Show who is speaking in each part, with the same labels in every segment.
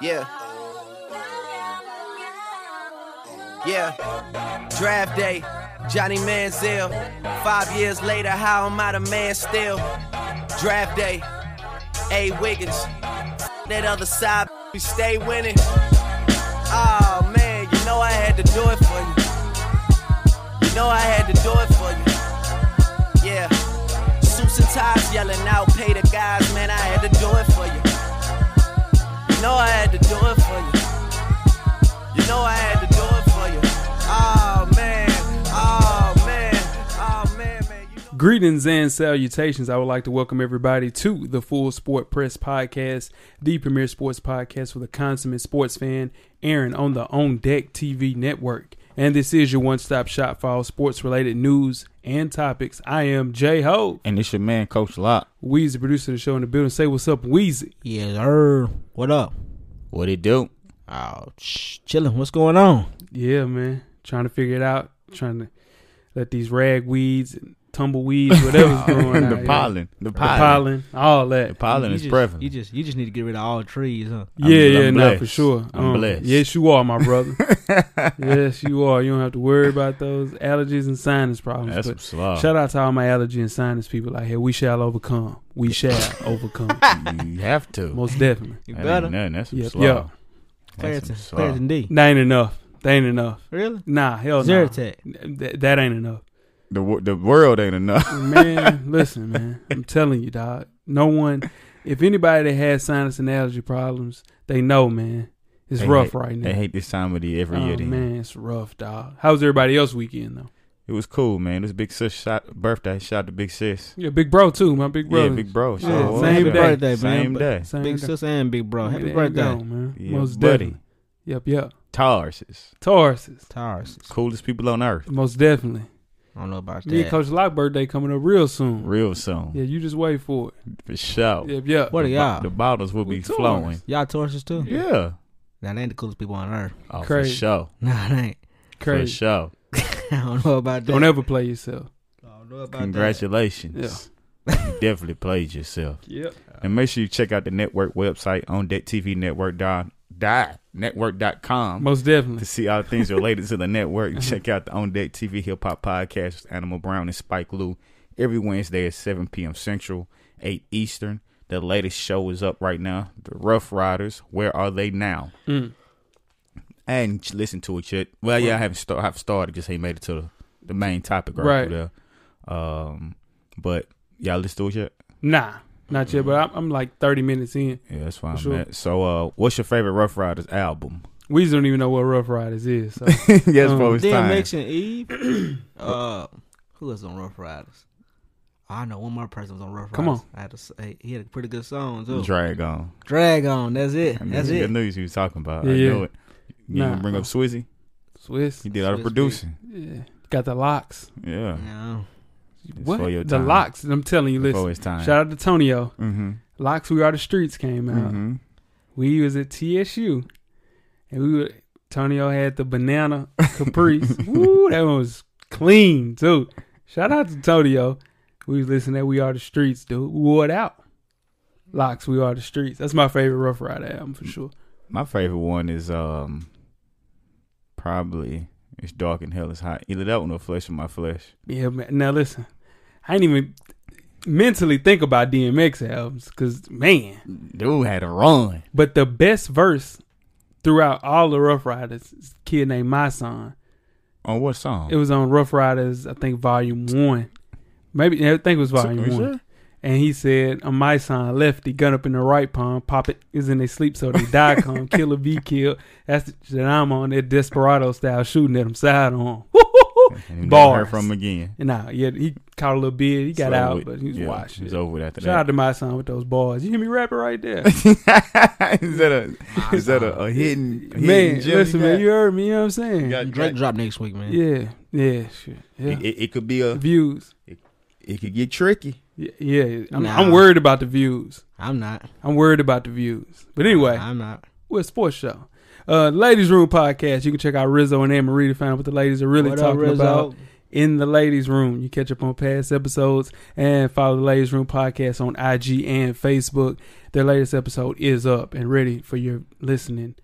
Speaker 1: Yeah. Yeah. Draft day, Johnny Manziel. Five years later, how am I the man still? Draft day, A. Wiggins. That other side, we stay winning. Oh man, you know I had to do it for you. You know I had to do it for you. Yeah. Suits and ties yelling out, pay the guys, man, I had to do it for you. You know I had to do it for you. You know I had to do it for you. Oh man, oh man, oh man, man. You know-
Speaker 2: Greetings and salutations. I would like to welcome everybody to the Full Sport Press Podcast, the premier sports podcast for the consummate sports fan, Aaron, on the On Deck TV network. And this is your one stop shop for all sports related news and topics. I am J Ho.
Speaker 3: And it's your man, Coach Locke.
Speaker 2: Weezy, producer of the show in the building. Say what's up, Weezy.
Speaker 4: Yes, sir. What up?
Speaker 3: What it do?
Speaker 4: Oh, sh- chilling. What's going on?
Speaker 2: Yeah, man. Trying to figure it out. Trying to let these ragweeds and tumbleweeds, whatever's going on.
Speaker 3: the pollen.
Speaker 2: Oh,
Speaker 3: The pollen. The
Speaker 2: The pollen. All that.
Speaker 3: pollen
Speaker 4: you
Speaker 3: is
Speaker 4: just,
Speaker 3: prevalent.
Speaker 4: You just you just need to get rid of all trees, huh?
Speaker 3: I'm-
Speaker 2: Yeah, yeah,
Speaker 3: I'm
Speaker 2: no, for
Speaker 3: blessed.
Speaker 2: sure. Um,
Speaker 3: I'm blessed.
Speaker 2: Yes, you are, my brother. yes, you are. You don't have to worry about those allergies and sinus problems.
Speaker 3: That's
Speaker 2: but
Speaker 3: some slob.
Speaker 2: shout out to all my allergy and sinus people out here. We shall overcome. We shall overcome.
Speaker 3: You have to.
Speaker 2: Most definitely.
Speaker 4: You
Speaker 3: That ain't
Speaker 4: better.
Speaker 3: nothing. That's some
Speaker 2: Yeah,
Speaker 3: slob.
Speaker 2: yeah.
Speaker 3: That's some
Speaker 4: Claritin,
Speaker 3: slob.
Speaker 4: Claritin D.
Speaker 2: That ain't enough. That ain't enough.
Speaker 4: Really?
Speaker 2: Nah, hell no.
Speaker 4: Zyrtec.
Speaker 2: That, that ain't enough.
Speaker 3: The, wo- the world ain't enough.
Speaker 2: Man, listen, man. I'm telling you, dog. No one, if anybody that has sinus and allergy problems, they know, man. It's
Speaker 3: They
Speaker 2: rough
Speaker 3: hate-
Speaker 2: right now.
Speaker 3: They hate this time of the year every
Speaker 2: oh,
Speaker 3: year. Then.
Speaker 2: man, it's rough, dog. How was everybody else weekend, though?
Speaker 3: It was cool, man. It was Big Sis' shot, birthday. Shout out to Big Sis.
Speaker 2: Yeah, big bro too, my big brother.
Speaker 3: Yeah, Big Bro.
Speaker 2: Yeah,
Speaker 3: Shout out.
Speaker 2: same
Speaker 3: Shout
Speaker 2: day.
Speaker 3: out.
Speaker 4: Birthday, man,
Speaker 3: Same
Speaker 4: but-
Speaker 3: day.
Speaker 2: Same
Speaker 4: Big
Speaker 2: guy.
Speaker 4: sis and big bro. Happy
Speaker 2: There you go,
Speaker 4: birthday.
Speaker 2: man.
Speaker 3: Yeah,
Speaker 2: most
Speaker 3: buddy.
Speaker 2: definitely. Yep, yep.
Speaker 3: Tars is
Speaker 2: Tauruses,
Speaker 4: Tars.
Speaker 3: coolest people on earth.
Speaker 2: most definitely.
Speaker 4: I don't know about
Speaker 2: Me and
Speaker 4: that.
Speaker 2: Coach Lock birthday coming up real soon.
Speaker 3: Real Oh. soon.
Speaker 2: Yeah, you just wait for it.
Speaker 3: For sure.
Speaker 2: Yep, yep.
Speaker 4: What are
Speaker 3: The bo-
Speaker 4: y'all?
Speaker 3: The bottles will
Speaker 2: We
Speaker 3: be
Speaker 2: Taurus.
Speaker 3: flowing.
Speaker 4: Y'all Tauruses too?
Speaker 3: Yeah.
Speaker 4: Nah, they ain't the coolest people on earth.
Speaker 3: Oh, for
Speaker 2: Crazy.
Speaker 3: sure.
Speaker 4: Nah, they ain't.
Speaker 3: For
Speaker 2: Crazy.
Speaker 3: sure.
Speaker 4: I don't know about that.
Speaker 2: Don't ever play yourself.
Speaker 4: I don't know about
Speaker 3: Congratulations. you definitely played yourself.
Speaker 2: Yep.
Speaker 3: And make sure you check out the network website on Deck TV Network dot dot network.com
Speaker 2: Most
Speaker 3: to
Speaker 2: definitely.
Speaker 3: see all things related to the network. Check out the On Deck TV Hip Hop Podcast with Animal Brown and Spike Lou every Wednesday at 7 p.m. Central, 8 Eastern. The latest show is up right now. The Rough Riders, Where Are They Now?
Speaker 2: Mm.
Speaker 3: I hadn't listened to it yet. Well, yeah, I haven't sta- I have started because he made it to the, the main topic right,
Speaker 2: Right.
Speaker 3: through there. Um, but y'all listen to it yet?
Speaker 2: Nah, not yet. But I'm, I'm like 30 minutes in.
Speaker 3: Yeah, that's fine,
Speaker 2: sure. Um,
Speaker 3: man. So, uh, what's your favorite Rough Riders album?
Speaker 2: We don't even know what Rough Riders is. So.
Speaker 3: yes, bro,
Speaker 2: Um,
Speaker 3: it's time.
Speaker 4: DMX and Eve. uh, who was on Rough Riders? I know one more person was on Rough Riders.
Speaker 2: Come on.
Speaker 4: I had to say, he had a pretty good song too.
Speaker 3: Drag on.
Speaker 4: Drag on. That's it.
Speaker 3: I knew,
Speaker 4: That's
Speaker 3: I
Speaker 4: it.
Speaker 3: knew you was talking about.
Speaker 2: Yeah,
Speaker 3: I
Speaker 2: yeah.
Speaker 3: knew it. You
Speaker 2: Nah.
Speaker 3: gonna bring up Swizzy?
Speaker 2: Swiss.
Speaker 3: He did all the
Speaker 4: Swizz
Speaker 3: producing.
Speaker 2: Yeah. Got the locks.
Speaker 3: Yeah,
Speaker 4: No.
Speaker 3: It's
Speaker 2: What?
Speaker 3: for your
Speaker 2: The
Speaker 3: time.
Speaker 2: locks. I'm telling you,
Speaker 3: before
Speaker 2: listen.
Speaker 3: it's time.
Speaker 2: Shout out to Tonio.
Speaker 3: Mm-hmm.
Speaker 2: Locks, we are the streets came out.
Speaker 3: Mm-hmm.
Speaker 2: we was at TSU, and we were, Tonio had the banana caprice. Woo, that one was clean too. Shout out to Tonio. We was listening to We Are the Streets, dude. We wore it out. Locks, We Are the Streets. That's my favorite Rough Rider album for sure.
Speaker 3: My favorite one is um probably it's dark and hell is hot. Either that one or flesh of my flesh.
Speaker 2: Yeah, man. Now listen, I didn't even mentally think about DMX albums because man,
Speaker 3: Dude had a run.
Speaker 2: but the best verse throughout all the Rough Riders is a kid named My Son.
Speaker 3: On what song?
Speaker 2: It was on Rough Riders, I think Volume One. Maybe I think it was Volume
Speaker 3: You
Speaker 2: One.
Speaker 3: sure?
Speaker 2: And he said, "On my sign, lefty gun up in the right palm, pop it is in they sleep so they die come killer be killed." That's the shit I'm on that desperado style shooting at him side on.
Speaker 3: And you never
Speaker 2: Bars.
Speaker 3: heard from him again.
Speaker 2: And nah, yeah, he caught a little bit. He got
Speaker 3: So
Speaker 2: out,
Speaker 3: it-
Speaker 2: but he was
Speaker 3: yeah,
Speaker 2: washed.
Speaker 3: It was over with after
Speaker 2: Shout out to
Speaker 3: that.
Speaker 2: my son with those bars. You hear me rapping right there,
Speaker 3: is that a is that a, a hidden hidden
Speaker 2: man.
Speaker 3: gem
Speaker 2: Listen,
Speaker 3: you
Speaker 2: man,
Speaker 3: got?
Speaker 2: you heard me. You know what I'm saying?
Speaker 3: got-
Speaker 4: Drake drop next week, man.
Speaker 2: yeah, yeah, shit, yeah.
Speaker 3: It, it, it could be a
Speaker 2: views.
Speaker 3: it could get tricky.
Speaker 2: Yeah, yeah. I'm,
Speaker 4: Nah.
Speaker 2: I'm worried about the views.
Speaker 4: I'm not.
Speaker 2: I'm worried about the views. But anyway,
Speaker 4: I'm not.
Speaker 2: we're a sports show. Uh, Ladies Room Podcast. You can check out Rizzo and Anne Marie to find out what the ladies are really
Speaker 4: What up,
Speaker 2: talking
Speaker 4: Rizzo?
Speaker 2: about. in the ladies' room. You catch up on past episodes and follow the ladies' room podcast on IG and Facebook. Their latest episode is up and ready for your listening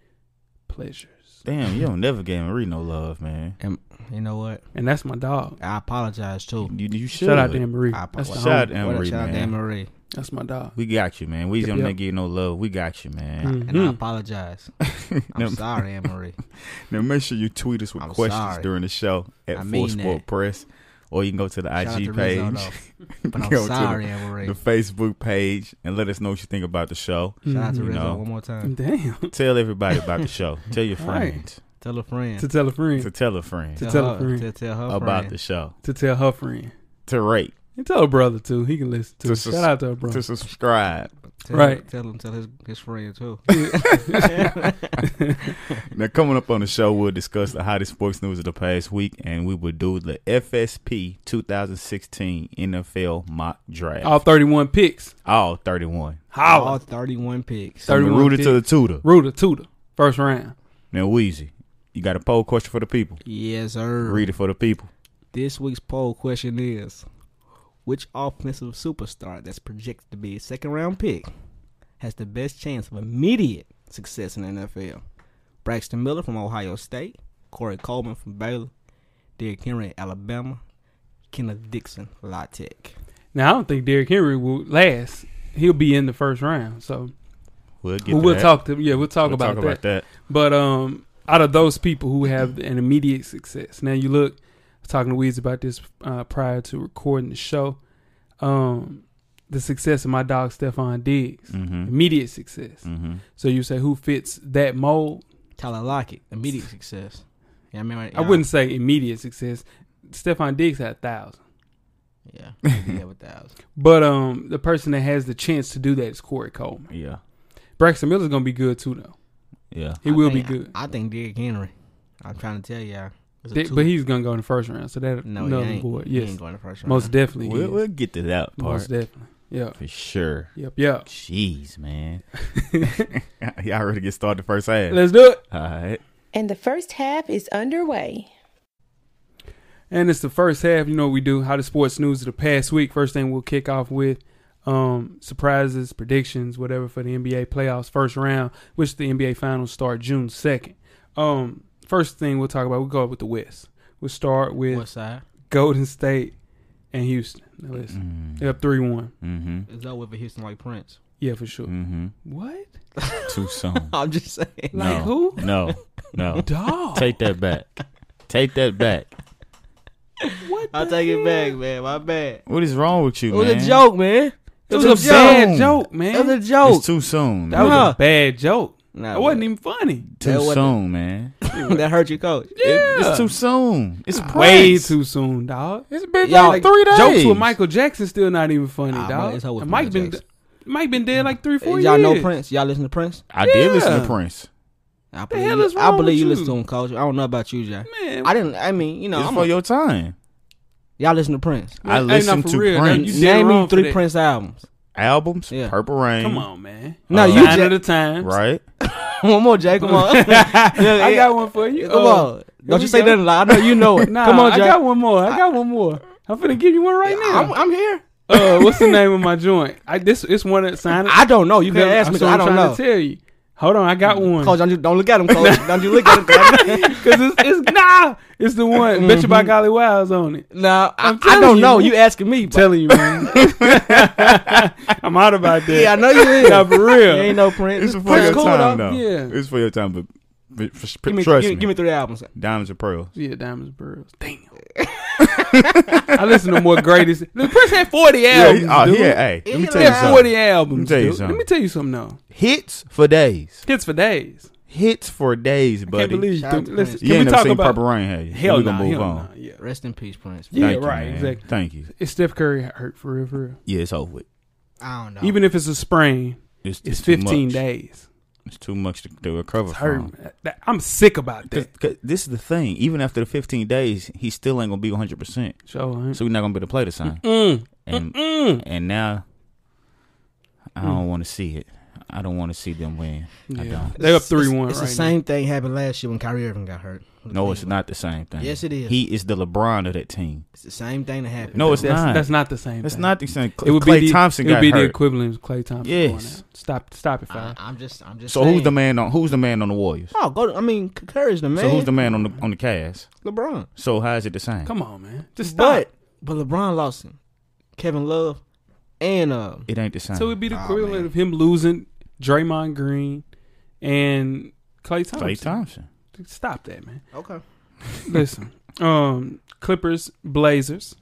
Speaker 2: pleasures.
Speaker 3: Damn, you don't never gave Marie no love, man.
Speaker 4: And you know what?
Speaker 2: And that's my dog.
Speaker 4: I apologize too.
Speaker 3: You, you should.
Speaker 2: Shout out to Anne Marie.
Speaker 4: I
Speaker 2: That's, the
Speaker 3: Shout out
Speaker 2: homie.
Speaker 3: to Anne Marie,
Speaker 4: Shout out to
Speaker 3: man.
Speaker 4: Anne Marie.
Speaker 2: that's my dog.
Speaker 3: We got you, man. We
Speaker 2: Yep,
Speaker 3: don't
Speaker 2: yep.
Speaker 3: yep. give you no love. We got you, man.
Speaker 2: Mm.
Speaker 4: And I apologize. I'm
Speaker 3: Now-
Speaker 4: sorry, Anne Marie.
Speaker 3: Now make sure you tweet us with
Speaker 4: I'm
Speaker 3: questions
Speaker 4: sorry.
Speaker 3: during the show at
Speaker 4: I
Speaker 3: Full
Speaker 4: mean
Speaker 3: Sport
Speaker 4: that.
Speaker 3: Press, or you can go to the
Speaker 4: Shout out
Speaker 3: IG
Speaker 4: to Rizzo,
Speaker 3: page,
Speaker 4: though. But
Speaker 3: Go
Speaker 4: I'm
Speaker 3: to
Speaker 4: sorry, Anne
Speaker 3: the
Speaker 4: Marie.
Speaker 3: Facebook page, and let us know what you think about the show.
Speaker 4: Shout out to
Speaker 3: you
Speaker 4: Rizzo
Speaker 3: know.
Speaker 4: one more time.
Speaker 2: Mm-hmm. Damn.
Speaker 3: Tell everybody about the show. Tell your
Speaker 2: Right.
Speaker 3: friends
Speaker 4: Tell a friend.
Speaker 2: to tell a friend.
Speaker 3: to tell a friend
Speaker 2: to tell a
Speaker 4: her,
Speaker 2: friend.
Speaker 4: To tell her
Speaker 3: about
Speaker 4: friend.
Speaker 3: the show.
Speaker 2: To tell her friend.
Speaker 3: To rate,
Speaker 2: And tell her brother too. He can listen to
Speaker 3: To
Speaker 2: it. Shout
Speaker 3: sus-
Speaker 2: out to her brother.
Speaker 3: to subscribe.
Speaker 4: Tell,
Speaker 2: Right.
Speaker 4: Tell him. Tell his his friend too.
Speaker 3: Now coming up on the show, we'll discuss the hottest sports news of the past week, and we will do the FSP 2016 NFL mock draft.
Speaker 2: All 31 picks.
Speaker 3: All 31.
Speaker 4: All 31 picks.
Speaker 3: From the
Speaker 2: 31
Speaker 3: rooter to the
Speaker 2: picks.
Speaker 3: tutor.
Speaker 2: Rooter, Tudor. First round.
Speaker 3: Now, Wheezy, you got a poll question for the people.
Speaker 4: Yes, sir.
Speaker 3: Read it for the people.
Speaker 4: This week's poll question is Which offensive superstar that's projected to be a second round pick has the best chance of immediate success in the NFL? Braxton Miller from Ohio State, Corey Coleman from Baylor, Derrick Henry, Alabama, Kenneth Dixon, La Tech.
Speaker 2: Now I don't think Derrick Henry will last. He'll be in the first round. So
Speaker 3: We'll get
Speaker 2: we'll,
Speaker 3: to
Speaker 2: we'll
Speaker 3: that.
Speaker 2: talk to yeah, we'll talk,
Speaker 3: We'll
Speaker 2: about,
Speaker 3: talk
Speaker 2: that.
Speaker 3: about that.
Speaker 2: But um out of those people who have an immediate success. Now you look I was talking to Weeds about this uh, prior to recording the show. Um the success of my dog Stefan Diggs.
Speaker 3: Mm-hmm.
Speaker 2: Immediate success.
Speaker 3: Mm-hmm.
Speaker 2: So you say who fits that mold? Tyler
Speaker 4: Tyler Lockett, immediate success. Yeah, I mean, right
Speaker 2: I wouldn't say immediate success. Stefan Diggs had a thousand.
Speaker 4: Yeah,
Speaker 3: Mm-hmm.
Speaker 4: maybe have a thousand.
Speaker 2: But um the person that has the chance to do that is Corey Coleman.
Speaker 3: Yeah.
Speaker 2: Braxton Miller's gonna be good too though.
Speaker 3: Yeah.
Speaker 2: He
Speaker 4: I
Speaker 2: will
Speaker 4: think-
Speaker 2: be good.
Speaker 4: I think Derrick Henry. I'm trying to tell y'all. It's a
Speaker 2: They-
Speaker 4: two-
Speaker 2: but he's gonna go in the first round, so that
Speaker 4: no,
Speaker 2: no,
Speaker 4: he ain't.
Speaker 2: boy.
Speaker 4: He
Speaker 2: Yes,
Speaker 4: ain't going to first round.
Speaker 2: most definitely.
Speaker 3: We'll,
Speaker 2: is.
Speaker 3: we'll get to that
Speaker 2: most
Speaker 3: part
Speaker 2: definitely. Yeah.
Speaker 3: for sure.
Speaker 2: Yep. Yep.
Speaker 3: Jeez, man. Y'all ready to get started first half?
Speaker 2: Let's do it.
Speaker 3: All right.
Speaker 5: And the first half is underway.
Speaker 2: And it's the first half. You know what we do? How the sports news of the past week. First thing we'll kick off with um, surprises, predictions, whatever for the NBA playoffs first round, which the NBA finals start June second. Um, first thing we'll talk about. We'll go with the West. We'll start with
Speaker 4: What side?
Speaker 2: Golden State and Houston. Now listen,
Speaker 3: Mm-hmm.
Speaker 2: they're up three one.
Speaker 4: Is that with Houston like Prince?
Speaker 2: Yeah, for sure.
Speaker 3: Mm-hmm.
Speaker 2: What?
Speaker 3: Too soon.
Speaker 4: I'm just saying.
Speaker 2: Like
Speaker 3: no.
Speaker 2: who?
Speaker 3: No. No.
Speaker 2: Dog.
Speaker 3: Take that back. Take that back.
Speaker 2: what?
Speaker 4: I'll
Speaker 2: the
Speaker 4: take it
Speaker 2: hell?
Speaker 4: back, man. My bad.
Speaker 3: What is wrong with you,
Speaker 4: It was
Speaker 3: man?
Speaker 4: a joke, man.
Speaker 2: It was, a bad joke, man.
Speaker 4: It was a
Speaker 3: It's
Speaker 4: joke.
Speaker 3: too soon.
Speaker 2: That was
Speaker 3: man.
Speaker 4: Nah.
Speaker 2: a bad joke.
Speaker 4: Nah,
Speaker 2: It wasn't even funny.
Speaker 4: that
Speaker 3: too
Speaker 4: wasn't-
Speaker 3: soon, man.
Speaker 4: even. that hurt your coach.
Speaker 3: It- it's too soon. It's
Speaker 2: Way
Speaker 3: Prince.
Speaker 2: too soon, dog. It's
Speaker 3: been
Speaker 4: Y'all,
Speaker 3: like three days.
Speaker 2: Jokes with Michael Jackson still not even funny,
Speaker 4: Ah,
Speaker 2: dog.
Speaker 4: man, it's over for
Speaker 2: Mike
Speaker 4: Michael
Speaker 2: been
Speaker 4: Jackson.
Speaker 2: Mike been dead like three, four
Speaker 4: Y'all
Speaker 2: years.
Speaker 4: know Prince. Y'all listen to Prince?
Speaker 3: I did listen to
Speaker 2: Yeah.
Speaker 3: Prince.
Speaker 4: I
Speaker 2: The hell
Speaker 4: you-
Speaker 2: is
Speaker 4: I
Speaker 2: wrong
Speaker 4: believe
Speaker 2: with
Speaker 4: you
Speaker 2: you?
Speaker 4: listen to him, coach. I don't know about you, Jack.
Speaker 2: Man,
Speaker 4: I didn't. I mean, you know,
Speaker 3: it's
Speaker 4: I'm
Speaker 3: for
Speaker 4: a-
Speaker 3: your time.
Speaker 4: y'all listen to Prince.
Speaker 3: I
Speaker 2: ain't
Speaker 3: listened
Speaker 2: nothing
Speaker 3: to
Speaker 2: real, dog.
Speaker 3: Prince.
Speaker 2: You did
Speaker 4: Name
Speaker 2: wrong
Speaker 4: me
Speaker 2: for
Speaker 4: three
Speaker 2: that.
Speaker 4: Prince albums.
Speaker 3: Albums,
Speaker 4: Yeah.
Speaker 3: Purple Rain.
Speaker 2: Come on, man.
Speaker 4: No,
Speaker 3: Uh,
Speaker 2: Sign
Speaker 4: you Jack.
Speaker 2: of the times.
Speaker 3: Right?
Speaker 4: one more, Jack. Come on. I
Speaker 2: I got one for you.
Speaker 4: Come
Speaker 2: Uh,
Speaker 4: on. Don't
Speaker 2: we
Speaker 4: you say
Speaker 2: go.
Speaker 4: nothing. Like, I know you know it.
Speaker 2: Nah,
Speaker 4: Come on,
Speaker 2: I
Speaker 4: Jack.
Speaker 2: got one more. I got one more. I'm finna give you one right
Speaker 4: I'm,
Speaker 2: now.
Speaker 4: I'm here.
Speaker 2: uh, what's the name of my joint? I this it's one that signed.
Speaker 4: I don't know. You can ask me. 'cause I
Speaker 2: I'm
Speaker 4: don't
Speaker 2: trying
Speaker 4: know.
Speaker 2: to tell you. Hold on, I got one.
Speaker 4: Coach, don't you don't look at him, Coach. don't you look at him. 'cause I know-
Speaker 2: Cause it's, it's nah, it's the one. Bet you by
Speaker 4: Mm-hmm.
Speaker 2: golly, Wild's on it.
Speaker 4: No, I,
Speaker 2: I'm telling
Speaker 4: I don't know.
Speaker 2: you.
Speaker 4: You asking me?
Speaker 2: I'm
Speaker 4: But
Speaker 2: telling you, man. I'm out about that.
Speaker 4: yeah, I know you is.
Speaker 2: Nah, for real.
Speaker 4: You ain't no
Speaker 3: It's
Speaker 4: Prince.
Speaker 3: for
Speaker 2: Prince
Speaker 3: your
Speaker 2: cool,
Speaker 3: time,
Speaker 2: though.
Speaker 3: though.
Speaker 2: Yeah.
Speaker 3: It's for your time, but, but for,
Speaker 4: Give me,
Speaker 3: trust
Speaker 4: give,
Speaker 3: me.
Speaker 4: give me three albums.
Speaker 3: Diamonds and Pearls.
Speaker 2: Yeah, Diamonds and Pearls. Damn. I listen to more greatest. The Prince had 40 albums.
Speaker 3: he, oh,
Speaker 2: dude.
Speaker 3: he had, hey, let me
Speaker 4: He
Speaker 2: He
Speaker 3: tell you
Speaker 2: had 40
Speaker 3: something.
Speaker 2: albums.
Speaker 3: Let me tell you
Speaker 2: dude.
Speaker 3: something.
Speaker 2: Let me tell you something now.
Speaker 3: Hits for days.
Speaker 2: Hits for days.
Speaker 3: Hits for days,
Speaker 2: Can't
Speaker 3: buddy.
Speaker 2: believe you.
Speaker 4: Shout out
Speaker 2: dude.
Speaker 4: to
Speaker 2: Listen,
Speaker 4: Prince.
Speaker 2: can
Speaker 3: You
Speaker 2: we
Speaker 3: ain't never
Speaker 2: talk
Speaker 3: seen
Speaker 2: about
Speaker 3: Purple Rain, have you?
Speaker 2: Hell
Speaker 3: we
Speaker 2: no.
Speaker 3: gonna move
Speaker 2: hell
Speaker 3: on.
Speaker 2: nah, yeah.
Speaker 4: Rest in peace, Prince.
Speaker 2: Yeah,
Speaker 3: Thank you,
Speaker 2: right,
Speaker 3: man.
Speaker 2: exactly.
Speaker 3: Thank you.
Speaker 2: Is Steph Curry hurt for real? For real.
Speaker 3: Yeah, it's over with.
Speaker 4: I don't know.
Speaker 2: Even if it's a sprain,
Speaker 3: It's,
Speaker 2: it's
Speaker 3: too
Speaker 2: 15
Speaker 3: much.
Speaker 2: days.
Speaker 3: It's too much to, to recover
Speaker 2: It's
Speaker 3: from.
Speaker 2: hurt. That- I'm sick about
Speaker 3: Cause,
Speaker 2: that.
Speaker 3: 'cause this is the thing. Even after the 15 days, he still ain't gonna be 100. percent
Speaker 2: So, I ain't-
Speaker 3: So we're not gonna be able to play the sign.
Speaker 2: mm,
Speaker 3: And
Speaker 2: mm.
Speaker 3: and now, I don't want to see it. I don't want to see them win. I
Speaker 2: Yeah.
Speaker 3: don't.
Speaker 2: They up 3 1
Speaker 4: It's
Speaker 2: right
Speaker 4: the
Speaker 2: now.
Speaker 4: same thing happened last year when Kyrie Irving got hurt.
Speaker 3: No, it's not the same thing.
Speaker 4: Yes, it is.
Speaker 3: He is the LeBron of that team.
Speaker 4: It's the same thing that happened.
Speaker 3: No, it's
Speaker 2: That's
Speaker 3: not.
Speaker 2: that's not the same.
Speaker 3: That's
Speaker 2: thing.
Speaker 3: not the same. Clay,
Speaker 2: It would
Speaker 3: Klay
Speaker 2: be the,
Speaker 3: Thompson
Speaker 2: it would
Speaker 3: got
Speaker 2: be the
Speaker 3: hurt.
Speaker 2: equivalent of Clay Thompson.
Speaker 3: Yes.
Speaker 2: going out. Stop. Stop it,
Speaker 4: I,
Speaker 2: five.
Speaker 4: I'm just, I'm just.
Speaker 3: so who's the
Speaker 4: saying.
Speaker 3: man on? Who's the man on the Warriors?
Speaker 4: Oh, go. To, I mean, Curry's the man.
Speaker 3: So who's the man on the on the Cavs?
Speaker 4: LeBron?
Speaker 3: So how is it the same?
Speaker 2: Come on, man. Just stop.
Speaker 4: But but LeBron lost him. Kevin Love and uh,
Speaker 3: It ain't the same.
Speaker 2: so it'd be the
Speaker 4: Aw,
Speaker 2: equivalent
Speaker 4: man.
Speaker 2: of him losing Draymond Green and Clay Thompson.
Speaker 3: Clay Thompson.
Speaker 2: Stop that, man.
Speaker 4: okay.
Speaker 2: Listen, um, Clippers Blazers.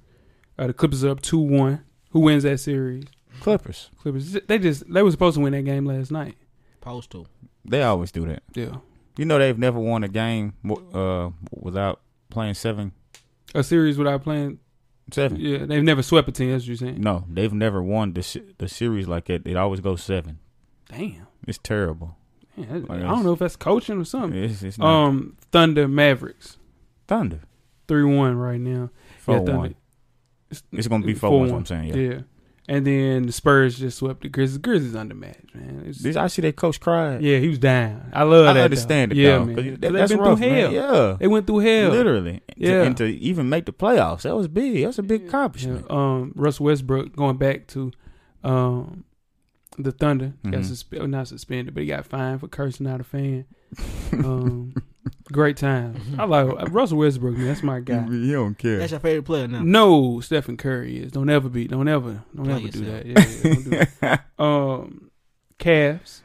Speaker 2: Uh, the Clippers are up two one. Who wins that series?
Speaker 3: Clippers.
Speaker 2: Clippers. They just they were supposed to win that game last night.
Speaker 4: Postal.
Speaker 3: They always do that.
Speaker 2: Yeah,
Speaker 3: You know they've never won a game uh, without playing seven
Speaker 2: a series without playing.
Speaker 3: seven.
Speaker 2: Yeah, they've never swept a team. That's what you're saying.
Speaker 3: No, they've never won the se- the series like that. It always goes seven.
Speaker 2: Damn.
Speaker 3: It's terrible.
Speaker 2: Yeah, that-
Speaker 3: Like
Speaker 2: I
Speaker 3: that's-
Speaker 2: don't know if that's coaching or something.
Speaker 3: It's, it's not
Speaker 2: Um, Thunder Mavericks
Speaker 3: Thunder.
Speaker 2: three one right now.
Speaker 3: Four
Speaker 2: Thunder.
Speaker 3: one. It's gonna be four, one. is what I'm saying. Yeah.
Speaker 2: Yeah. and then the Spurs just swept the Grizzlies. Grizzlies undermatched, man. It's-
Speaker 3: This- I see that coach crying.
Speaker 2: yeah, he was down. I love that.
Speaker 3: I
Speaker 2: though.
Speaker 3: understand it
Speaker 2: yeah,
Speaker 3: though.
Speaker 2: man.
Speaker 3: 'cause
Speaker 2: 'Cause
Speaker 3: that-
Speaker 2: they've
Speaker 3: that's
Speaker 2: been
Speaker 3: rough,
Speaker 2: through
Speaker 3: man.
Speaker 2: hell.
Speaker 3: Yeah.
Speaker 2: They went through hell.
Speaker 3: Literally.
Speaker 2: Yeah.
Speaker 3: To, and to even make the playoffs, that was big. That's a big
Speaker 2: Yeah,
Speaker 3: accomplishment.
Speaker 2: um, Russ Westbrook going back to um, the Thunder got
Speaker 3: Mhm.
Speaker 2: suspended, not suspended, but he got fined for cursing out a fan. Um, great times. I like Russell Westbrook. Man, that's my guy.
Speaker 3: You don't care.
Speaker 4: That's your favorite player now.
Speaker 2: No, Stephen Curry is. Don't ever be. Don't ever. Don't
Speaker 4: Play
Speaker 2: ever do
Speaker 4: yourself.
Speaker 2: that. Yeah, yeah, don't do that. Um, Cavs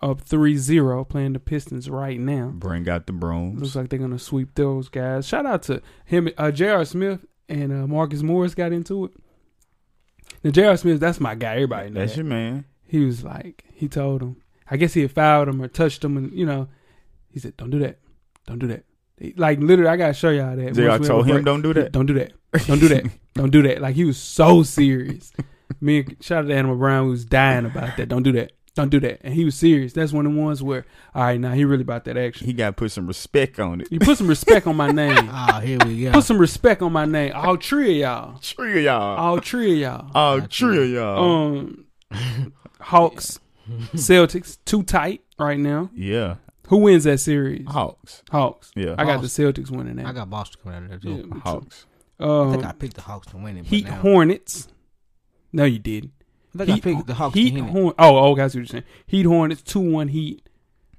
Speaker 2: up 3-0 playing the Pistons right now.
Speaker 3: Bring out the brooms.
Speaker 2: Looks like they're gonna sweep those guys. Shout out to him, uh, J.R. Smith and uh, Marcus Morris got into it. Now J.R. Smith, that's my guy. Everybody knows.
Speaker 3: That's your man.
Speaker 2: He was like, he told him. I guess he had fouled him or touched him, and you know, he said, "Don't do that. Don't do that." He- Like literally, I gotta show y'all that. Once
Speaker 3: JR
Speaker 2: we have
Speaker 3: told
Speaker 2: a
Speaker 3: him,
Speaker 2: break.
Speaker 3: "Don't do
Speaker 2: Yeah,
Speaker 3: that."
Speaker 2: Don't do that. Don't do that. Don't do that. Like he was so serious. Me and shout out to Animal Brown who was dying about that. Don't do that. Don't do that. And he was serious. That's one of the ones where, all right, now he really about that action.
Speaker 3: He got to put some respect on it.
Speaker 2: You put some respect on my name.
Speaker 4: Ah, here we go.
Speaker 2: Put some respect on my name. All three of y'all.
Speaker 3: Trio y'all.
Speaker 2: All three of y'all.
Speaker 3: Oh, trio y'all.
Speaker 2: Um, Hawks, Celtics, too tight right now.
Speaker 3: yeah.
Speaker 2: Who wins that series?
Speaker 3: Hawks.
Speaker 2: Hawks.
Speaker 3: Yeah.
Speaker 2: I got the Celtics winning that.
Speaker 4: I got Boston coming out of there
Speaker 2: Yeah,
Speaker 4: too.
Speaker 2: me too.
Speaker 3: Hawks.
Speaker 4: I think I
Speaker 2: Um,
Speaker 4: picked the Hawks to win it. but
Speaker 2: Heat
Speaker 4: now-
Speaker 2: Hornets. No, you didn't.
Speaker 4: I think I picked the Hawks to
Speaker 2: Heat
Speaker 4: win it.
Speaker 2: Horn- Oh, oh, guys, what you're saying. Heat Hornets two one Heat.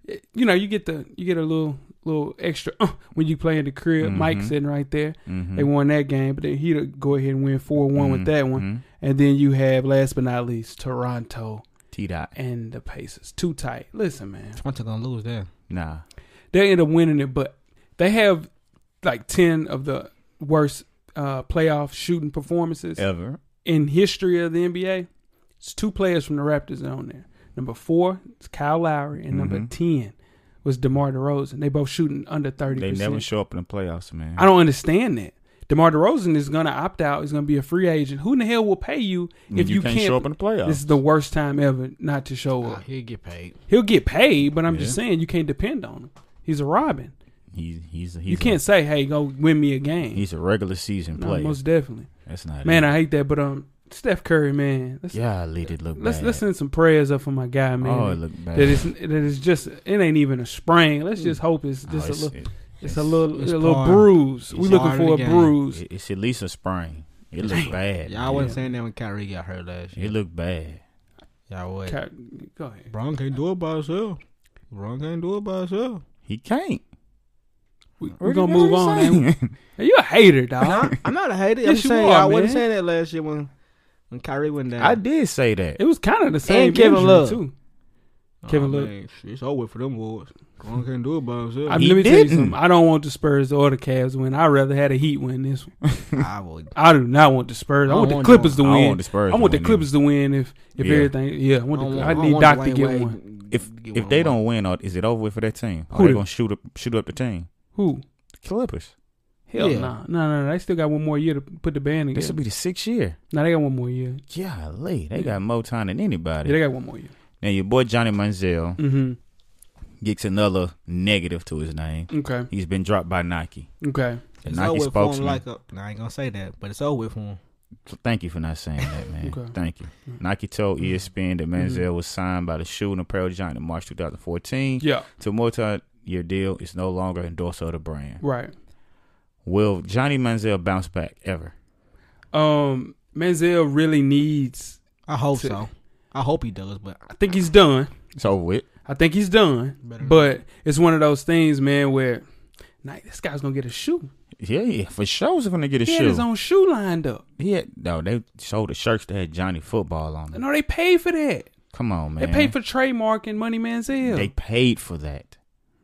Speaker 2: Eh, You know, you get the you get a little little extra uh, when you play in the crib. Mike
Speaker 3: Mhm.
Speaker 2: sitting right there.
Speaker 3: Mhm.
Speaker 2: They won that game, but then Heat'll go ahead and win four one with
Speaker 3: Mhm.
Speaker 2: that one.
Speaker 3: Mhm.
Speaker 2: And then you have last but not least Toronto
Speaker 3: T dot.
Speaker 2: and the Pacers. Too tight. Listen, man,
Speaker 4: Toronto gonna lose there.
Speaker 3: Nah.
Speaker 2: they end up winning it, but they have like ten of the worst uh, playoff shooting performances
Speaker 3: Ever.
Speaker 2: in history of the NBA, it's two players from the Raptors that are on there. Number four is Kyle Lowry, and number
Speaker 3: Mhm.
Speaker 2: ten was DeMar DeRozan. They both shooting under thirty
Speaker 3: They never
Speaker 2: percent.
Speaker 3: show up in the playoffs, man.
Speaker 2: I don't understand that. DeMar DeRozan is gonna opt out. He's gonna be a free agent. Who in the hell will pay you
Speaker 3: When
Speaker 2: if
Speaker 3: Mm, you can't show up in the playoffs.
Speaker 2: This is the worst time ever not to show
Speaker 4: Ah,
Speaker 2: up.
Speaker 4: he'll get paid.
Speaker 2: He'll get paid, but I'm
Speaker 3: Yeah.
Speaker 2: just saying you can't depend on him. He's a Robin.
Speaker 3: He's he's he's
Speaker 2: you
Speaker 3: a,
Speaker 2: can't say, "Hey, go win me a game."
Speaker 3: He's a regular season
Speaker 2: No,
Speaker 3: player.
Speaker 2: most definitely.
Speaker 3: That's not
Speaker 2: Man,
Speaker 3: it.
Speaker 2: I hate that, but um, Steph Curry, man, let's
Speaker 3: yeah, lead it look
Speaker 2: Let's
Speaker 3: bad.
Speaker 2: let's send some prayers up for my guy, man.
Speaker 3: Oh, it look bad.
Speaker 2: that it's that it's just it ain't even a sprain. Let's just hope it's
Speaker 3: Oh,
Speaker 2: just a
Speaker 3: it's-
Speaker 2: little
Speaker 3: it-
Speaker 2: it's, a little
Speaker 4: it's
Speaker 2: a little
Speaker 4: part-
Speaker 2: bruise. We
Speaker 4: it's
Speaker 2: looking
Speaker 4: part of
Speaker 2: for a
Speaker 4: the game.
Speaker 2: bruise.
Speaker 3: it- It's at least a sprain. It look bad.
Speaker 4: Y'all wasn't
Speaker 2: Yeah.
Speaker 4: saying that when Kyrie got hurt last year.
Speaker 3: It look bad.
Speaker 4: Y'all was.
Speaker 2: Ca- Go ahead.
Speaker 4: Bron can't do it by himself. Bron can't do it by himself.
Speaker 3: He can't.
Speaker 2: We,
Speaker 3: What
Speaker 2: are
Speaker 3: you-
Speaker 2: gonna
Speaker 3: what
Speaker 2: move
Speaker 3: you
Speaker 2: on, man.
Speaker 3: saying?
Speaker 2: Hey, you a hater, dog.
Speaker 4: Nah, I'm not a hater. I'm
Speaker 2: Yes,
Speaker 4: just
Speaker 2: you
Speaker 4: saying
Speaker 2: are,
Speaker 4: I wasn't
Speaker 2: man.
Speaker 4: saying that last year when when Kyrie went down.
Speaker 3: I did say
Speaker 2: it
Speaker 3: that.
Speaker 2: was kind of the same.
Speaker 4: Kevin
Speaker 2: injury,
Speaker 4: Love.
Speaker 2: too.
Speaker 4: Aw,
Speaker 2: Kevin Love.
Speaker 4: Oh, man, shit, It's over for them boys. Bron can't do it by himself.
Speaker 2: I,
Speaker 4: I,
Speaker 2: let
Speaker 3: He
Speaker 2: me tell you
Speaker 3: didn't.
Speaker 2: something. I don't want the Spurs or the Cavs to win. I rather had a Heat win this. One.
Speaker 4: would.
Speaker 2: I do not want the Spurs. I,
Speaker 4: I
Speaker 2: want the
Speaker 4: don't want
Speaker 2: Clippers to
Speaker 3: I
Speaker 2: win.
Speaker 3: don't want the Spurs.
Speaker 2: I want
Speaker 3: to
Speaker 2: the
Speaker 3: win
Speaker 2: Clippers to win. If if
Speaker 3: Yeah.
Speaker 2: everything, yeah, I want.
Speaker 4: don't
Speaker 2: the,
Speaker 4: want-
Speaker 2: I
Speaker 4: don't
Speaker 2: need
Speaker 4: want
Speaker 2: Doc to
Speaker 4: Dwayne
Speaker 2: get
Speaker 4: Wade
Speaker 2: one.
Speaker 3: either.
Speaker 4: get
Speaker 3: If if
Speaker 4: one
Speaker 3: they
Speaker 4: more.
Speaker 3: don't win, or- is it over with for that team? Are
Speaker 2: Who
Speaker 3: they
Speaker 2: the-
Speaker 3: gonna shoot up shoot up the team?
Speaker 2: Who?
Speaker 3: Clippers.
Speaker 2: Hell
Speaker 4: Yeah.
Speaker 2: no, no, no. They still got one more year to put the band
Speaker 3: This
Speaker 2: together.
Speaker 3: will be the sixth year.
Speaker 2: Now they got one more year.
Speaker 3: Golly, they got more time than anybody.
Speaker 2: Yeah, they got one more year.
Speaker 3: Now your boy Johnny Manziel
Speaker 2: Mm-hmm.
Speaker 3: gets another negative to his name.
Speaker 2: Okay.
Speaker 3: He's been dropped by Nike.
Speaker 2: Okay.
Speaker 3: The
Speaker 4: It's
Speaker 3: Nike
Speaker 4: over for him
Speaker 3: spokesman.
Speaker 4: like a. Nah, I ain't gonna say that, but it's over for him.
Speaker 3: So Thank you for not saying that, man.
Speaker 2: Okay. Mm-hmm.
Speaker 3: Thank you. Nike told E ESPN that Manziel was signed by the shoe and apparel giant in March 2014
Speaker 2: Yeah,
Speaker 3: to a multi-year deal. Is no longer endorser of the brand.
Speaker 2: right.
Speaker 3: Will Johnny Manziel bounce back ever?
Speaker 2: Um, Manziel really needs.
Speaker 4: I hope
Speaker 2: Sick.
Speaker 4: so. I hope he does, but
Speaker 2: I think he's done.
Speaker 3: It's over with.
Speaker 2: I think he's done.
Speaker 4: Better
Speaker 2: but it's one of those things, man, where like, this guy's gonna get a shoe.
Speaker 3: Yeah, yeah, for sure. If gonna get a
Speaker 2: He
Speaker 3: shoe,
Speaker 2: had his own shoe lined up.
Speaker 3: he had, no, they sold the shirts that had Johnny football on them.
Speaker 2: No, they paid for that.
Speaker 3: Come on, man.
Speaker 2: They paid for trademark and Money Manziel.
Speaker 3: They paid for that.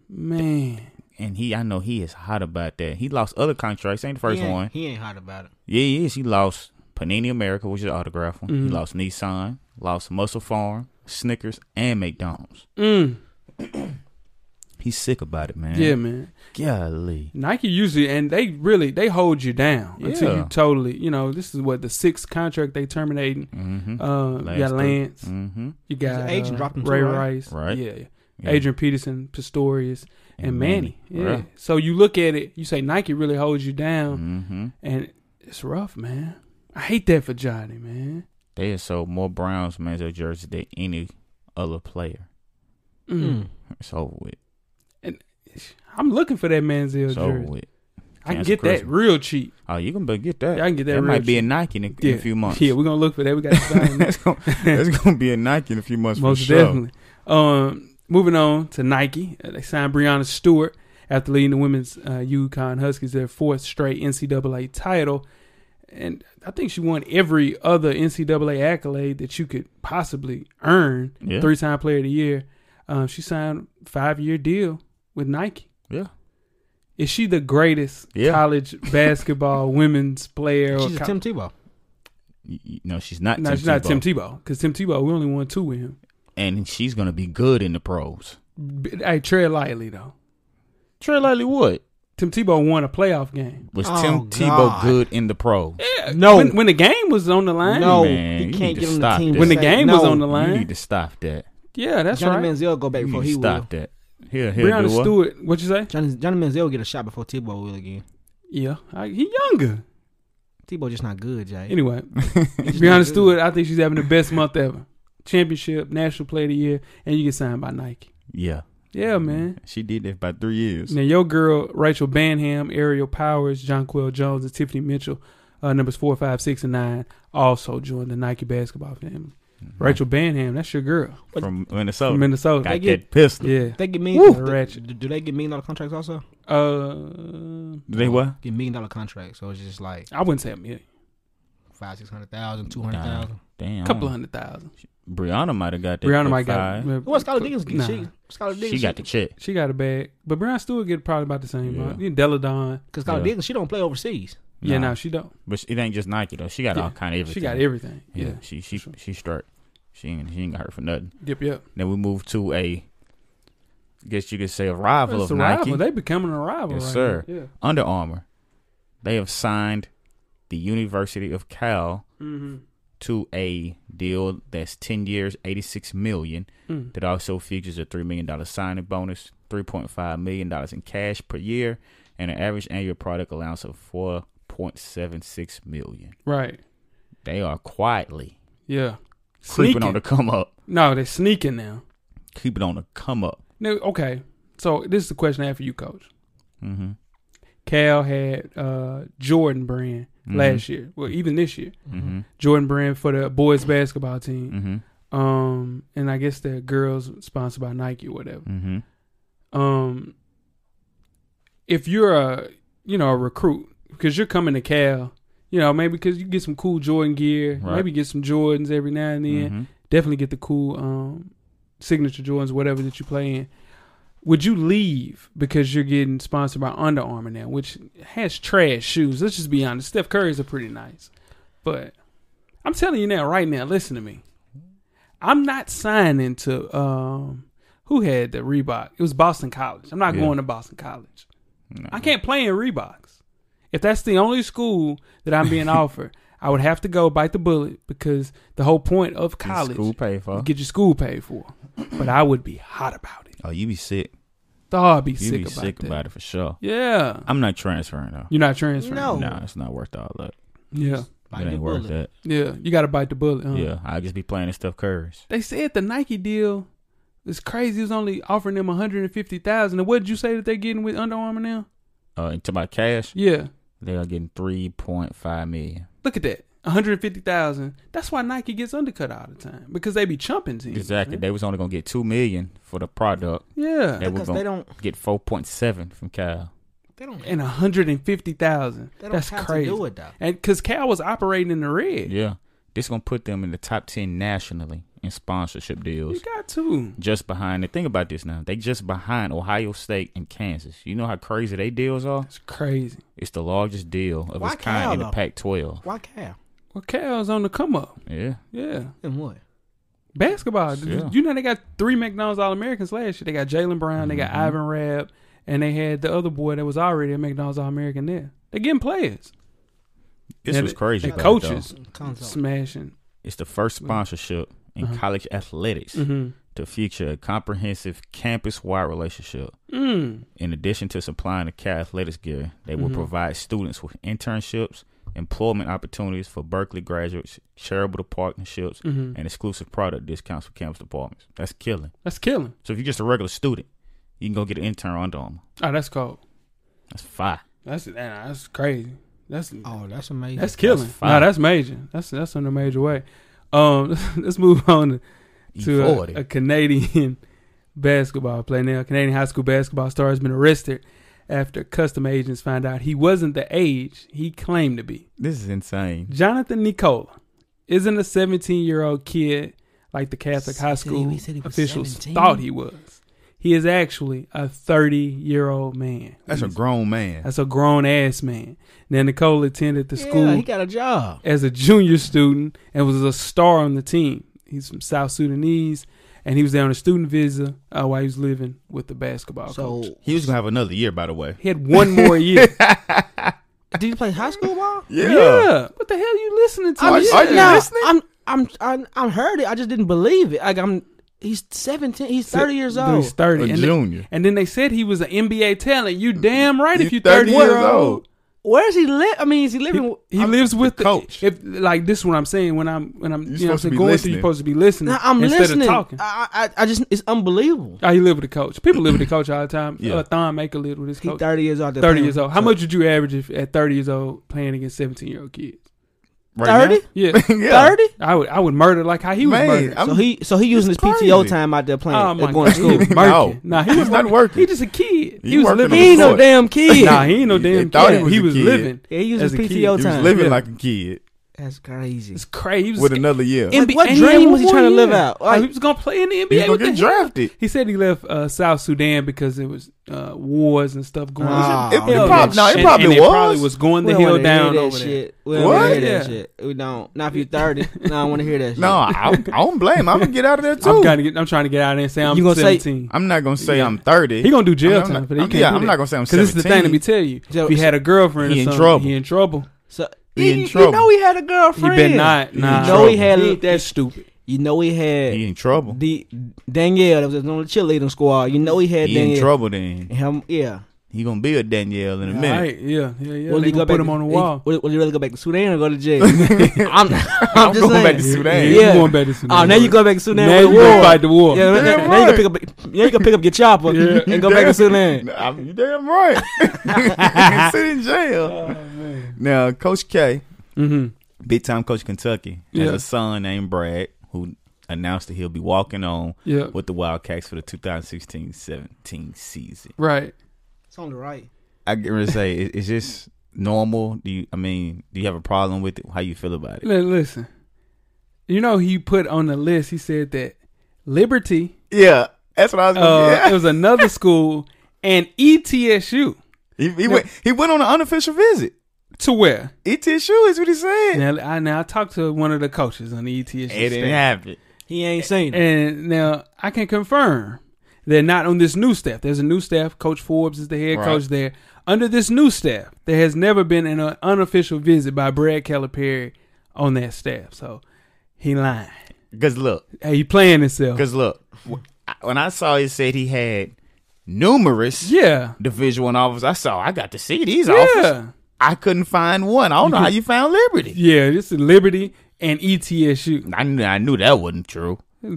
Speaker 2: man,
Speaker 3: and he I know he is hot about that. He lost other contracts, ain't the first
Speaker 4: he ain't,
Speaker 3: one.
Speaker 4: He ain't hot about it.
Speaker 3: Yeah, he is. He lost Panini America, which is the autograph one.
Speaker 2: Mm-hmm.
Speaker 3: He lost Nissan, lost Muscle Farm, Snickers, and McDonald's.
Speaker 2: mm.
Speaker 3: He's sick about it, man.
Speaker 2: yeah, man.
Speaker 3: Golly.
Speaker 2: Nike usually and they really they hold you down until
Speaker 3: Yeah.
Speaker 2: you totally you know this is what the sixth contract they terminating.
Speaker 3: Mm-hmm.
Speaker 2: Uh, you got Lance,
Speaker 3: Mm-hmm.
Speaker 2: you got
Speaker 4: agent
Speaker 2: uh,
Speaker 4: dropped him too,
Speaker 2: Ray
Speaker 4: right?
Speaker 2: Rice,
Speaker 3: Right.
Speaker 2: Yeah, yeah. Adrian Peterson, Pistorius, and,
Speaker 3: And
Speaker 2: Manny.
Speaker 3: Manny,
Speaker 2: Yeah.
Speaker 3: right.
Speaker 2: So you look at it, you say Nike really holds you down,
Speaker 3: Mm-hmm.
Speaker 2: and it's rough, man. I hate that for Johnny, man.
Speaker 3: They have sold more Browns Manziel jerseys than any other player.
Speaker 2: Mm.
Speaker 3: It's over with.
Speaker 2: I'm looking for that Manziel
Speaker 3: It's over
Speaker 2: jersey.
Speaker 3: with.
Speaker 2: I can
Speaker 3: Cancel
Speaker 2: get that
Speaker 3: Christmas.
Speaker 2: real cheap.
Speaker 3: Oh, you can be- get that.
Speaker 2: Yeah, I can get that
Speaker 3: That
Speaker 2: real
Speaker 3: might be
Speaker 2: cheap.
Speaker 3: a Nike in a, in
Speaker 2: Yeah.
Speaker 3: a few months.
Speaker 2: Yeah, we're gonna look for that. We got to sign
Speaker 3: that's, gonna, that's gonna be a Nike in a few months
Speaker 2: Most
Speaker 3: for sure.
Speaker 2: definitely. Um, moving on to Nike, Uh, they signed Breonna Stewart after leading the women's uh, UConn Huskies their fourth straight NCAA title, and I think she won every other NCAA accolade that you could possibly earn.
Speaker 3: Yeah.
Speaker 2: Three-time Player of the Year. Um, she signed a five-year deal with Nike.
Speaker 3: Yeah.
Speaker 2: Is she the greatest
Speaker 3: Yeah.
Speaker 2: college basketball women's player? or
Speaker 4: She's a
Speaker 2: co-
Speaker 4: Tim Tebow.
Speaker 3: Y- y- No, she's not.
Speaker 2: no,
Speaker 3: Tim
Speaker 2: she's not
Speaker 3: Tebow.
Speaker 2: Tim Tebow because Tim Tebow we only won two with him.
Speaker 3: and she's gonna be good in the pros.
Speaker 2: B- Hey, tread lightly though.
Speaker 3: Trey Lightly would
Speaker 2: Tim Tebow won a playoff game.
Speaker 3: was
Speaker 4: Oh,
Speaker 3: Tim Tebow
Speaker 4: God.
Speaker 3: good in the pros?
Speaker 4: No.
Speaker 2: When, when the game was on the line.
Speaker 4: no,
Speaker 3: Man,
Speaker 4: he
Speaker 3: you need
Speaker 4: can't
Speaker 3: to
Speaker 4: get on the
Speaker 3: stop
Speaker 4: team.
Speaker 3: that.
Speaker 4: to
Speaker 2: When the
Speaker 4: say
Speaker 2: game
Speaker 4: no.
Speaker 2: was on the
Speaker 3: You
Speaker 2: line.
Speaker 3: need to stop that.
Speaker 2: Yeah, that's
Speaker 4: Johnny
Speaker 2: right.
Speaker 4: Manziel go back
Speaker 3: You
Speaker 4: before
Speaker 3: need
Speaker 4: he
Speaker 3: to stop
Speaker 4: will.
Speaker 3: that. Here, here,
Speaker 2: Breonna
Speaker 3: do what?
Speaker 2: Stewart, what you say?
Speaker 4: Johnny, Johnny Manziel get a shot before Tebow will again.
Speaker 2: Yeah, I, he younger.
Speaker 4: Tebow just not good, Jay.
Speaker 2: Anyway,
Speaker 4: He just not
Speaker 2: Breonna
Speaker 4: good.
Speaker 2: Stewart, I think she's having the best month ever. Championship, National Player of the Year, and you get signed by Nike.
Speaker 3: Yeah,
Speaker 2: Yeah,
Speaker 4: Mm-hmm.
Speaker 2: man.
Speaker 3: She did that for about three years.
Speaker 2: Now your girl Rachel Banham, Ariel Powers, Jonquel Jones, and Tiffany Mitchell, uh, numbers four, five, six, and nine, also joined the Nike basketball family. Rachel Banham, that's your girl
Speaker 3: Mhm. From Minnesota,
Speaker 4: Oh,
Speaker 2: from Minnesota.
Speaker 3: got
Speaker 4: get-
Speaker 3: that pistol.
Speaker 2: yeah.
Speaker 4: They get million.
Speaker 2: Woo!
Speaker 4: do-
Speaker 2: Ratchet.
Speaker 4: do, do they get million dollar contracts also?
Speaker 2: Uh,
Speaker 3: They what?
Speaker 4: Get million dollar contracts, so it's just like
Speaker 2: I wouldn't say a million.
Speaker 4: five, six hundred thousand, two hundred thousand.
Speaker 3: Damn,
Speaker 2: A couple hundred thousand.
Speaker 3: Brianna might have got that.
Speaker 2: Brianna
Speaker 3: for
Speaker 2: might
Speaker 3: five.
Speaker 2: got.
Speaker 4: What was Skylar Diggins get?
Speaker 2: Nah.
Speaker 4: She Skylar Diggins.
Speaker 3: She got the check.
Speaker 2: She got a bag, but Brian Stewart get probably about the same.
Speaker 3: Yeah.
Speaker 2: amount. You Deladon.
Speaker 4: because Skylar
Speaker 3: Yeah.
Speaker 4: Diggins she don't play overseas.
Speaker 2: Yeah,
Speaker 3: Nah.
Speaker 2: no, she don't.
Speaker 3: But it ain't just Nike though. She got
Speaker 2: Yeah.
Speaker 3: all kind of everything.
Speaker 2: She got everything.
Speaker 3: Yeah,
Speaker 2: Yeah.
Speaker 3: she she
Speaker 2: sure.
Speaker 3: she straight. She ain't she ain't got her for nothing.
Speaker 2: Yep. Yep.
Speaker 3: Then we move to a, I guess you could say a rival
Speaker 2: It's
Speaker 3: of
Speaker 2: a
Speaker 3: Nike.
Speaker 2: rival. They becoming a rival.
Speaker 3: Yes,
Speaker 2: right
Speaker 3: sir.
Speaker 2: now. Yeah.
Speaker 3: Under Armour, they have signed the University of Cal
Speaker 2: Mm-hmm.
Speaker 3: to a deal that's ten years, eighty-six million.
Speaker 2: Mm.
Speaker 3: That also features a three million dollar signing bonus, three point five million dollars in cash per year, and an average annual product allowance of four point seven six million.
Speaker 2: Right.
Speaker 3: They are quietly
Speaker 2: Yeah.
Speaker 3: creeping
Speaker 2: Sneaking.
Speaker 3: on the come up.
Speaker 2: no, they're sneaking now.
Speaker 3: Keep it on the come up.
Speaker 2: No, okay. So this is the question I have for you, Coach.
Speaker 3: Mm-hmm.
Speaker 2: Cal had uh, Jordan Brand
Speaker 3: Mhm.
Speaker 2: last year. Well, even this year,
Speaker 3: Mm-hmm.
Speaker 2: Jordan Brand for the boys basketball team.
Speaker 3: Mm-hmm.
Speaker 2: Um, and I guess the girls sponsored by Nike or whatever.
Speaker 3: Mm-hmm.
Speaker 2: Um, if you're a you know a recruit because you're coming to Cal, you know maybe because you get some cool Jordan gear,
Speaker 3: Right.
Speaker 2: maybe get some Jordans every now and then.
Speaker 3: Mhm.
Speaker 2: Definitely get the cool um signature Jordans, whatever that you play in. Would you leave because you're getting sponsored by Under Armour now, which has trash shoes? Let's just be honest. Steph Curry's are pretty nice, but I'm telling you now, right now, listen to me. I'm not signing to um who had the Reebok. It was Boston College. I'm not
Speaker 3: Yeah.
Speaker 2: going to Boston College.
Speaker 3: No.
Speaker 2: I can't play in Reeboks. If that's the only school that I'm being offered, I would have to go bite the bullet because the whole point of
Speaker 3: Get
Speaker 2: college
Speaker 3: School pay for.
Speaker 2: get your school paid for. But I would be hot about it.
Speaker 3: oh, you be sick.
Speaker 2: Oh, I'd be
Speaker 3: You
Speaker 2: sick
Speaker 3: be
Speaker 2: about
Speaker 3: sick
Speaker 2: that.
Speaker 3: about it for sure.
Speaker 2: Yeah.
Speaker 3: I'm not transferring though.
Speaker 2: You're not transferring.
Speaker 4: No.
Speaker 3: Nah, it's not worth all that.
Speaker 2: Yeah.
Speaker 4: Bite
Speaker 3: it
Speaker 4: the
Speaker 3: ain't worth
Speaker 4: bullet.
Speaker 3: that.
Speaker 2: Yeah, you got to bite the bullet. huh?
Speaker 3: Yeah, I just be playing and stuff curves.
Speaker 2: They said the Nike deal is crazy. It was only offering them 150000 And what did you say that they're getting with Under Armour now?
Speaker 3: Uh, and to my cash,
Speaker 2: Yeah.
Speaker 3: they are getting three point five million.
Speaker 2: Look at that. 150000 That's why Nike gets undercut all the time because they be chumping teams.
Speaker 3: Exactly.
Speaker 2: man.
Speaker 3: They was only gonna get two million for the product.
Speaker 2: Yeah.
Speaker 3: They were
Speaker 4: Because they
Speaker 3: gonna
Speaker 4: don't,
Speaker 3: get four point seven from Kyle.
Speaker 4: they don't,
Speaker 2: And 150000
Speaker 4: they don't
Speaker 2: That's
Speaker 4: have
Speaker 2: crazy.
Speaker 4: to do it though.
Speaker 2: And because Cal was operating in the red.
Speaker 3: Yeah, this gonna put them in the top ten nationally in sponsorship
Speaker 2: You
Speaker 3: deals.
Speaker 2: got to.
Speaker 3: Just behind. And think about this now. They just behind Ohio State and Kansas. You know how crazy they deals are.
Speaker 2: It's crazy.
Speaker 3: It's the largest deal of
Speaker 4: Why
Speaker 3: its kind in the
Speaker 4: Cal, though?
Speaker 3: Pac-12.
Speaker 4: Why Cal?
Speaker 2: Well, Cal's on the come up.
Speaker 3: Yeah,
Speaker 2: Yeah.
Speaker 4: And what?
Speaker 2: Basketball.
Speaker 3: Yeah.
Speaker 2: You know they got three McDonald's All Americans last year. They got Jalen Brown, they
Speaker 3: Mm-hmm.
Speaker 2: got Ivan Rabb, and they had the other boy that was already a McDonald's All American there. They're getting players.
Speaker 3: this
Speaker 2: And
Speaker 3: was
Speaker 2: the-
Speaker 3: crazy.
Speaker 2: The
Speaker 3: about it,
Speaker 2: coaches
Speaker 3: though.
Speaker 4: Console.
Speaker 2: smashing.
Speaker 3: It's the first sponsorship in
Speaker 2: Mm-hmm. Uh-huh.
Speaker 3: college athletics
Speaker 2: Mhm.
Speaker 3: to feature a comprehensive campus-wide relationship.
Speaker 2: Mm.
Speaker 3: In addition to supplying the Cal athletics gear, they will
Speaker 2: Mm-hmm.
Speaker 3: provide students with internships, employment opportunities for Berkeley graduates, charitable partnerships,
Speaker 2: Mhm.
Speaker 3: and exclusive product discounts for campus departments. That's killing.
Speaker 2: That's killing.
Speaker 3: So if you're just a regular student, you can go get an intern under Armour.
Speaker 2: Oh, that's cold.
Speaker 3: That's fire.
Speaker 2: That's nah, that's crazy. That's
Speaker 4: Oh, that's amazing.
Speaker 2: that's killing.
Speaker 3: that's
Speaker 2: nah,
Speaker 3: fine.
Speaker 2: that's major. That's that's in a major way. Um, let's move on to
Speaker 3: E
Speaker 2: to a,
Speaker 3: E40.
Speaker 2: a Canadian basketball player. Now, a Canadian high school basketball star has been arrested after custom agents found out he wasn't the age he claimed to be.
Speaker 3: this is insane.
Speaker 2: Jonathan Nicola isn't a 17 year old kid like the Catholic high
Speaker 4: Said he-
Speaker 2: school
Speaker 4: he said he was
Speaker 2: officials
Speaker 4: 17?
Speaker 2: thought he was. He is actually a 30 year old man.
Speaker 3: That's a grown man.
Speaker 2: That's a grown ass man. Now, Nicola attended the
Speaker 4: yeah,
Speaker 2: school
Speaker 4: He got a job.
Speaker 2: as a junior student and was a star on the team. He's from South Sudanese, and he was there on a student visa uh, while he was living with the basketball coach.
Speaker 4: So
Speaker 3: He was gonna have another year, by the way.
Speaker 2: He had one more year.
Speaker 4: did you play high school ball?
Speaker 2: yeah. What the hell are you listening to?
Speaker 3: Are-
Speaker 2: Yeah.
Speaker 3: are you
Speaker 4: Nah,
Speaker 3: listening?
Speaker 4: I'm, I'm, I'm, I'm heard it. I just didn't believe it. Like I'm, he's seventeen. He's thirty years
Speaker 2: Dude,
Speaker 4: old.
Speaker 2: he's 30.
Speaker 3: A
Speaker 2: and
Speaker 3: junior.
Speaker 2: They, and then they said he was an NBA talent. You damn right if
Speaker 3: You
Speaker 2: you 30,
Speaker 3: 30 years
Speaker 2: years old.
Speaker 3: old.
Speaker 4: Where is he live? I mean, is he living? with-
Speaker 2: He lives with the
Speaker 3: coach.
Speaker 2: If, like this is what I'm saying when I'm when I'm
Speaker 3: You're
Speaker 2: you know what I'm
Speaker 3: supposed to
Speaker 2: saying,
Speaker 3: be
Speaker 2: going through
Speaker 3: listening.
Speaker 2: you're supposed to be listening
Speaker 4: Nah, I'm
Speaker 2: instead
Speaker 4: listening.
Speaker 2: of talking.
Speaker 4: I, I, I just, it's unbelievable.
Speaker 2: Oh, you live with a coach. People live with a coach all the time.
Speaker 3: Yeah.
Speaker 2: Uh, Thon make a live with his
Speaker 4: He's
Speaker 2: coach.
Speaker 4: thirty years old.
Speaker 2: 30 years old. How much would you average if at 30 years old playing against 17 year old kids?
Speaker 4: Thirty.
Speaker 2: Yeah.
Speaker 3: yeah.
Speaker 4: Thirty.
Speaker 2: I would I would murder like how he was
Speaker 3: Man,
Speaker 2: murdered.
Speaker 3: I'm-
Speaker 4: So he, so he using his
Speaker 3: It's
Speaker 4: PTO
Speaker 3: crazy.
Speaker 4: time out there playing,
Speaker 2: Oh
Speaker 4: uh,
Speaker 2: my
Speaker 4: going
Speaker 2: god.
Speaker 4: to school.
Speaker 2: He was
Speaker 3: No.
Speaker 2: murking. Nah, he
Speaker 3: He's
Speaker 2: was
Speaker 3: not working.
Speaker 2: He just a kid. He,
Speaker 3: He
Speaker 2: was
Speaker 3: working
Speaker 2: living.
Speaker 3: on
Speaker 4: He ain't no
Speaker 3: Court.
Speaker 4: damn kid.
Speaker 2: Nah, he ain't no damn
Speaker 3: thought he
Speaker 2: kid.
Speaker 3: was
Speaker 2: He
Speaker 3: a
Speaker 2: was
Speaker 3: kid.
Speaker 2: living.
Speaker 4: Yeah, he
Speaker 2: As
Speaker 4: using
Speaker 2: a kid,
Speaker 4: PTO
Speaker 3: He was
Speaker 4: time.
Speaker 3: living
Speaker 2: Yeah.
Speaker 3: like a kid
Speaker 4: That's crazy.
Speaker 2: It's crazy. He was
Speaker 3: with another year.
Speaker 4: Like,
Speaker 2: NBA
Speaker 4: what
Speaker 2: and
Speaker 4: dream
Speaker 2: one
Speaker 4: was he
Speaker 2: more
Speaker 4: trying to live
Speaker 2: year.
Speaker 4: out?
Speaker 2: Like,
Speaker 4: Like-
Speaker 2: he was gonna play in the NBA.
Speaker 3: He's gonna
Speaker 2: What the
Speaker 3: get
Speaker 2: hell?
Speaker 3: drafted.
Speaker 2: He said he left uh, South Sudan because it was uh, wars and stuff going.
Speaker 4: Ah,
Speaker 2: on.
Speaker 4: It- it
Speaker 2: Hell
Speaker 4: prob-
Speaker 2: yeah.
Speaker 3: no, it
Speaker 2: And-
Speaker 3: probably
Speaker 2: and
Speaker 3: was.
Speaker 2: probably was going the
Speaker 4: don't
Speaker 2: hill
Speaker 4: wanna hear
Speaker 2: down
Speaker 4: that
Speaker 2: over there.
Speaker 4: shit. We don't wanna
Speaker 3: What?
Speaker 4: Hear that
Speaker 2: Yeah.
Speaker 4: shit. We don't. Not if you're thirty. no, I want to hear that shit.
Speaker 3: No, I, I don't blame. I'm gonna get out of there too.
Speaker 2: I'm
Speaker 3: I'm,
Speaker 2: trying to get. I'm trying to get out there and say I'm
Speaker 4: You gonna say-
Speaker 2: 17.
Speaker 3: not gonna say
Speaker 2: Yeah.
Speaker 3: I'm 30.
Speaker 2: He gonna do jail
Speaker 3: I'm not-
Speaker 2: time for that. He
Speaker 3: I'm-
Speaker 2: can't
Speaker 3: yeah,
Speaker 2: do
Speaker 3: I'm
Speaker 2: that.
Speaker 3: not gonna say I'm
Speaker 2: this is the thing.
Speaker 3: 17.
Speaker 2: Let me tell you.
Speaker 4: So-
Speaker 2: if he had a girlfriend, or
Speaker 3: He in
Speaker 2: something,
Speaker 3: trouble.
Speaker 2: He in trouble.
Speaker 4: So
Speaker 3: He in
Speaker 4: you, you
Speaker 3: trouble.
Speaker 4: know he had a
Speaker 2: He
Speaker 4: girlfriend.
Speaker 2: been not.
Speaker 3: He in
Speaker 2: Nah.
Speaker 4: trouble.
Speaker 2: He-
Speaker 4: He that-
Speaker 2: That's stupid.
Speaker 4: You know he had
Speaker 3: he in trouble.
Speaker 4: the Danielle that was on the cheerleading squad. You know he had
Speaker 3: He
Speaker 4: Danielle.
Speaker 3: in trouble. Then
Speaker 4: Him- yeah.
Speaker 3: he gonna be a Danielle in a minute.
Speaker 2: Right? Yeah. Yeah. Yeah.
Speaker 4: Will
Speaker 2: They gonna
Speaker 4: he go
Speaker 2: put
Speaker 4: back
Speaker 2: him on the
Speaker 4: to-
Speaker 2: wall.
Speaker 4: Will, will he really go back to Sudan or go to jail? I'm, I'm,
Speaker 3: I'm
Speaker 4: just
Speaker 3: going
Speaker 4: saying.
Speaker 3: back to Sudan.
Speaker 2: Yeah,
Speaker 4: Yeah.
Speaker 2: you going back to Sudan.
Speaker 4: Oh, now you go back to Sudan.
Speaker 2: Now
Speaker 4: with
Speaker 2: you
Speaker 4: the
Speaker 2: gonna
Speaker 4: war.
Speaker 2: fight the war.
Speaker 4: Yeah,
Speaker 3: Damn
Speaker 4: now you can pick up. Now you can pick up your chopper
Speaker 2: Yeah.
Speaker 4: and go back to Sudan.
Speaker 3: I'm, you damn right. He sit in
Speaker 2: Oh,
Speaker 3: jail. Now, Coach K,
Speaker 2: Mm-hmm.
Speaker 3: big time coach Kentucky,
Speaker 2: Yeah.
Speaker 3: has a son named Brad who announced that he'll be walking on
Speaker 2: Yeah.
Speaker 3: with the Wildcats for the 2016-17 season.
Speaker 2: Right.
Speaker 4: It's on the right.
Speaker 3: I get ready to say, is, is this normal? Do you? I mean, do you have a problem with it? How you feel about it?
Speaker 2: Li- Listen, you know he put on the list. He said that Liberty,
Speaker 3: Yeah, that's what I was.
Speaker 2: uh,
Speaker 3: Oh, yeah.
Speaker 2: it was another school, and E ETSU.
Speaker 3: He, he went. He went on an unofficial visit.
Speaker 2: To where?
Speaker 3: ETSU is what he said.
Speaker 2: Now I now I talked to one of the coaches on E the ETSU
Speaker 3: It didn't
Speaker 2: staff,
Speaker 3: happen.
Speaker 4: He ain't seen it.
Speaker 2: and now I can confirm they're not on this new staff. There's a new staff. Coach Forbes is the head
Speaker 3: Right.
Speaker 2: coach there. Under this new staff, there has never been an uh, unofficial visit by Brad Calipari on that staff. So he lying.
Speaker 3: Cause look,
Speaker 2: Hey, he playing himself.
Speaker 3: cause look. wh- I- When I saw it said he had numerous
Speaker 2: Yeah.
Speaker 3: division one offers, I saw I got to see these offers.
Speaker 2: Yeah.
Speaker 3: I couldn't find one. I don't know how you found Liberty.
Speaker 2: Yeah, this is Liberty and E ETSU.
Speaker 3: I knew, I knew that wasn't true. Now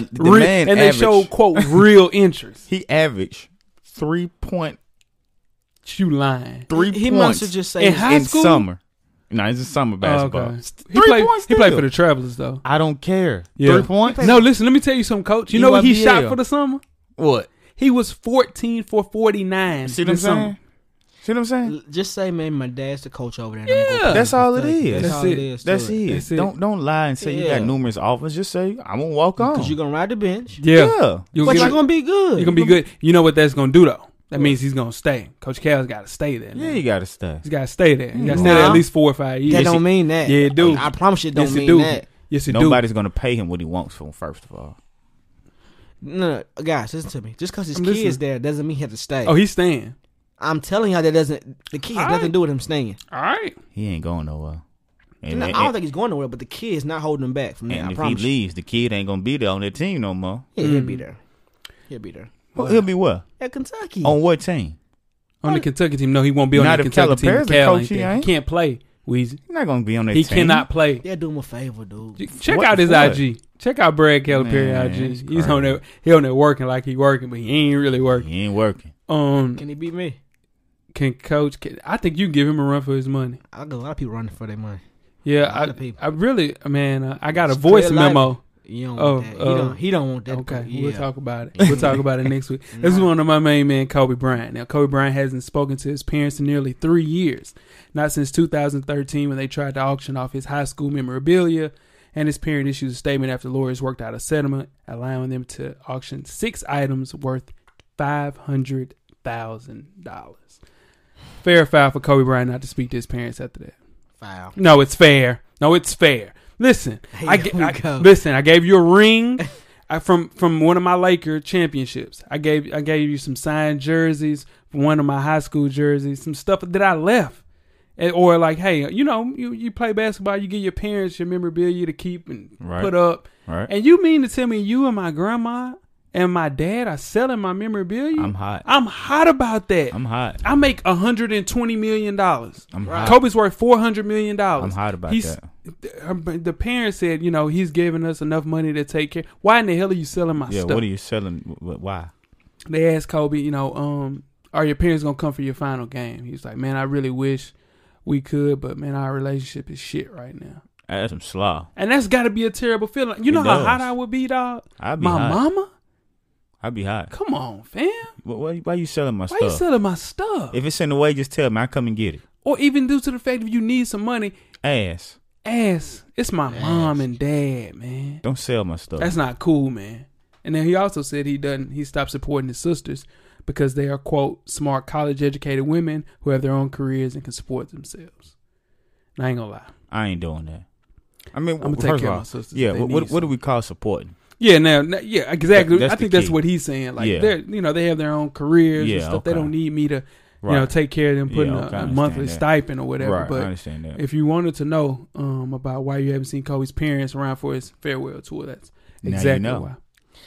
Speaker 3: the
Speaker 2: Re-
Speaker 3: man
Speaker 2: and they
Speaker 3: averaged-
Speaker 2: show quote real interest.
Speaker 3: he averaged three point
Speaker 2: You lying?
Speaker 3: three
Speaker 4: He
Speaker 3: points
Speaker 4: must have just
Speaker 2: And
Speaker 4: said
Speaker 2: how-
Speaker 3: in
Speaker 2: High school?
Speaker 3: summer. No, it's just summer basketball.
Speaker 2: Oh, Okay.
Speaker 3: S-
Speaker 2: He
Speaker 3: three
Speaker 2: played.
Speaker 3: points.
Speaker 2: He played for the
Speaker 3: still.
Speaker 2: Travelers though.
Speaker 3: I don't care.
Speaker 2: Yeah.
Speaker 3: Three points.
Speaker 2: No, listen. Let me tell you something, Coach. You know what he
Speaker 3: EYBL.
Speaker 2: shot for the summer?
Speaker 3: What?
Speaker 2: He was fourteen for forty nine.
Speaker 3: See what I'm saying? See what I'm saying?
Speaker 4: just say, man, my dad's the coach over there.
Speaker 2: Yeah.
Speaker 3: That's all it is.
Speaker 4: That's,
Speaker 2: That's
Speaker 4: all it
Speaker 2: it.
Speaker 4: is.
Speaker 3: That's it.
Speaker 2: That's it.
Speaker 3: Don't don't lie and say you
Speaker 4: Yeah.
Speaker 3: got numerous offers. Just say I'm gonna walk on.
Speaker 4: Because you're going to ride the bench.
Speaker 2: Yeah,
Speaker 3: Yeah.
Speaker 2: You'll
Speaker 4: But
Speaker 2: get
Speaker 4: you're
Speaker 2: like-
Speaker 4: going to be good.
Speaker 2: You're gonna be good. You know what that's gonna do though? That means he's gonna stay. Coach Cal's got to stay there.
Speaker 3: yeah,
Speaker 2: man.
Speaker 3: you gotta stay.
Speaker 2: he's got to stay there. He got to
Speaker 4: No.
Speaker 2: stay there at least four or five years.
Speaker 4: That don't mean that.
Speaker 2: Yeah, it do.
Speaker 4: I promise you, it don't
Speaker 2: yes,
Speaker 4: mean
Speaker 2: it do.
Speaker 4: that.
Speaker 2: Yes, it
Speaker 3: Nobody's gonna pay him what he wants for him. First of all,
Speaker 4: No, no, guys, listen to me. Just because his
Speaker 2: I'm
Speaker 4: kid's
Speaker 2: listening.
Speaker 4: there doesn't mean he has to stay.
Speaker 2: do. Oh, he's staying.
Speaker 4: I'm telling y'all that doesn't. The kid has
Speaker 2: All
Speaker 4: nothing to
Speaker 2: right.
Speaker 4: do with him staying.
Speaker 2: All right.
Speaker 3: he ain't going nowhere. And,
Speaker 4: No, I
Speaker 3: and-
Speaker 4: don't think he's going nowhere, but the kid's not holding him back from that.
Speaker 3: and
Speaker 4: I
Speaker 3: if he
Speaker 4: promise. you.
Speaker 3: leaves, the kid ain't gonna be there on that team no more.
Speaker 4: Yeah, he'll
Speaker 2: Mm.
Speaker 4: be there. He'll be there
Speaker 3: Well, he'll be what?
Speaker 4: at Kentucky.
Speaker 2: Oh.
Speaker 3: On what team?
Speaker 2: On the Kentucky team, no, he won't be on
Speaker 3: Not
Speaker 2: the
Speaker 3: if
Speaker 2: Kentucky team.
Speaker 3: Calipari's the
Speaker 2: Cal
Speaker 3: coach,
Speaker 2: ain't
Speaker 3: he
Speaker 2: there. He
Speaker 3: ain't.
Speaker 2: can't play. Weezy.
Speaker 3: He's not gonna be on that
Speaker 2: He
Speaker 3: team.
Speaker 2: cannot play.
Speaker 4: Yeah, do him a favor, dude.
Speaker 2: Check
Speaker 3: What
Speaker 2: out his
Speaker 3: for?
Speaker 2: IG. Check out Brad Calipari
Speaker 3: Man, it's
Speaker 2: IG. He's on there. He on there working like he working, but he ain't really working.
Speaker 3: He ain't working.
Speaker 2: Um,
Speaker 4: Can he beat me?
Speaker 2: can coach? Can, I think you can give him a run for his money.
Speaker 4: I got a lot of people running for their money.
Speaker 2: Yeah,
Speaker 4: A lot of
Speaker 2: I,
Speaker 4: people.
Speaker 2: I really, man, uh, I got a
Speaker 4: It's
Speaker 2: voice
Speaker 4: clear light.
Speaker 2: memo.
Speaker 4: You don't
Speaker 2: Oh,
Speaker 4: want that. He,
Speaker 2: uh,
Speaker 4: don't, he don't want that.
Speaker 2: Okay,
Speaker 4: Yeah.
Speaker 2: we'll talk about it. We'll talk about it next week. This is one of my main man, Kobe Bryant. Now, Kobe Bryant hasn't spoken to his parents in nearly three years, not since 2013 when they tried to auction off his high school memorabilia, and his parent issued a statement after lawyers worked out a settlement allowing them to auction six items worth five hundred thousand dollars. Fair or foul for Kobe Bryant not to speak to his parents after that?
Speaker 4: Foul.
Speaker 2: No, it's fair. No, it's fair. Listen, I,
Speaker 4: Here
Speaker 2: ga-
Speaker 4: we
Speaker 2: I-
Speaker 4: go.
Speaker 2: listen. I gave you a ring I, from from one of my Laker championships. I gave I gave you some signed jerseys, one of my high school jerseys, some stuff that I left, and, or like, hey, you know, you you play basketball, you get your parents your memorabilia to keep and
Speaker 3: Right.
Speaker 2: put up,
Speaker 3: Right.
Speaker 2: and you mean to tell me you and my grandma and my dad are selling my memorabilia?
Speaker 3: I'm hot.
Speaker 2: I'm hot about that.
Speaker 3: I'm hot.
Speaker 2: I make 120 million dollars.
Speaker 3: I'm hot.
Speaker 2: Kobe's worth four hundred million dollars.
Speaker 3: I'm hot about that.
Speaker 2: Her, the parents said, you know, he's giving us enough money to take care. Why in the hell are you selling my
Speaker 3: Yeah.
Speaker 2: stuff?
Speaker 3: What are you selling? Wh- wh- Why?
Speaker 2: they asked Kobe, you know, um, are your parents gonna come for your final game? He's like, man, I really wish we could, but man, our relationship is shit right now.
Speaker 3: That's some slaw.
Speaker 2: And that's got to be a terrible feeling. You
Speaker 3: It
Speaker 2: know how
Speaker 3: does.
Speaker 2: hot I would be, dog.
Speaker 3: I'd be
Speaker 2: my
Speaker 3: hot.
Speaker 2: mama.
Speaker 3: I'd be hot.
Speaker 2: Come on, fam.
Speaker 3: Wh- Why, why you selling my
Speaker 2: Why you
Speaker 3: stuff?
Speaker 2: selling my stuff?
Speaker 3: if it's in the way, just tell me. I come and get it.
Speaker 2: or even due to the fact if you need some money,
Speaker 3: Ass.
Speaker 2: ass. It's my mom and dad, man.
Speaker 3: Don't sell my stuff.
Speaker 2: That's not cool, man. And then he also said he doesn't he stopped supporting his sisters because they are quote smart college educated women who have their own careers and can support themselves. And I ain't gonna lie.
Speaker 3: I ain't doing that. I mean,
Speaker 2: I'ma
Speaker 3: wh-
Speaker 2: take
Speaker 3: first
Speaker 2: care of
Speaker 3: all,
Speaker 2: my sisters if
Speaker 3: Yeah.
Speaker 2: they
Speaker 3: What, what,
Speaker 2: need
Speaker 3: what do we call supporting?
Speaker 2: Yeah, now, now- yeah, exactly.
Speaker 3: That- that's
Speaker 2: I think
Speaker 3: the
Speaker 2: that's
Speaker 3: key.
Speaker 2: what he's saying. Like
Speaker 3: Yeah.
Speaker 2: they're you know they have their own careers
Speaker 3: Yeah,
Speaker 2: and stuff. They
Speaker 3: okay.
Speaker 2: don't need me to you know
Speaker 3: Right.
Speaker 2: take care of them, putting
Speaker 3: Yeah, okay, I
Speaker 2: a, a
Speaker 3: understand
Speaker 2: monthly
Speaker 3: that.
Speaker 2: stipend or whatever.
Speaker 3: right. I
Speaker 2: but
Speaker 3: understand that.
Speaker 2: if you wanted to know um, about why you haven't seen Kobe's parents around for his farewell tour, that's
Speaker 3: Now you
Speaker 2: exactly
Speaker 3: know.
Speaker 2: why.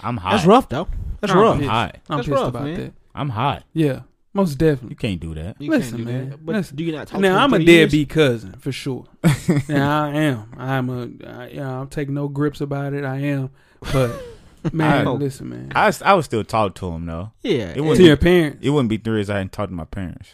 Speaker 3: I'm hot.
Speaker 4: That's rough, though. That's
Speaker 2: I'm
Speaker 4: rough.
Speaker 2: pissed.
Speaker 3: Hot.
Speaker 2: I'm
Speaker 4: That's
Speaker 2: pissed
Speaker 4: rough,
Speaker 2: about
Speaker 4: man.
Speaker 2: that.
Speaker 3: I'm hot.
Speaker 2: Yeah, most definitely.
Speaker 3: You can't do that.
Speaker 4: You
Speaker 2: Listen,
Speaker 4: can't do
Speaker 2: man.
Speaker 4: that. But
Speaker 2: Listen.
Speaker 4: do you not talk to
Speaker 2: Now
Speaker 4: him
Speaker 2: I'm a
Speaker 4: three years?
Speaker 2: deadbeat cousin for sure. now I am. I'm a. I, you know, I'm taking no grips about it. I am. But man,
Speaker 3: I-
Speaker 2: listen, man.
Speaker 3: I, s- I would still talk to him though.
Speaker 4: Yeah.
Speaker 3: It was-
Speaker 2: to your parents,
Speaker 3: It wouldn't be three years I hadn't talked to my parents.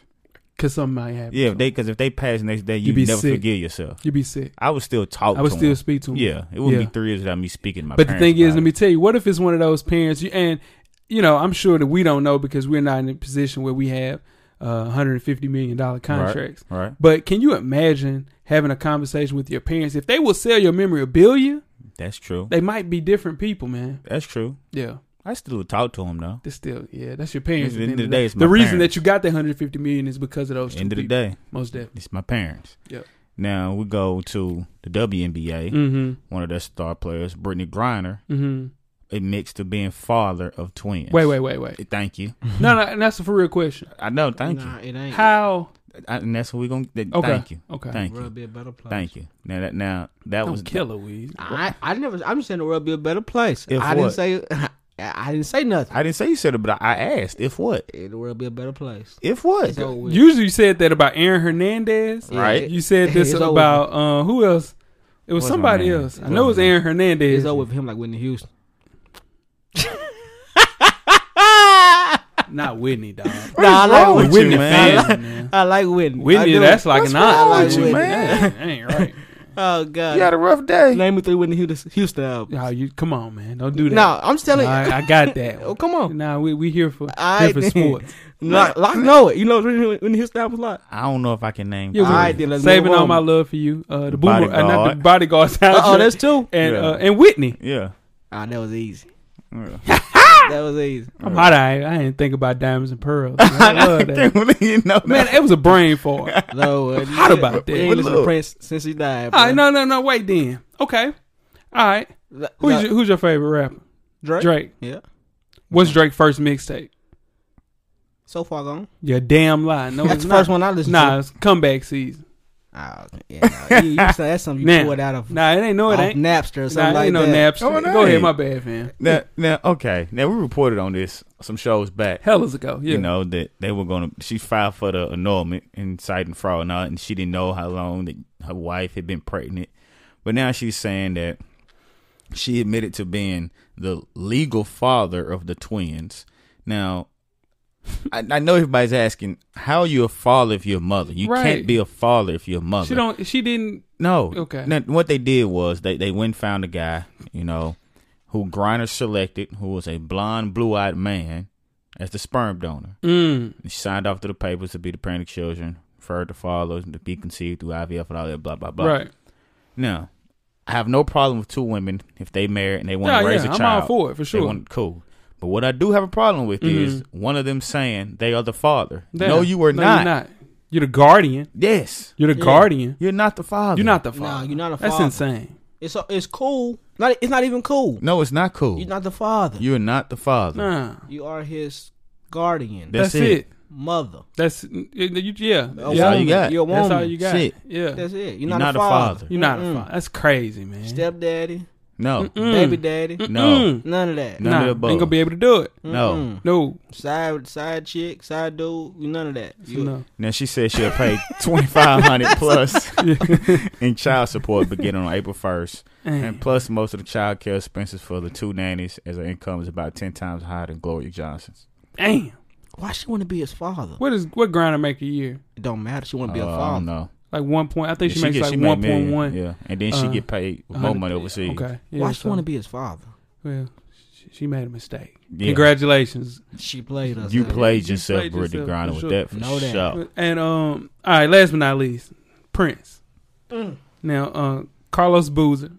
Speaker 2: because something might happen.
Speaker 3: Yeah, if they because if they pass next day, you
Speaker 2: You'd be
Speaker 3: never
Speaker 2: sick.
Speaker 3: forgive yourself.
Speaker 2: you'd be sick.
Speaker 3: I would still talk.
Speaker 2: I would
Speaker 3: to
Speaker 2: still
Speaker 3: him.
Speaker 2: speak to 'em.
Speaker 3: Yeah, it would not be
Speaker 2: Yeah.
Speaker 3: three years without me speaking to my.
Speaker 2: But the
Speaker 3: parents
Speaker 2: thing is,
Speaker 3: about
Speaker 2: let
Speaker 3: it.
Speaker 2: me tell you, what if it's one of those parents you and you know, I'm sure that we don't know because we're not in a position where we have uh, 150 million dollar contracts.
Speaker 3: Right, right.
Speaker 2: But can you imagine having a conversation with your parents if they will sell your memorabilia?
Speaker 3: That's true.
Speaker 2: They might be different people, man.
Speaker 3: That's true.
Speaker 2: Yeah.
Speaker 3: I still would talk to him though.
Speaker 2: It's still, yeah, that's your parents.
Speaker 3: At the end of the
Speaker 2: day,
Speaker 3: day, it's my
Speaker 2: the reason that
Speaker 3: parents.
Speaker 2: you got that hundred fifty million is because of those. Two
Speaker 3: End of the
Speaker 2: people.
Speaker 3: day,
Speaker 2: most definitely.
Speaker 3: it's my parents.
Speaker 2: Yep.
Speaker 3: Now we go to the WNBA.
Speaker 2: Mm-hmm.
Speaker 3: One of their star players, Brittany Griner,
Speaker 2: Mm-hmm.
Speaker 3: admits to being father of twins.
Speaker 2: Wait, wait, wait, wait.
Speaker 3: Thank you.
Speaker 2: No, no, and that's a for real question.
Speaker 3: I know. Thank
Speaker 4: Nah,
Speaker 3: you.
Speaker 4: it ain't.
Speaker 2: How?
Speaker 3: I, and that's what we're gonna. that-
Speaker 2: Okay.
Speaker 3: Thank you.
Speaker 2: Okay.
Speaker 3: Thank you.
Speaker 4: World be a better place.
Speaker 3: Thank you. Now that now that
Speaker 2: Don't
Speaker 3: was
Speaker 2: kill her, Weez.
Speaker 4: I, I never. I'm just saying the world be a better place.
Speaker 3: If
Speaker 4: I
Speaker 3: what?
Speaker 4: didn't say. I, I didn't say nothing.
Speaker 3: I didn't say you said it, but I I asked if what?
Speaker 4: Yeah, the world be a better place.
Speaker 3: If what?
Speaker 4: It's over with.
Speaker 2: Usually you said that about Aaron Hernandez.
Speaker 3: Right.
Speaker 2: You said this
Speaker 4: It's over.
Speaker 2: about uh, who else? It was
Speaker 3: What's my
Speaker 2: somebody
Speaker 3: name?
Speaker 2: else. I know it was Aaron Hernandez.
Speaker 4: It's over with him like Whitney Houston.
Speaker 2: Not Whitney, dog.
Speaker 4: Nah, I like
Speaker 3: wrong
Speaker 4: Whitney.
Speaker 3: with you, man?
Speaker 2: Family, man.
Speaker 4: I like Whitney. I
Speaker 2: Whitney,
Speaker 4: do.
Speaker 2: that's like an
Speaker 4: wrong
Speaker 2: eye.
Speaker 4: with you,
Speaker 3: man?
Speaker 2: That ain't right.
Speaker 4: Oh God.
Speaker 3: You had a rough day.
Speaker 4: Name me three Whitney Houston Houston albums.
Speaker 2: Oh, you come on, man. Don't do that.
Speaker 4: No, I'm just telling you.
Speaker 2: I, I got that.
Speaker 4: Oh, come on.
Speaker 2: Nah, we we here for
Speaker 4: All
Speaker 2: here
Speaker 4: right,
Speaker 2: for
Speaker 4: then.
Speaker 2: sports.
Speaker 4: Lock, lock know it. You know when when his album was locked.
Speaker 3: I don't know if I can name.
Speaker 2: Yeah, we-
Speaker 4: All right, then let's
Speaker 2: saving
Speaker 4: move
Speaker 2: all
Speaker 4: on.
Speaker 2: my love for you. Uh, the boomer, uh, not the
Speaker 3: Bodyguard.
Speaker 2: bodyguard soundtrack.
Speaker 4: Oh, that's two.
Speaker 2: and
Speaker 3: Yeah.
Speaker 2: uh, and Whitney.
Speaker 3: Yeah.
Speaker 4: Ah, that was easy.
Speaker 3: Yeah.
Speaker 4: That was easy.
Speaker 2: I'm hot. I, I didn't think about diamonds and pearls. Man, I love
Speaker 3: Can't
Speaker 2: that.
Speaker 3: believe you know
Speaker 2: Man,
Speaker 3: that.
Speaker 2: it was a brain fart.
Speaker 4: No, uh,
Speaker 2: Hot about that.
Speaker 4: We ain't listened to
Speaker 3: Look.
Speaker 4: Prince since he died.
Speaker 2: All
Speaker 4: bro.
Speaker 2: right, no, no, no. Wait, then. Okay. All right.
Speaker 4: L-
Speaker 2: Who's
Speaker 4: like,
Speaker 2: your, who's your favorite rapper?
Speaker 4: Drake?
Speaker 2: Drake.
Speaker 4: Yeah.
Speaker 2: What's Drake's first mixtape?
Speaker 4: So far gone.
Speaker 2: Your damn lie. No,
Speaker 4: That's
Speaker 2: it's
Speaker 4: the
Speaker 2: not.
Speaker 4: first one I listened
Speaker 2: Nah,
Speaker 4: to.
Speaker 2: it's comeback season.
Speaker 4: Ah, yeah, no, you, you, said that's something you
Speaker 2: Nah.
Speaker 4: pulled out of
Speaker 2: Nah, it ain't no, it
Speaker 4: off
Speaker 2: ain't.
Speaker 4: Napster or
Speaker 2: Nah,
Speaker 4: something
Speaker 2: it
Speaker 4: Oh, like
Speaker 2: ain't no
Speaker 4: that.
Speaker 2: naps.
Speaker 3: Oh, it
Speaker 2: Go ahead,
Speaker 3: ain't.
Speaker 2: my bad, fam.
Speaker 3: Now, now, okay. Now we reported on this some shows back.
Speaker 2: Hellas ago. Yeah.
Speaker 3: You know that they were gonna. She filed for the annulment, inciting fraud, and all, and she didn't know how long that her wife had been pregnant. But now she's saying that she admitted to being the legal father of the twins. Now, I, I know everybody's asking, "How are you a father if you're a mother? You
Speaker 2: Right.
Speaker 3: can't be a father if you're a mother."
Speaker 2: she don't. She didn't.
Speaker 3: No.
Speaker 2: Okay.
Speaker 3: Now, what they did was they they went and found a guy, you know, who Griner selected, who was a blonde, blue eyed man, as the sperm donor.
Speaker 2: Mm,
Speaker 3: And she signed off to the papers to be the parent of children, referred to fathers, and to be conceived through IVF and all that blah blah blah.
Speaker 2: right.
Speaker 3: Now, I have no problem with two women if they marry and they want
Speaker 2: Yeah,
Speaker 3: to raise
Speaker 2: yeah,
Speaker 3: a
Speaker 2: I'm
Speaker 3: child.
Speaker 2: all for it, for
Speaker 3: They
Speaker 2: sure.
Speaker 3: want- cool. But what I do have a problem with is one of them saying they are the father.
Speaker 2: Damn.
Speaker 3: No, you are
Speaker 2: No,
Speaker 3: not.
Speaker 2: You're not. You're the guardian.
Speaker 3: Yes.
Speaker 2: You're the guardian.
Speaker 3: You're not the father.
Speaker 2: You're not the
Speaker 4: Nah,
Speaker 2: father.
Speaker 4: you're not a
Speaker 2: That's
Speaker 4: father.
Speaker 2: insane.
Speaker 4: It's a, it's cool. Not it's not even cool.
Speaker 3: No, it's not cool.
Speaker 4: You're not the father.
Speaker 3: You're not the father.
Speaker 2: Nah.
Speaker 4: You are his guardian,
Speaker 3: That's
Speaker 2: That's,
Speaker 3: it.
Speaker 2: it.
Speaker 4: mother.
Speaker 2: That's you, you- yeah.
Speaker 4: A
Speaker 3: That's all you
Speaker 4: woman.
Speaker 3: got.
Speaker 4: You're a woman.
Speaker 2: That's all you got.
Speaker 3: Shit.
Speaker 2: Yeah.
Speaker 4: That's it. You're
Speaker 3: You're
Speaker 4: not,
Speaker 3: not a
Speaker 4: a father.
Speaker 3: father.
Speaker 2: You're not
Speaker 4: Mm-mm.
Speaker 2: a father. That's crazy, man.
Speaker 4: Stepdaddy,
Speaker 3: No,
Speaker 2: Mm.
Speaker 4: baby daddy,
Speaker 3: no,
Speaker 4: none of that.
Speaker 3: None
Speaker 2: nah,
Speaker 3: of the
Speaker 2: ain't
Speaker 3: above.
Speaker 2: gonna be able to do it.
Speaker 3: no.
Speaker 2: No.
Speaker 4: Side side chick, side dude, none of that. You-
Speaker 2: no.
Speaker 3: Now she said she'll pay twenty five hundred plus in child support beginning on April first, and plus most of the child care expenses for the two nannies, as her income is about ten times higher than Gloria Johnson's.
Speaker 2: Damn.
Speaker 4: Why she want to be his father?
Speaker 2: What is what grinder make a year?
Speaker 4: It don't matter. She want to be a
Speaker 3: Uh, I don't
Speaker 4: father.
Speaker 3: know.
Speaker 2: Like one point. I think she
Speaker 3: Yeah,
Speaker 2: makes
Speaker 3: get-
Speaker 2: like
Speaker 3: made
Speaker 2: one point
Speaker 3: million,
Speaker 2: one.
Speaker 3: Yeah, and then
Speaker 2: Uh,
Speaker 3: she get paid more money overseas.
Speaker 2: Okay. Yeah,
Speaker 4: Why she want to be his father?
Speaker 2: Well, she, she made a mistake.
Speaker 3: Yeah.
Speaker 2: Congratulations.
Speaker 4: She played us.
Speaker 3: You
Speaker 4: man.
Speaker 3: played
Speaker 2: You
Speaker 3: yourself,
Speaker 2: played
Speaker 3: Brittany
Speaker 2: yourself,
Speaker 3: Griner,
Speaker 2: for
Speaker 3: with
Speaker 2: sure.
Speaker 3: that for
Speaker 4: Know that.
Speaker 3: sure.
Speaker 2: And um, all right. Last but not least, Prince. Now, uh, Carlos Boozer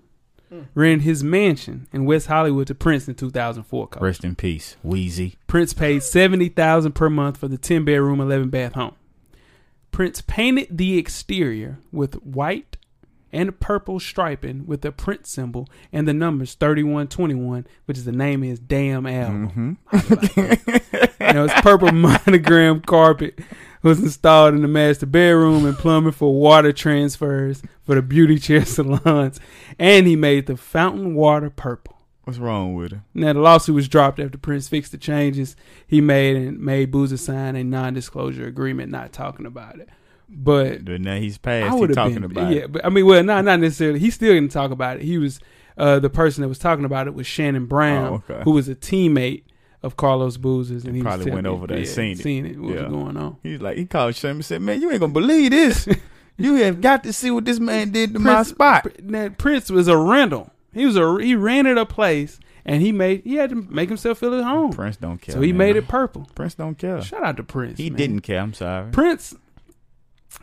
Speaker 2: rented his mansion in West Hollywood to Prince in 2004. Coach.
Speaker 3: Rest in peace, Wheezy.
Speaker 2: Prince paid seventy thousand per month for the ten bedroom, eleven bath home. Prince painted the exterior with white and purple striping with a Prince symbol and the numbers thirty-one twenty-one, which is the name of his damn album. Now his purple monogram carpet was installed in the master bedroom and plumbing for water transfers for the beauty chair salons, and he made the fountain water purple.
Speaker 3: What's wrong with her?
Speaker 2: Now the lawsuit was dropped after Prince fixed the changes he made and made Boozer sign a non-disclosure agreement, not talking about it. But
Speaker 3: But now he's
Speaker 2: I
Speaker 3: passed.
Speaker 2: would
Speaker 3: He's
Speaker 2: have
Speaker 3: talking
Speaker 2: been,
Speaker 3: about
Speaker 2: yeah.
Speaker 3: it.
Speaker 2: But I mean, well, not not necessarily. He still didn't talk about it. He was uh, the person that was talking about it was Shannon Brown,
Speaker 3: Oh, okay.
Speaker 2: who was a teammate of Carlos Boozer's, and he was
Speaker 3: probably
Speaker 2: telling
Speaker 3: went
Speaker 2: me-
Speaker 3: over there and
Speaker 2: yeah,
Speaker 3: seen it.
Speaker 2: seen it, what
Speaker 3: Yeah.
Speaker 2: was going on.
Speaker 3: He's like, he called Sherman and said, Man, you ain't gonna believe this. you have got to see what this man did to my
Speaker 2: Prince-
Speaker 3: spot.
Speaker 2: Pr- That Prince was a rental. He was a he rented a place, and he made he had to make himself feel at home.
Speaker 3: Prince don't care.
Speaker 2: so he
Speaker 3: man.
Speaker 2: made it purple.
Speaker 3: Prince don't care.
Speaker 2: Shout out to Prince.
Speaker 3: He
Speaker 2: man.
Speaker 3: didn't care. I'm sorry.
Speaker 2: Prince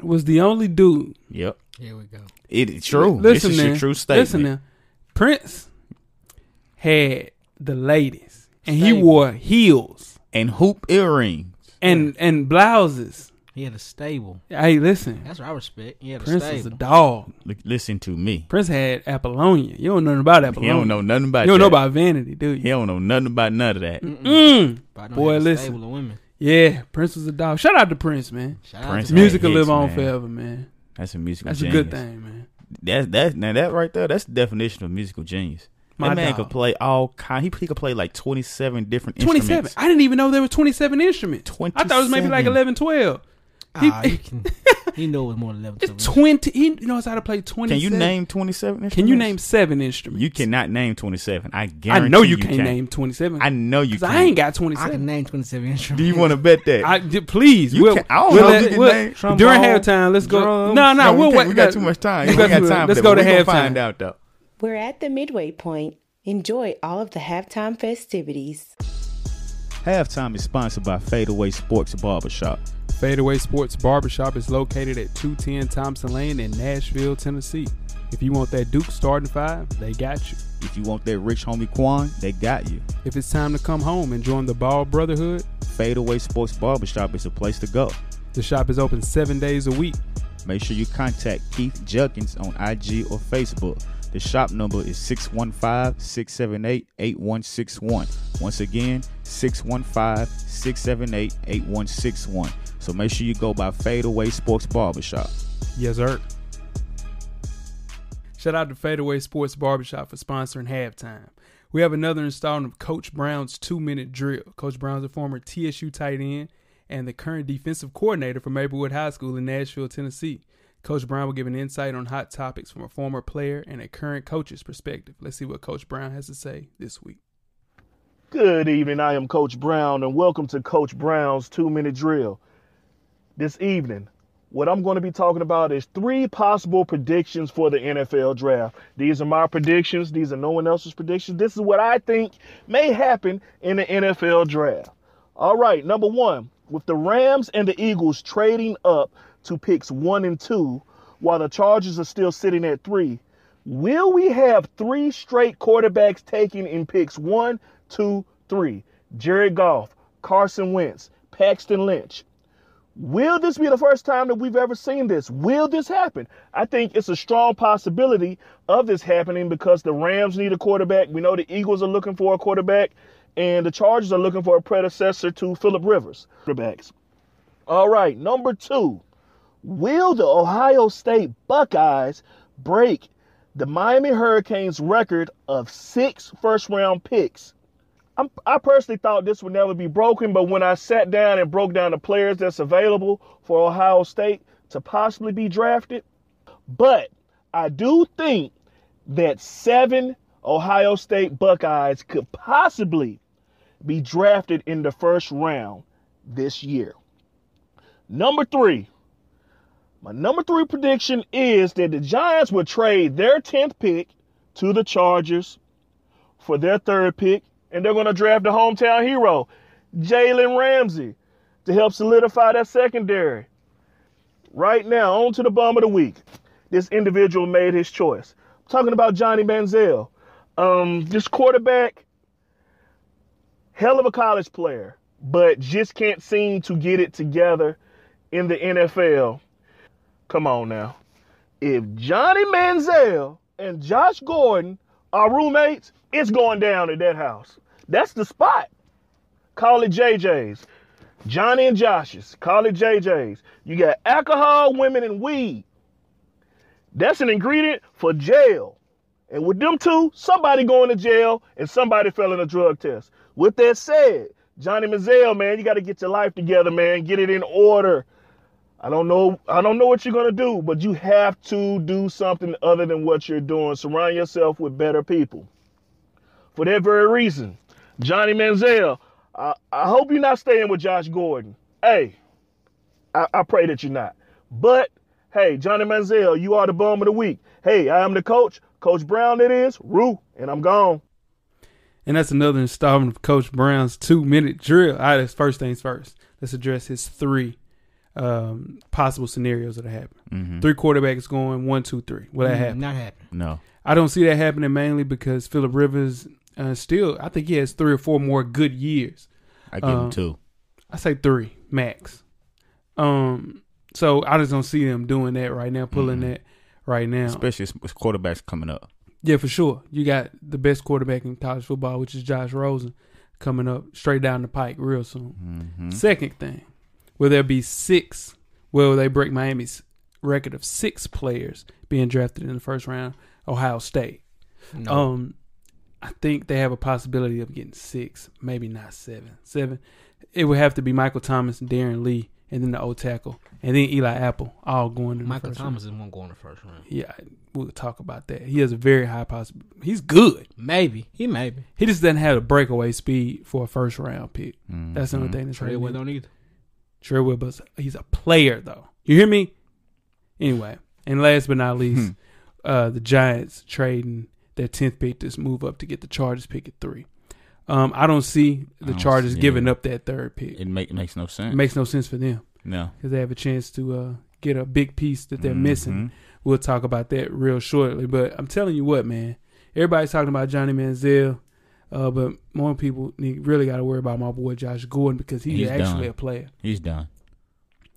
Speaker 2: was the only dude.
Speaker 3: Yep.
Speaker 4: Here we go.
Speaker 3: It is true.
Speaker 2: Listen,
Speaker 3: this is
Speaker 2: now,
Speaker 3: your true statement.
Speaker 2: Listen now, Prince had the ladies, and he
Speaker 4: Stable.
Speaker 2: wore heels
Speaker 3: And hoop earrings.
Speaker 2: and and blouses.
Speaker 4: He had a stable.
Speaker 2: Hey, listen,
Speaker 4: That's what I respect. He had a
Speaker 2: Prince is a
Speaker 4: stable.
Speaker 2: dog.
Speaker 3: Look, listen to me.
Speaker 2: Prince had Apollonia. You don't know nothing about
Speaker 3: He
Speaker 2: Apollonia.
Speaker 3: don't know nothing about
Speaker 2: You don't
Speaker 3: that.
Speaker 2: know about vanity, do
Speaker 3: He
Speaker 2: you?
Speaker 3: don't know nothing about none of that.
Speaker 2: Mm.
Speaker 4: But I know
Speaker 2: Boy,
Speaker 4: he had a
Speaker 2: listen.
Speaker 4: Stable of women.
Speaker 2: Yeah, Prince was a dog. Shout out to Prince, man.
Speaker 4: Shout out
Speaker 3: Prince
Speaker 4: to
Speaker 3: Great
Speaker 2: Music will
Speaker 3: hits,
Speaker 2: live on
Speaker 3: man.
Speaker 2: forever, man.
Speaker 3: That's a musical
Speaker 2: That's
Speaker 3: genius.
Speaker 2: a good thing, man.
Speaker 3: That's that now that right there, that's the definition of musical genius.
Speaker 2: My
Speaker 3: that man
Speaker 2: dog.
Speaker 3: could play all kind. He, he could play like twenty seven different
Speaker 2: 27.
Speaker 3: instruments.
Speaker 2: I didn't even know there were 27 instruments. I thought it was maybe like
Speaker 3: 27.
Speaker 2: 11, 12.
Speaker 4: Ah, you can. You know it's more than eleven.
Speaker 2: It's
Speaker 4: to it.
Speaker 2: 20. He knows how to play 20.
Speaker 3: Mm-hmm. Can you name twenty seven?
Speaker 2: Can you name seven instruments?
Speaker 3: You cannot name twenty seven. I guarantee.
Speaker 2: I know you, can't,
Speaker 3: can.
Speaker 2: name 27.
Speaker 3: I know you.
Speaker 2: 'Cause
Speaker 3: Can.
Speaker 2: I ain't got
Speaker 4: I can
Speaker 2: 27.
Speaker 4: name twenty-seven instruments.
Speaker 3: Do you want to bet that?
Speaker 2: I, d- please,
Speaker 3: You
Speaker 2: we'll,
Speaker 3: can't- I don't
Speaker 2: we'll
Speaker 3: know if
Speaker 2: let-
Speaker 3: you can
Speaker 2: we'll-
Speaker 3: name-
Speaker 2: during
Speaker 4: Trombone,
Speaker 2: halftime. Let's go.
Speaker 4: drums.
Speaker 2: No, no,
Speaker 3: we
Speaker 2: we'll
Speaker 3: can't-
Speaker 2: wait.
Speaker 3: We got
Speaker 2: no,
Speaker 3: too much time.
Speaker 2: we
Speaker 3: We ain't
Speaker 2: got
Speaker 3: got
Speaker 2: too-
Speaker 3: time.
Speaker 2: Let's
Speaker 3: for
Speaker 2: go
Speaker 3: that,
Speaker 2: to
Speaker 3: but we gonna Find
Speaker 2: halftime.
Speaker 3: out though.
Speaker 5: We're at the midway point. Enjoy all of the halftime festivities.
Speaker 3: Halftime is sponsored by Fadeaway Sports Barbershop.
Speaker 2: Fadeaway Sports Barbershop is located at 210 Thompson Lane in Nashville, Tennessee. If you want that Duke starting five, they got you.
Speaker 3: If you want that rich homie Quan, they got you.
Speaker 2: If it's time to come home and join the Ball Brotherhood,
Speaker 3: Fadeaway Sports Barbershop is a place to go.
Speaker 2: the shop is open seven days a week.
Speaker 3: Make sure you contact Keith Judkins on IG or Facebook. The shop number is 615 678 8161. Once again, 615 678 8161. So make sure you go by Fadeaway Sports Barbershop.
Speaker 2: Yes, sir. Shout out to Fadeaway Sports Barbershop for sponsoring halftime. We have another installment of Coach Brown's two minute drill. Coach Brown's a former TSU tight end and the current defensive coordinator for Maplewood High School in Nashville, Tennessee. Coach Brown will give an insight on hot topics from a former player and a current coach's perspective. Let's see what Coach Brown has to say this week.
Speaker 6: Good evening. I am Coach Brown, and welcome to Coach Brown's two minute drill. This evening, what I'm going to be talking about is three possible predictions for the NFL draft. These are my predictions, these are no one else's predictions. This is what I think may happen in the NFL draft. All right, number one, with the Rams and the Eagles trading up to picks one and two, while the Chargers are still sitting at three, Will we have three straight quarterbacks taken in picks one, two, three? Jared Goff, Carson Wentz, Paxton Lynch. Will this be the first time that we've ever seen this? Will this happen? I think it's a strong possibility of this happening because the Rams need a quarterback. We know the Eagles are looking for a quarterback, and the Chargers are looking for a predecessor to Philip Rivers. Quarterbacks. All right, number two. Will the Ohio State Buckeyes break the Miami Hurricanes record of six first round picks? I'm, I personally thought this would never be broken, but when I sat down and broke down the players that's available for Ohio State to possibly be drafted, but I do think that seven Ohio State Buckeyes could possibly be drafted in the first round this year. Number three. My number three prediction is that the Giants will trade their 10th pick to the Chargers for their third pick, and they're going to draft the hometown hero, Jalen Ramsey, to help solidify that secondary. Right now, on to the bum of the week. This individual made his choice. I'm talking about Johnny Manziel. Um, this quarterback, hell of a college player, but just can't seem to get it together in the NFL. Come on now. If Johnny Manziel and Josh Gordon are roommates, it's going down at that house. That's the spot. Call it JJ's. Johnny and Josh's. Call it JJ's. You got alcohol, women, and weed. That's an ingredient for jail. And with them two, somebody going to jail and somebody failing a drug test. With that said, Johnny Manziel, man, you got to get your life together, man. Get it in order. I don't know. I don't know what you're gonna do, but you have to do something other than what you're doing. Surround yourself with better people. For that very reason, Johnny Manziel, I, I hope you're not staying with Josh Gordon. Hey, I, I pray that you're not. But hey, Johnny Manziel, you are the bum of the week. Hey, I am the coach, Coach Brown. It is Rue, and I'm gone.
Speaker 2: And that's another installment of Coach Brown's two minute drill. All right, that's first things first. Let's address his three um, possible scenarios that happen. Three quarterbacks going one, two, three. Will that happen?
Speaker 4: Not happening.
Speaker 3: No.
Speaker 2: I don't see that happening mainly because Philip Rivers uh, still, I think he has three or four more good years.
Speaker 3: I give
Speaker 2: Uh,
Speaker 3: him two.
Speaker 2: I say three max. Um, so I just don't see them doing that right now, pulling that right now.
Speaker 3: Especially as- as quarterbacks coming up.
Speaker 2: Yeah, for sure. You got the best quarterback in college football, which is Josh Rosen, coming up straight down the pike real soon. Second thing, will there be six? Will they break Miami's record of six players being drafted in the first round? Ohio State.
Speaker 4: No.
Speaker 2: Um, I think they have a possibility of getting six, maybe not seven. Seven. It would have to be Michael Thomas, Darren Lee, and then the old tackle, and then Eli Apple, all going to the
Speaker 4: Michael
Speaker 2: first
Speaker 4: Thomas is one going to first round.
Speaker 2: round. Yeah, we'll talk about that. He has a very high possibility. He's good.
Speaker 4: Maybe he maybe
Speaker 2: He just doesn't have the breakaway speed for a first round pick. That's the only
Speaker 3: Mm-hmm.
Speaker 2: thing that's
Speaker 4: Trey
Speaker 2: really
Speaker 4: Wood don't either.
Speaker 2: Sure will, but he's a player though. You hear me? Anyway, and last but not least,
Speaker 3: Hmm.
Speaker 2: uh, the Giants trading their tenth pick to move up to get the Chargers pick at three. Um, I don't see
Speaker 3: I
Speaker 2: the
Speaker 3: don't
Speaker 2: Chargers
Speaker 3: see
Speaker 2: giving
Speaker 3: it.
Speaker 2: up that third pick.
Speaker 3: It make, makes no sense.
Speaker 2: It makes no sense for them
Speaker 3: no.
Speaker 2: because they have a chance to uh, get a big piece that they're missing.
Speaker 3: Mhm.
Speaker 2: We'll talk about that real shortly. But I'm telling you what, man, everybody's talking about Johnny Manziel, uh, but more people need, really got to worry about my boy Josh Gordon because he's,
Speaker 3: He's
Speaker 2: actually
Speaker 3: done.
Speaker 2: a player.
Speaker 3: He's done.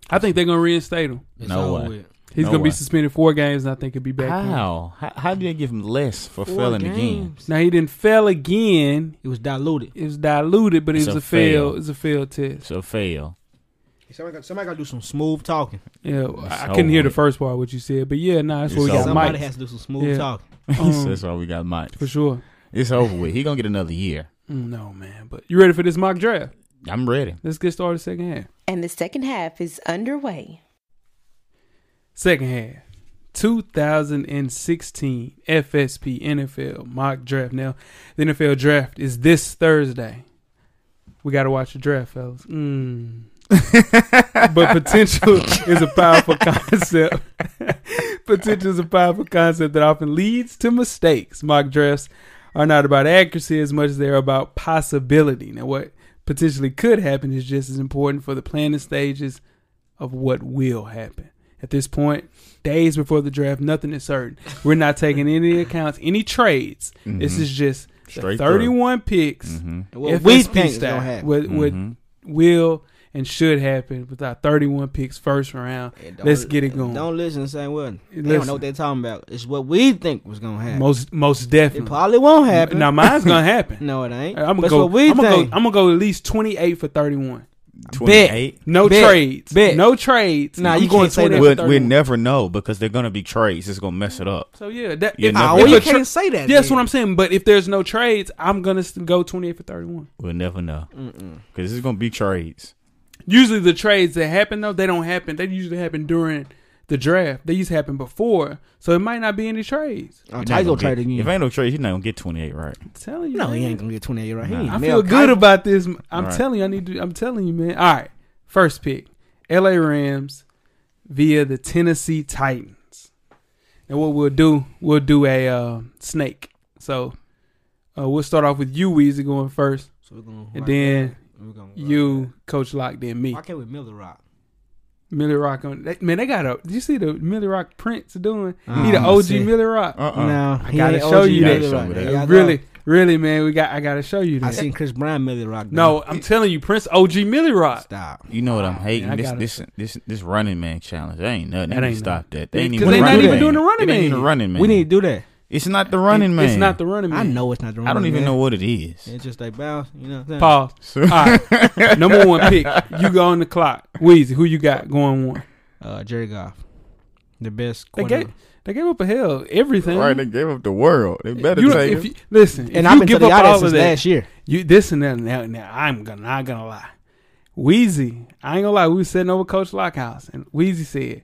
Speaker 2: I think they're gonna reinstate him.
Speaker 4: It's
Speaker 3: No
Speaker 4: over
Speaker 3: way.
Speaker 4: with.
Speaker 2: He's
Speaker 3: No
Speaker 2: gonna
Speaker 3: way.
Speaker 2: be suspended four games, and I think he'll be back. in.
Speaker 3: How? how? How do they give him less for
Speaker 4: Four
Speaker 3: failing again?
Speaker 4: games.
Speaker 2: Now he didn't fail again.
Speaker 4: It was diluted.
Speaker 2: It was diluted, but it
Speaker 3: It's
Speaker 2: was
Speaker 3: a
Speaker 2: a fail.
Speaker 3: fail.
Speaker 2: It's a failed test.
Speaker 3: It's a fail.
Speaker 4: Somebody got, somebody got to do some smooth talking.
Speaker 2: Yeah, I I
Speaker 3: so
Speaker 2: couldn't hear the
Speaker 3: weird.
Speaker 2: first part of what you said, but yeah, nah, that's what we
Speaker 3: It's
Speaker 2: got.
Speaker 3: over.
Speaker 4: somebody
Speaker 2: Mike
Speaker 4: has to do some smooth
Speaker 2: Yeah.
Speaker 4: talking.
Speaker 2: Um,
Speaker 3: That's why we got Mike.
Speaker 2: for sure.
Speaker 3: It's over with. He gonna get another year.
Speaker 2: Mm, No man, but you ready for this mock draft?
Speaker 3: I'm ready.
Speaker 2: Let's get started. Second half.
Speaker 5: And the second half is underway.
Speaker 2: Second half. 2016 FSP NFL mock draft. Now, the NFL draft is this Thursday. We got to watch the draft, fellas. Mm. but potential is a powerful concept. potential is a powerful concept that often leads to mistakes. Mock drafts are not about accuracy as much as they are about possibility. Now, what potentially could happen is just as important for the planning stages of what will happen. At this point, days before the draft, nothing is certain. We're not taking any accounts, any trades. This
Speaker 3: Mhm.
Speaker 2: is just the
Speaker 3: Straight through.
Speaker 2: 31 picks.
Speaker 3: hmm
Speaker 4: And What we
Speaker 2: FSP
Speaker 4: think is
Speaker 2: style,
Speaker 4: gonna happen.
Speaker 2: What, what
Speaker 3: Mhm.
Speaker 2: will and should happen with our 31 picks first round.
Speaker 4: And don't-
Speaker 2: Let's get it going.
Speaker 4: Don't listen and say what. They don't
Speaker 2: Listen.
Speaker 4: know what they're talking about. It's what we think was gonna happen.
Speaker 2: Most most
Speaker 4: it
Speaker 2: definitely.
Speaker 4: probably won't happen.
Speaker 2: Now mine's gonna happen.
Speaker 4: no, it ain't.
Speaker 2: I'm
Speaker 4: But
Speaker 2: gonna
Speaker 4: it's
Speaker 2: go.
Speaker 4: what we
Speaker 2: I'm gonna go.
Speaker 4: think.
Speaker 2: I'm gonna go at least 28 for 31.
Speaker 3: Twenty-eight.
Speaker 2: No
Speaker 4: Bet.
Speaker 2: trades.
Speaker 4: Bet.
Speaker 2: No trades.
Speaker 4: Nah,
Speaker 2: I'm
Speaker 4: you
Speaker 2: going
Speaker 4: can't say
Speaker 2: 28
Speaker 4: that.
Speaker 2: for
Speaker 3: We'll,
Speaker 2: 31.
Speaker 3: we'll never know because they're gonna be trades. It's gonna mess it up.
Speaker 2: So yeah, that,
Speaker 3: You
Speaker 2: if,
Speaker 3: never
Speaker 4: Nah,
Speaker 3: know.
Speaker 2: if
Speaker 4: well, you
Speaker 2: a tra-
Speaker 4: can't say that.
Speaker 2: yeah, that's
Speaker 4: then.
Speaker 2: what I'm saying. But if there's no trades, I'm gonna s- go 28 for 31.
Speaker 3: We'll never know
Speaker 4: Mm-mm.
Speaker 3: because it's gonna be trades.
Speaker 2: Usually the trades that happen though, they don't happen. They usually happen during the draft. They used to happen before, so it might not be any trades.
Speaker 4: Oh,
Speaker 3: You're not
Speaker 4: Ty gonna
Speaker 3: gonna
Speaker 4: trade
Speaker 3: get-
Speaker 4: again.
Speaker 3: If ain't no trades, you're not gonna get 28 right.
Speaker 2: I'm telling you,
Speaker 4: no, he
Speaker 2: man.
Speaker 4: ain't gonna get twenty eight right.
Speaker 3: Nah.
Speaker 4: He ain't
Speaker 2: I
Speaker 4: Mel
Speaker 2: feel good
Speaker 4: Kiper.
Speaker 2: about this. I'm
Speaker 3: Alright.
Speaker 2: telling you, I need to. I'm telling you, man. All right, first pick, L.A. Rams via the Tennessee Titans. And what we'll do, we'll do a uh, snake. So uh, we'll start off with you, Weezy, going first,
Speaker 4: So we're gonna
Speaker 2: and
Speaker 4: rock
Speaker 2: then
Speaker 4: that. We're gonna rock
Speaker 2: you,
Speaker 4: that.
Speaker 2: Coach Lock, then me.
Speaker 4: Why can't we Miller Rock?
Speaker 2: Millie Rock on. They, man, they got a. Did you see the Millie Rock Prince doing? he
Speaker 4: Mm,
Speaker 2: the
Speaker 4: I
Speaker 2: OG
Speaker 4: see. Oh,
Speaker 2: Millie Rock.
Speaker 4: Uh,
Speaker 3: Uh-uh.
Speaker 4: no,
Speaker 2: I
Speaker 4: he
Speaker 2: gotta
Speaker 4: ain't
Speaker 2: show
Speaker 4: OG
Speaker 2: you
Speaker 4: Miller
Speaker 3: that.
Speaker 4: Rock.
Speaker 3: Show me
Speaker 4: There
Speaker 3: that.
Speaker 4: y'all go.
Speaker 2: really, really, man. We got. I gotta show you
Speaker 4: I
Speaker 2: that.
Speaker 4: seen Chris Brown Miller Rock.
Speaker 2: no, I'm telling you, Prince OG Millie Rock.
Speaker 4: stop.
Speaker 3: You know what I'm hating?
Speaker 2: man, I
Speaker 3: this
Speaker 2: gotta-
Speaker 3: this this this running man challenge. That ain't nothing. They
Speaker 2: That
Speaker 3: need
Speaker 2: ain't
Speaker 3: to stop that. They
Speaker 2: Yeah,
Speaker 3: ain't
Speaker 2: 'cause
Speaker 3: even
Speaker 4: they not
Speaker 3: running
Speaker 4: even
Speaker 3: man.
Speaker 4: doing
Speaker 2: the running
Speaker 3: It ain't
Speaker 2: man.
Speaker 3: even running man.
Speaker 4: We need to do that.
Speaker 3: It's not the running man.
Speaker 2: It's not the running man.
Speaker 4: I know it's not the.
Speaker 3: I don't
Speaker 4: running
Speaker 3: even
Speaker 4: man.
Speaker 3: know what it is.
Speaker 4: It's just they bounce. You know what I'm saying?
Speaker 2: Pause. All right. Number one pick. You go on the clock. Weezy, who you got going one?
Speaker 4: Uh, Jerry Goff, the best
Speaker 2: They
Speaker 4: quarterback.
Speaker 2: gave, they gave up a hell everything.
Speaker 3: Right? They gave up the world. They better
Speaker 2: You-
Speaker 3: take
Speaker 2: if
Speaker 3: it.
Speaker 2: you- listen,
Speaker 4: And
Speaker 2: if
Speaker 4: I've
Speaker 2: you
Speaker 4: been
Speaker 2: give
Speaker 4: telling
Speaker 2: up
Speaker 4: y'all that
Speaker 2: all of
Speaker 4: since
Speaker 2: that,
Speaker 4: last year.
Speaker 2: you this and that. Now, now I'm gonna, not gonna lie. Weezy, I ain't gonna lie. We was sitting over Coach Lockhouse, and Weezy said,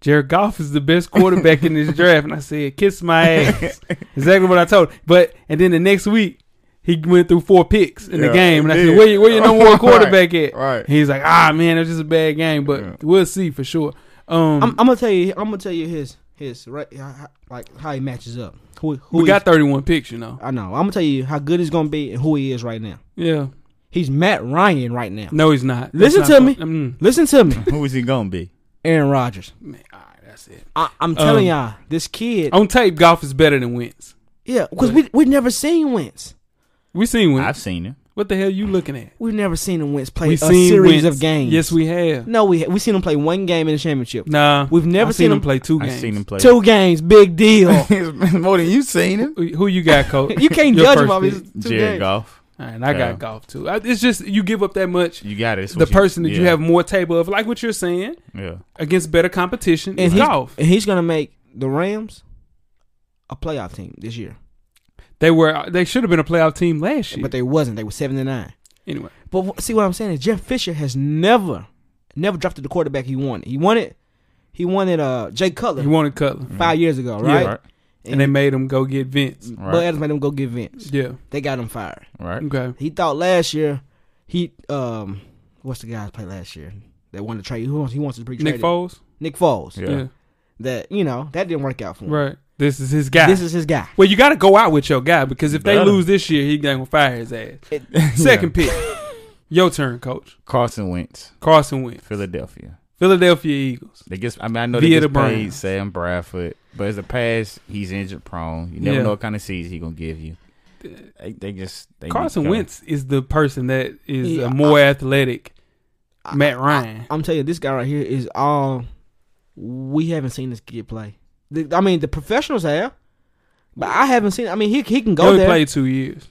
Speaker 2: "Jared Goff is the best quarterback in this draft." And I said, "Kiss my ass." exactly what I told. him. But and then the next week. He went through four picks in the
Speaker 3: Yeah,
Speaker 2: game, and I
Speaker 3: he
Speaker 2: said,
Speaker 3: did.
Speaker 2: "Where, you- where your number one
Speaker 3: Right,
Speaker 2: quarterback at?"
Speaker 3: right.
Speaker 2: He's like, "Ah, man, it was just a bad game, but
Speaker 3: Yeah.
Speaker 2: we'll see for sure." Um,
Speaker 4: I'm, I'm gonna tell you. I'm gonna tell you his his right how- like how he matches up. Who who
Speaker 2: we
Speaker 4: he-
Speaker 2: got 31 picks, you know.
Speaker 4: I know. I'm gonna tell you how good he's gonna be and who he is right now.
Speaker 2: Yeah.
Speaker 4: He's Matt Ryan right now.
Speaker 2: No, he's not.
Speaker 4: Listen
Speaker 2: That's
Speaker 4: to
Speaker 2: not
Speaker 4: me.
Speaker 2: fu- Mm,
Speaker 4: Listen to me,
Speaker 3: Who is he gonna be?
Speaker 4: Aaron Rodgers.
Speaker 2: man, all right, that's it.
Speaker 4: I, I'm telling
Speaker 2: Um,
Speaker 4: y'all, this kid.
Speaker 2: On tape, golf is better than Wentz.
Speaker 4: yeah, because we we never seen Wentz.
Speaker 2: We seen Wentz.
Speaker 3: I've seen him.
Speaker 2: what the hell you looking at?
Speaker 4: We've never seen him Wentz play
Speaker 2: we
Speaker 4: a series
Speaker 2: Wentz.
Speaker 4: of games.
Speaker 2: Yes, we have.
Speaker 4: No, we we seen him play one game in the championship.
Speaker 2: Nah,
Speaker 4: We've never
Speaker 2: I
Speaker 4: seen him-
Speaker 2: play two
Speaker 3: I've
Speaker 2: games.
Speaker 3: seen him play.
Speaker 4: Two games, big deal.
Speaker 3: It's more than you seen him.
Speaker 2: Who who you got, coach?
Speaker 4: you can't
Speaker 2: Your
Speaker 4: judge
Speaker 2: first
Speaker 4: him off his
Speaker 2: pick.
Speaker 4: two
Speaker 3: Jared
Speaker 4: games.
Speaker 3: Goff.
Speaker 2: All right, I
Speaker 3: Yeah.
Speaker 2: got golf too. I- It's just you give up that much.
Speaker 3: You got it. It's
Speaker 2: The
Speaker 3: what you-
Speaker 2: person that you
Speaker 3: yeah,
Speaker 2: have more table of, like what you're saying,
Speaker 3: Yeah.
Speaker 2: against better competition
Speaker 4: and
Speaker 2: is
Speaker 4: he's,
Speaker 2: golf.
Speaker 4: and he's gonna make the Rams a playoff team this year.
Speaker 2: They were they should have been a playoff team last year.
Speaker 4: but they wasn't. They were seven and nine.
Speaker 2: anyway,
Speaker 4: But wh- see what I'm saying is Jeff Fisher has never, never dropped to the quarterback he wanted. He wanted, he wanted uh Jay Cutler
Speaker 2: he wanted Cutler,
Speaker 4: five years ago,
Speaker 2: Mm-hmm. Yeah.
Speaker 4: right?
Speaker 3: Right.
Speaker 2: and they made him go get Vince.
Speaker 4: But
Speaker 3: Right.
Speaker 4: Adams made him go get Vince.
Speaker 2: Yeah.
Speaker 4: They got him fired.
Speaker 3: Right.
Speaker 2: Okay.
Speaker 4: He thought last year, he um, what's the guy that played last year that wanted to trade? Who wants? He wants to be traded?
Speaker 2: Nick Foles.
Speaker 4: Nick Foles.
Speaker 3: Yeah.
Speaker 4: That you know that didn't work out for him.
Speaker 2: Right. This is his guy.
Speaker 4: This is his guy.
Speaker 2: well, you got to go out with your guy because if they
Speaker 3: Better.
Speaker 2: lose this year, he gonna fire his ass.
Speaker 4: It-
Speaker 2: Second pick. Your turn, coach.
Speaker 3: Carson Wentz,
Speaker 2: Carson Wentz.
Speaker 3: Philadelphia.
Speaker 2: Philadelphia Eagles.
Speaker 3: They guess I mean I know they
Speaker 2: Via the
Speaker 3: just paid
Speaker 2: Browns.
Speaker 3: Sam Bradford, but as a pass, he's injured prone. You never
Speaker 2: Yeah.
Speaker 3: know what kind of season he's gonna give you. They, they just they
Speaker 2: Carson
Speaker 3: need to go.
Speaker 2: Wentz is the person that is
Speaker 4: Yeah,
Speaker 2: a more athletic Matt Ryan.
Speaker 4: I'm telling you, this guy right here is all we haven't seen this kid play. The- I mean, the professionals have, but I haven't seen. I mean, he he can
Speaker 2: He
Speaker 4: go
Speaker 2: only
Speaker 4: there
Speaker 2: played two years.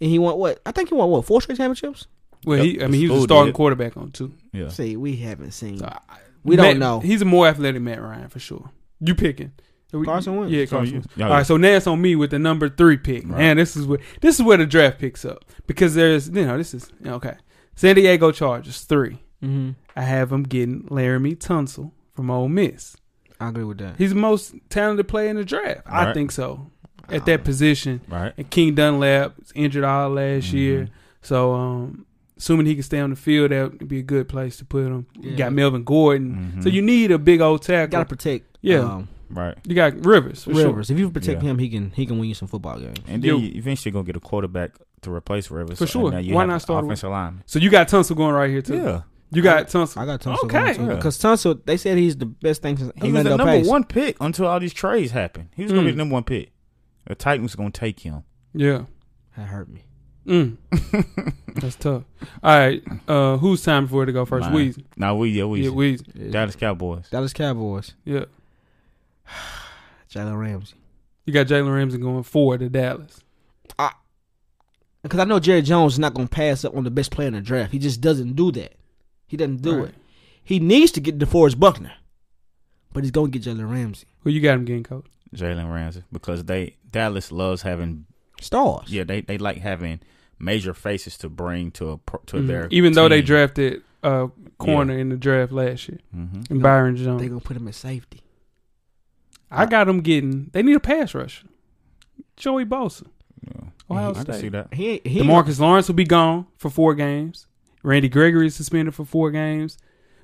Speaker 4: and he won what? I think he won what four straight championships.
Speaker 2: Well,
Speaker 3: Yep,
Speaker 2: he I mean he was a
Speaker 3: Spool
Speaker 2: starting
Speaker 3: did.
Speaker 2: quarterback on two.
Speaker 3: Yeah.
Speaker 4: See, we haven't seen.
Speaker 2: So, I-
Speaker 4: We don't
Speaker 2: Matt-
Speaker 4: know.
Speaker 2: He's a more athletic Matt Ryan for sure. You picking Are we-
Speaker 4: Carson Wentz.
Speaker 2: Yeah,
Speaker 3: So
Speaker 2: Carson.
Speaker 3: you-
Speaker 2: Wentz.
Speaker 3: yeah,
Speaker 2: All
Speaker 3: yeah.
Speaker 2: right, so now it's on me with the number three pick.
Speaker 3: Right.
Speaker 2: Man, this is where this is where the draft picks up because there's you know this is yeah, okay. San Diego Chargers three.
Speaker 4: Mm-hmm.
Speaker 2: I have him getting Laramie Tunsil from Ole Miss.
Speaker 4: I agree with that.
Speaker 2: He's the most talented player in the draft. I
Speaker 3: Right.
Speaker 2: think so. At that position,
Speaker 3: Right.
Speaker 2: and King Dunlap was injured all last
Speaker 3: Mm-hmm.
Speaker 2: year. So, um, assuming he can stay on the field, that would be a good place to put him. You
Speaker 4: Yeah.
Speaker 2: got Melvin Gordon.
Speaker 3: Mhm.
Speaker 2: So you need a big old tackle.
Speaker 4: Got to protect.
Speaker 2: Yeah.
Speaker 4: um,
Speaker 3: Right.
Speaker 2: you got Rivers. For
Speaker 4: Rivers. If you protect
Speaker 3: Yeah.
Speaker 4: him, he can he can win you some football games.
Speaker 3: And
Speaker 2: You-
Speaker 3: then you eventually gonna get a quarterback to replace Rivers.
Speaker 2: For
Speaker 3: and
Speaker 2: sure.
Speaker 3: now you
Speaker 2: Why
Speaker 3: have
Speaker 2: not
Speaker 3: an
Speaker 2: start with-
Speaker 3: offensive lineman?
Speaker 2: Sure. So you got Tunsil going right here too.
Speaker 3: Yeah.
Speaker 2: You got Tunsil.
Speaker 4: I got Tunsil.
Speaker 2: Okay.
Speaker 4: going, too,
Speaker 3: Yeah.
Speaker 4: Because Tunsil, they said he's the best thing since
Speaker 3: He was
Speaker 4: Orlando
Speaker 3: the number
Speaker 4: Pace.
Speaker 3: one pick until all these trades happened. He was gonna be
Speaker 2: Mm.
Speaker 3: the number one pick. The Titans gonna take him.
Speaker 2: yeah.
Speaker 4: That hurt me.
Speaker 2: Mm. That's tough. All right. Uh, who's time for it to go first?
Speaker 3: Mine.
Speaker 2: Weezy.
Speaker 3: Now we yeah we
Speaker 2: Yeah, Weezy.
Speaker 3: Dallas Cowboys.
Speaker 4: Dallas Cowboys.
Speaker 2: Yeah.
Speaker 4: Jalen Ramsey.
Speaker 2: You got Jalen Ramsey going four to Dallas.
Speaker 4: Because I know Jerry Jones is not going to pass up on the best player in the draft. He just doesn't do that. He doesn't do
Speaker 2: Right.
Speaker 4: it. He needs to get DeForest Buckner, but he's going to get Jalen Ramsey.
Speaker 2: Who you got him getting coach?
Speaker 3: Jalen Ramsey because they Dallas loves having
Speaker 4: Stars.
Speaker 3: yeah they, they like having major faces to bring to a pro- to their
Speaker 2: Mm-hmm. Even though they
Speaker 3: team.
Speaker 2: drafted uh corner in the draft last year,
Speaker 3: Mhm.
Speaker 2: and Byron Jones.
Speaker 4: They're going to put him at safety.
Speaker 2: I got them getting. They need a pass rusher. Joey Bosa,
Speaker 3: Yeah.
Speaker 2: Ohio
Speaker 3: I can see
Speaker 2: State.
Speaker 3: that
Speaker 4: He ain't- he ain't-
Speaker 2: Demarcus Lawrence will be gone for four games. Randy Gregory is suspended for four games.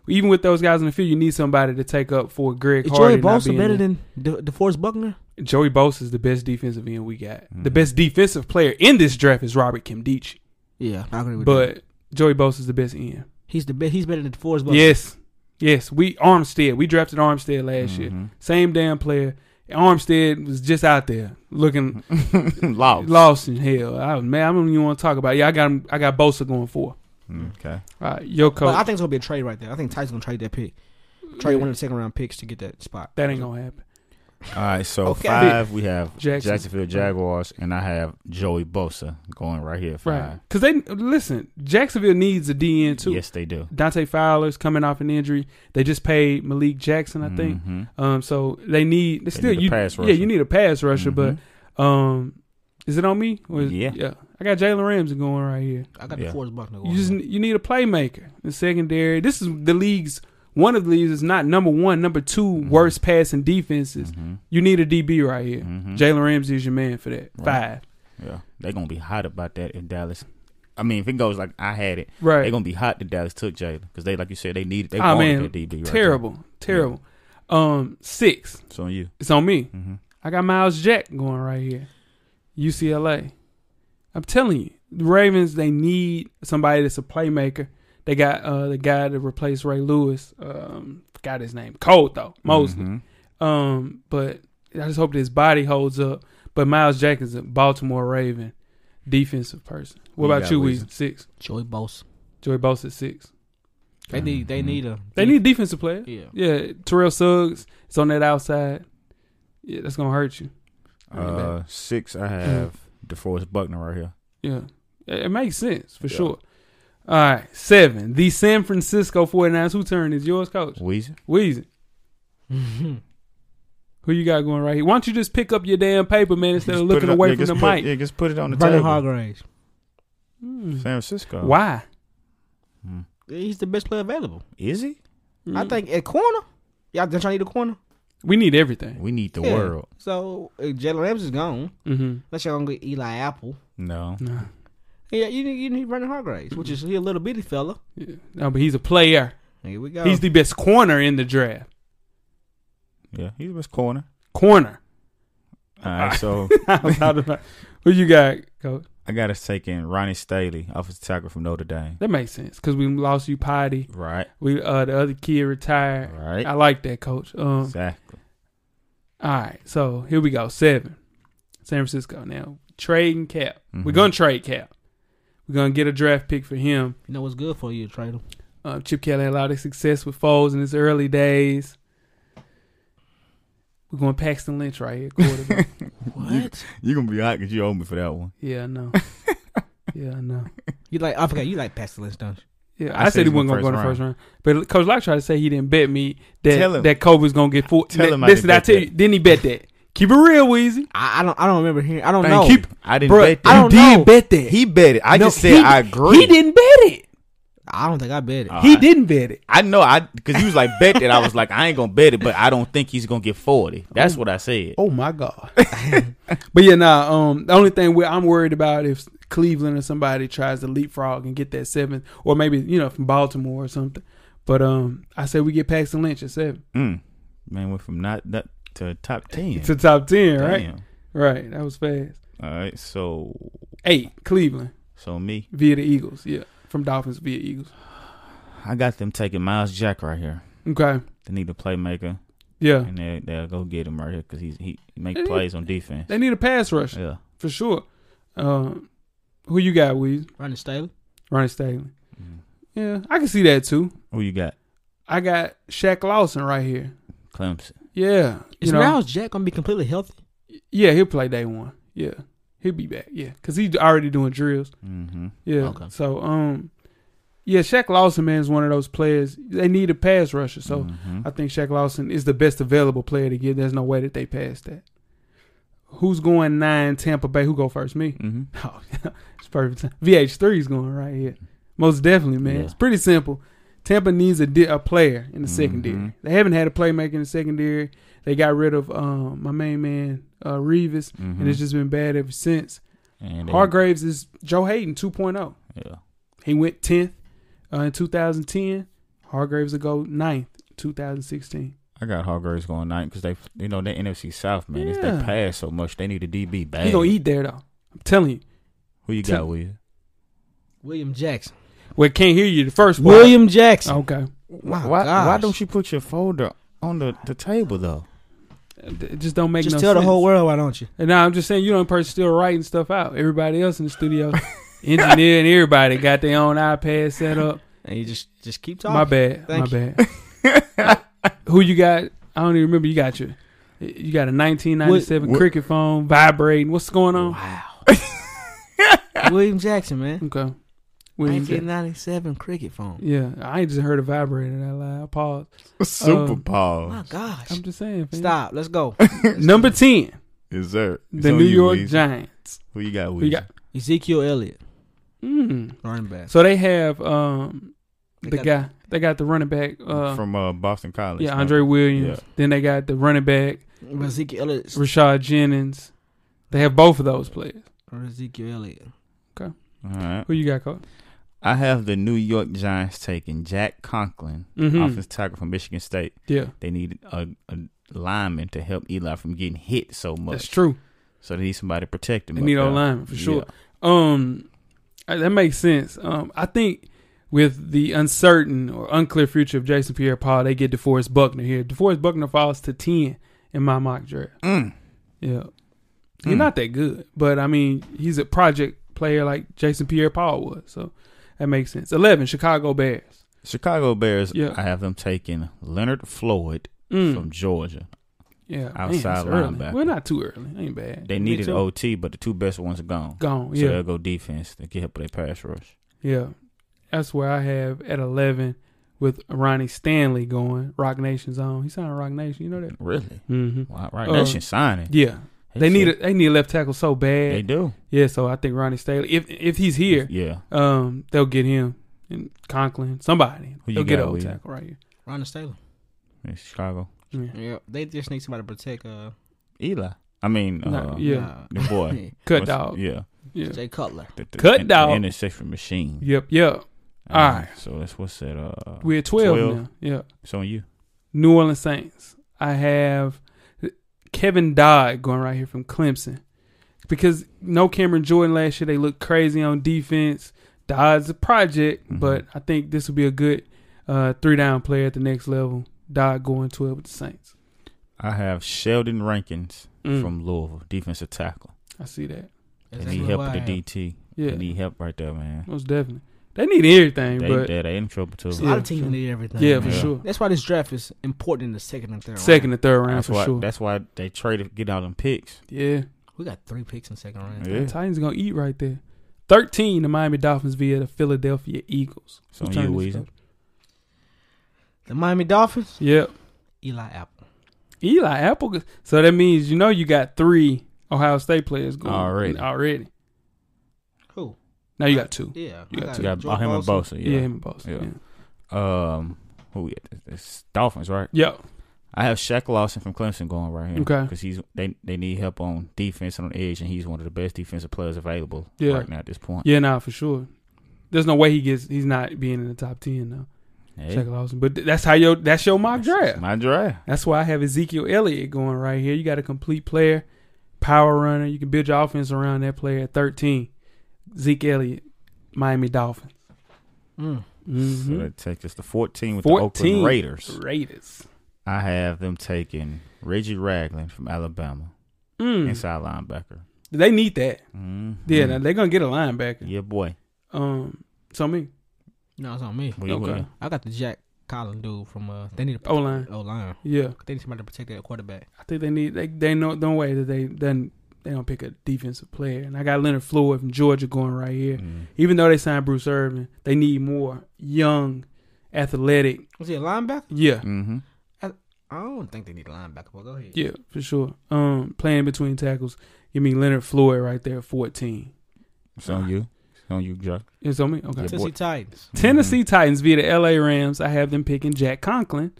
Speaker 2: Even with those guys in the field, you need somebody to take up for Greg
Speaker 4: Is
Speaker 2: Hardy.
Speaker 4: Joey
Speaker 2: not
Speaker 4: Bosa
Speaker 2: being
Speaker 4: better
Speaker 2: there.
Speaker 4: than De- DeForest Buckner?
Speaker 2: Joey Bosa is the best defensive end we got. The
Speaker 3: Mm-hmm.
Speaker 2: best defensive player in this draft is Robert Kimdichi,
Speaker 4: Yeah, I agree with that.
Speaker 2: but Joey Bosa is the best end.
Speaker 4: he's the best. He's better than DeForest Buckner.
Speaker 2: Yes. Yes. We Armstead. We drafted Armstead last
Speaker 3: Mm-hmm.
Speaker 2: year. Same damn player. Armstead was just out there looking
Speaker 3: lost.
Speaker 2: lost in hell. I was man, I don't even want to talk about it. Yeah, I got him, I got Bosa going for.
Speaker 3: Mm, Okay,
Speaker 2: All right, your
Speaker 4: But
Speaker 2: coach.
Speaker 4: I think it's gonna be a trade right there. I think Tyson's gonna trade that pick. Trade one of the second round picks to get that spot.
Speaker 2: that ain't gonna happen.
Speaker 3: all right. So
Speaker 4: Okay.
Speaker 3: five we have
Speaker 2: Jackson.
Speaker 3: Jacksonville Jaguars, and I have Joey Bosa going right here. at Five.
Speaker 2: Right. Cause they listen, Jacksonville needs a DN too.
Speaker 3: Yes, they do.
Speaker 2: Dante Fowler's coming off an injury. They just paid Malik Jackson, I think.
Speaker 3: Mhm.
Speaker 2: Um, so they need they still
Speaker 3: need a
Speaker 2: you
Speaker 3: pass
Speaker 2: yeah
Speaker 3: rusher. Mm-hmm.
Speaker 2: you need a pass rusher, but um, is it on me? Or is-
Speaker 3: Yeah.
Speaker 2: yeah. I got Jalen Ramsey going right here.
Speaker 4: I got
Speaker 3: Yeah.
Speaker 4: DeForest Buckner. Going
Speaker 2: You just you need a playmaker in secondary. This is the league's one of the leagues is not number one, number 2
Speaker 3: Mm-hmm.
Speaker 2: worst passing defenses. You need a DB right here.
Speaker 3: Mm-hmm.
Speaker 2: Jalen Ramsey is your man for that. Five.
Speaker 3: Yeah, they're gonna be hot about that if Dallas. I mean, if it goes like I had it,
Speaker 2: Right.
Speaker 3: They're gonna be hot that Dallas took Jalen because they, like you said, they needed. They
Speaker 2: Oh
Speaker 3: wanted
Speaker 2: man,
Speaker 3: that DB. Right there.
Speaker 2: terrible, terrible. Um, six.
Speaker 3: It's on you.
Speaker 2: It's on me.
Speaker 3: Mm-hmm.
Speaker 2: I got Miles Jack going right here. UCLA. I'm telling you, the Ravens they need somebody that's a playmaker. They got uh the guy to replace Ray Lewis. Um, forgot his name. Cold though,
Speaker 3: Mm-hmm.
Speaker 2: Mosley. Um, but I just hope that his body holds up. But Miles Jack is a Baltimore Raven defensive person. What
Speaker 3: You
Speaker 2: about
Speaker 3: got
Speaker 2: you,
Speaker 3: Weezy.
Speaker 2: Weezy? Six.
Speaker 4: Joey Bosa.
Speaker 2: Joey Bosa at six.
Speaker 4: They need.
Speaker 3: Mm-hmm.
Speaker 4: They need a.
Speaker 2: They need a defensive player.
Speaker 4: Yeah.
Speaker 2: Yeah, Terrell Suggs is on that outside. Yeah, that's gonna hurt you. Running back.
Speaker 3: Uh, six.
Speaker 2: Mm.
Speaker 3: I have DeForest Buckner right here.
Speaker 2: Yeah. It it makes sense for sure. All right. Seven. The San Francisco 49ers. Who turn is yours, coach?
Speaker 3: Weezy.
Speaker 2: Weezy. Who you got going right here? Why don't you just pick up your damn paper, man, instead
Speaker 3: Just
Speaker 2: of
Speaker 3: put
Speaker 2: looking
Speaker 3: it up-
Speaker 2: away
Speaker 3: yeah,
Speaker 2: from
Speaker 3: just
Speaker 2: the
Speaker 3: put-
Speaker 2: mic?
Speaker 3: Yeah, just put it on the
Speaker 4: Vernon
Speaker 3: table.
Speaker 4: Hargraves.
Speaker 3: San Francisco.
Speaker 2: Why?
Speaker 4: He's the best player available.
Speaker 3: Is he?
Speaker 2: Mm.
Speaker 4: I think at corner. Y'all just trying to need a corner.
Speaker 2: We need everything.
Speaker 3: We need the
Speaker 4: Yeah.
Speaker 3: world.
Speaker 4: So uh, Jalen Ramsey's gone.
Speaker 2: Mm-hmm.
Speaker 4: Unless y'all gonna get Eli Apple.
Speaker 3: No.
Speaker 4: Yeah, you need you need Vernon Hargraves, which is he a little bitty fella.
Speaker 2: No, but he's a player.
Speaker 4: Here we go.
Speaker 2: He's the best corner in the draft.
Speaker 3: Yeah, he's the best corner.
Speaker 2: Corner.
Speaker 3: All right, so
Speaker 2: I'm talking about- Who you got, coach?
Speaker 3: I got us taking Ronnie Staley, offensive tackle from Notre Dame.
Speaker 2: That makes sense because we lost you, Potty.
Speaker 3: Right.
Speaker 2: We uh the other kid retired.
Speaker 3: Right.
Speaker 2: I like that, coach. Um,
Speaker 3: Exactly.
Speaker 2: All right, so here we go. Seven, San Francisco. Now trading Cap. We're
Speaker 3: Mhm.
Speaker 2: gonna trade Cap. We're gonna get a draft pick for him.
Speaker 4: you know what's good for you, Trader.
Speaker 2: Um, Chip Kelly had a lot of success with Foles in his early days. We're going Paxton Lynch right here, quarterback.
Speaker 4: What?
Speaker 3: You're going to be hot because you owe me for that one.
Speaker 2: yeah, I know. Yeah, I know.
Speaker 4: You like I forgot you like Pastor Lynch, don't you?
Speaker 2: Yeah,
Speaker 3: I
Speaker 2: I, said
Speaker 3: said
Speaker 2: he
Speaker 3: he's
Speaker 2: wasn't gonna
Speaker 3: in
Speaker 2: go in
Speaker 3: the
Speaker 2: the
Speaker 3: first
Speaker 2: first round, but Coach Locke tried to say he didn't bet me that
Speaker 3: Tell him.
Speaker 2: that Kobe was gonna get four.
Speaker 3: Tell
Speaker 2: that-
Speaker 3: him I
Speaker 2: listen,
Speaker 3: didn't
Speaker 2: I
Speaker 3: bet
Speaker 2: tell
Speaker 3: that.
Speaker 2: you, didn't he bet that? Keep it real, Weezy.
Speaker 4: I, I don't I don't remember hearing I don't
Speaker 3: Thank
Speaker 4: know.
Speaker 3: you. I didn't
Speaker 2: Bruh,
Speaker 3: bet that.
Speaker 2: I don't
Speaker 3: he
Speaker 2: know.
Speaker 3: did bet that. He bet it. I
Speaker 2: No,
Speaker 3: just said
Speaker 2: he-
Speaker 3: I agree.
Speaker 2: He didn't bet it.
Speaker 4: I don't think I bet it.
Speaker 3: Uh,
Speaker 2: He
Speaker 3: I-
Speaker 2: didn't bet it.
Speaker 3: I know I because he was like bet that I was like I ain't gonna bet it, but I don't think he's gonna get forty. That's what I said.
Speaker 2: Oh my god! but yeah, nah. Um, the only thing where I'm worried about if Cleveland or somebody tries to leapfrog and get that seventh, or maybe you know from Baltimore or something. But um, I say we get Paxton Lynch at seven
Speaker 3: Mm. Man went from not that to top ten.
Speaker 2: to top ten, right?
Speaker 3: Damn.
Speaker 2: Right. That was fast.
Speaker 3: All right, so
Speaker 2: Eight, Cleveland
Speaker 3: so me,
Speaker 2: via the Eagles. Yeah, from Dolphins via Eagles.
Speaker 3: I got them taking Miles Jack right here.
Speaker 2: Okay.
Speaker 3: They need a playmaker,
Speaker 2: Yeah,
Speaker 3: and they they'll go get him right here because he's he make
Speaker 2: They-
Speaker 3: plays on defense.
Speaker 2: they need a pass rush
Speaker 3: Yeah,
Speaker 2: for sure. Um, who you got, Weez?
Speaker 4: Ronnie Staley.
Speaker 2: Ronnie Stanley.
Speaker 3: Mhm.
Speaker 2: Yeah, I can see that too.
Speaker 3: who you got?
Speaker 2: I got Shaq Lawson right here.
Speaker 3: Clemson.
Speaker 2: Yeah,
Speaker 4: Is Miles Jack gonna be completely healthy?
Speaker 2: Yeah, he'll play day one. Yeah, he'll be back. Yeah, because he's already doing drills.
Speaker 3: Mm-hmm.
Speaker 2: Yeah.
Speaker 4: Okay.
Speaker 2: So, um, yeah, Shaq Lawson, man, is one of those players. They need a pass rusher. So
Speaker 3: Mm-hmm.
Speaker 2: I think Shaq Lawson is the best available player to get. There's no way that they pass that. Who's going nine? Tampa Bay. Who go first? Me.
Speaker 3: mm-hmm.
Speaker 2: Oh, it's perfect. time. VH3 is going right here. Most definitely, man.
Speaker 3: Yeah.
Speaker 2: It's pretty simple. Tampa needs a, di- a player in the
Speaker 3: Mhm.
Speaker 2: secondary. They haven't had a playmaker in the secondary. They got rid of um, my main man, uh, Revis, and it's just been bad ever since.
Speaker 3: And they-
Speaker 2: Hargraves is Joe Hayden 2.0.
Speaker 3: Yeah.
Speaker 2: He went 10th uh, in 2010. Hargraves will go 9th, 2016.
Speaker 3: I got Hargraves going nine because they, you know, they NFC South man. If they
Speaker 2: Yeah.
Speaker 3: pass so much, they need a DB bad.
Speaker 2: He going to eat there, though. I'm telling you.
Speaker 3: Who you
Speaker 2: Tim-
Speaker 3: got, Will?
Speaker 4: William Jackson.
Speaker 2: Well, can't hear you the first part.
Speaker 4: William Jackson.
Speaker 2: Okay.
Speaker 4: My
Speaker 3: why, why
Speaker 4: gosh.
Speaker 3: don't you put your folder on the, the table though?
Speaker 2: It just don't make
Speaker 4: Just
Speaker 2: no
Speaker 4: tell the
Speaker 2: sense.
Speaker 4: whole world why don't you?
Speaker 2: And now I'm just saying you don't person still writing stuff out. Everybody else in the studio, engineer and everybody got their own iPad set up.
Speaker 4: And you just just keep talking.
Speaker 2: My bad.
Speaker 4: Thank
Speaker 2: my bad. Who you got? I don't even remember. You got your you got a 1997
Speaker 3: What-
Speaker 2: cricket phone vibrating. What's going on?
Speaker 4: William Jackson, man.
Speaker 2: Okay. William Jack-
Speaker 4: 1997 cricket phone.
Speaker 2: yeah, I ain't just heard a vibrator that loud. Pause.
Speaker 3: Super
Speaker 2: Uh,
Speaker 3: Bowl
Speaker 4: My gosh.
Speaker 2: I'm just saying. fam.
Speaker 4: Stop. Let's go.
Speaker 2: Number ten,
Speaker 3: is there?
Speaker 2: the New York Giants.
Speaker 3: Who you got?
Speaker 2: Who you got?
Speaker 4: Ezekiel Elliott,
Speaker 2: Mm.
Speaker 4: running back.
Speaker 2: So they have um the
Speaker 4: They got-
Speaker 2: guy. They got the running back. Uh,
Speaker 3: from uh, Boston College?
Speaker 2: Yeah, Andre Williams.
Speaker 3: Yeah.
Speaker 2: Then they got the running back,
Speaker 4: But Ezekiel Elliott.
Speaker 2: Rashad Jennings. They have both of those players.
Speaker 4: Ezekiel Elliott.
Speaker 3: All right.
Speaker 2: Who you got, coach?
Speaker 3: I have the New York Giants taking Jack Conklin,
Speaker 2: Mhm.
Speaker 3: offensive tackle from Michigan State.
Speaker 2: Yeah,
Speaker 3: They need a, a lineman to help Eli from getting hit so much.
Speaker 2: that's true.
Speaker 3: So they need somebody to protect him.
Speaker 2: They
Speaker 3: up
Speaker 2: need
Speaker 3: there.
Speaker 2: O lineman for sure.
Speaker 3: Yeah.
Speaker 2: Um, I- that makes sense. Um, I think with the uncertain or unclear future of Jason Pierre-Paul, they get DeForest Buckner here. DeForest Buckner falls to ten in my mock draft.
Speaker 3: Mm.
Speaker 2: Yeah,
Speaker 3: Mm.
Speaker 2: he's not that good, but I mean, he's a project player like Jason Pierre-Paul was, so that makes sense. Eleven, Chicago Bears.
Speaker 3: Chicago Bears.
Speaker 2: Yeah.
Speaker 3: I have them taking Leonard Floyd
Speaker 2: Mm.
Speaker 3: from Georgia.
Speaker 2: Yeah, man,
Speaker 3: Outside
Speaker 2: it's early.
Speaker 3: linebacker.
Speaker 2: Well, not too early. Ain't bad.
Speaker 3: They
Speaker 2: Me
Speaker 3: needed
Speaker 2: too.
Speaker 3: OT, but the two best ones are gone.
Speaker 2: gone.
Speaker 3: So
Speaker 2: Yeah,
Speaker 3: they'll go defense to get help with their pass rush.
Speaker 2: yeah. That's where I have at eleven with Ronnie Stanley going Rock Nation's own. He signed Rock Nation. You know that?
Speaker 3: Really?
Speaker 2: Mm-hmm.
Speaker 3: Wow, right.
Speaker 2: Uh,
Speaker 3: that shit signing.
Speaker 2: Yeah.
Speaker 3: He
Speaker 2: They need a,
Speaker 3: said-
Speaker 2: they need a left tackle so bad.
Speaker 3: They do.
Speaker 2: Yeah, so I think Ronnie Stanley, if if he's here,
Speaker 3: Yeah.
Speaker 2: um, they'll get him and Conklin, somebody.
Speaker 3: Who you
Speaker 2: they'll get
Speaker 3: got, Oh,
Speaker 2: old
Speaker 3: Will?
Speaker 2: tackle right here.
Speaker 4: Ronda Taylor.
Speaker 3: In Chicago.
Speaker 2: Yeah.
Speaker 4: Yeah, they just need somebody to protect. Uh,
Speaker 3: Eli. I mean, uh,
Speaker 2: Nah, yeah.
Speaker 4: uh,
Speaker 3: the boy.
Speaker 2: Cut
Speaker 3: What's-
Speaker 2: dog. Yeah.
Speaker 3: Yeah.
Speaker 4: Jay Cutler.
Speaker 3: The, the,
Speaker 2: Cut
Speaker 3: the,
Speaker 2: dog.
Speaker 3: The intersection machine.
Speaker 2: Yep. Yep.
Speaker 3: Uh,
Speaker 2: Alright.
Speaker 3: So that's what's that? Uh,
Speaker 2: We're at twelve,
Speaker 3: 12.
Speaker 2: now. Yeah.
Speaker 3: it's on you.
Speaker 2: New Orleans Saints. I have Kevin Dodd going right here from Clemson because no Cameron Jordan last year. They looked crazy on defense. Dodd's a project,
Speaker 3: Mhm.
Speaker 2: but I think this would be a good uh, three down player at the next level. Dodd going twelve with the Saints.
Speaker 3: I have Sheldon Rankins
Speaker 2: Mm.
Speaker 3: from Louisville, defensive tackle.
Speaker 2: I see that.
Speaker 3: They need help with the DT.
Speaker 2: Yeah.
Speaker 3: They need help right there, man.
Speaker 2: Most definitely. They need everything,
Speaker 3: They,
Speaker 2: but
Speaker 3: they, they in trouble too.
Speaker 4: A lot of
Speaker 2: Yeah,
Speaker 4: teams
Speaker 2: sure.
Speaker 4: need everything.
Speaker 2: yeah, for
Speaker 3: Yeah.
Speaker 2: sure.
Speaker 4: That's why this draft is important in the second and third.
Speaker 2: Second
Speaker 4: round.
Speaker 2: and third round
Speaker 3: That's
Speaker 2: for
Speaker 3: why.
Speaker 2: sure.
Speaker 3: That's why they traded get out them picks.
Speaker 2: yeah.
Speaker 4: we got three picks in second round.
Speaker 3: Yeah.
Speaker 2: Titans gonna eat right there. Thirteen, the Miami Dolphins via the Philadelphia Eagles.
Speaker 3: So
Speaker 2: Who
Speaker 3: you,
Speaker 2: turned this
Speaker 3: Weezy.
Speaker 2: up?
Speaker 4: The Miami Dolphins,
Speaker 2: Yep.
Speaker 4: Eli Apple.
Speaker 2: Eli Apple. go- So that means you know you got three Ohio State players going
Speaker 3: Already.
Speaker 2: Already.
Speaker 4: Who?
Speaker 2: Now you got two.
Speaker 4: Yeah,
Speaker 2: You got
Speaker 3: You got
Speaker 4: Uh, Joe
Speaker 3: him and
Speaker 4: Bosa.
Speaker 3: Bosa.
Speaker 2: Yeah,
Speaker 3: Yeah.
Speaker 2: him and Boston.
Speaker 3: Yeah.
Speaker 2: Yeah.
Speaker 3: Um, who? we got? It's Dolphins, right?
Speaker 2: Yep.
Speaker 3: I have Shaq Lawson from Clemson going right here.
Speaker 2: Okay.
Speaker 3: Because he's they they need help on defense and on edge, and he's one of the best defensive players available
Speaker 2: Yeah.
Speaker 3: right now at this point.
Speaker 2: Yeah, nah, for sure. There's no way he gets. He's not being in the top ten now.
Speaker 3: Hey,
Speaker 2: Shaq Lawson. But th- that's how your that's your mock
Speaker 3: that's- that's
Speaker 2: draft.
Speaker 3: My draft.
Speaker 2: That's why I have Ezekiel Elliott going right here. You got a complete player, power runner. You can build your offense around that player at 13. Zeke Elliott, Miami Dolphins.
Speaker 4: Mm.
Speaker 3: So
Speaker 2: Mhm.
Speaker 3: that takes us to 14 with the
Speaker 2: 14.
Speaker 3: Oakland Raiders.
Speaker 2: Raiders.
Speaker 3: I have them taking Reggie Ragland from Alabama,
Speaker 2: Mm.
Speaker 3: inside linebacker.
Speaker 2: They need that.
Speaker 3: mm
Speaker 2: Yeah, now they're going to get a linebacker.
Speaker 3: Yeah, boy.
Speaker 2: Um, so me.
Speaker 4: No, it's on me.
Speaker 3: We
Speaker 2: Okay.
Speaker 3: win.
Speaker 4: I got the Jack Collin dude from. Uh, they need a
Speaker 2: O-line.
Speaker 4: O line.
Speaker 2: Yeah,
Speaker 4: They need somebody to protect that quarterback.
Speaker 2: I think they need. They they know no way that they then they don't pick a defensive player. And I got Leonard Floyd from Georgia going right here.
Speaker 3: Mm.
Speaker 2: Even though they signed Bruce Irvin, they need more young, athletic.
Speaker 4: Was he a linebacker?
Speaker 2: Yeah,
Speaker 3: hmm
Speaker 4: I don't think they need a linebacker. But go ahead.
Speaker 2: Yeah, for sure. Um, playing between tackles. You mean Leonard Floyd right there, fourteen.
Speaker 3: It's on you. It's on you, Joe.
Speaker 2: It's on me. Okay.
Speaker 3: Yeah. Mm-hmm.
Speaker 4: Tennessee Titans.
Speaker 2: Tennessee Titans via the L.A. Rams. I have them picking Jack Conklin.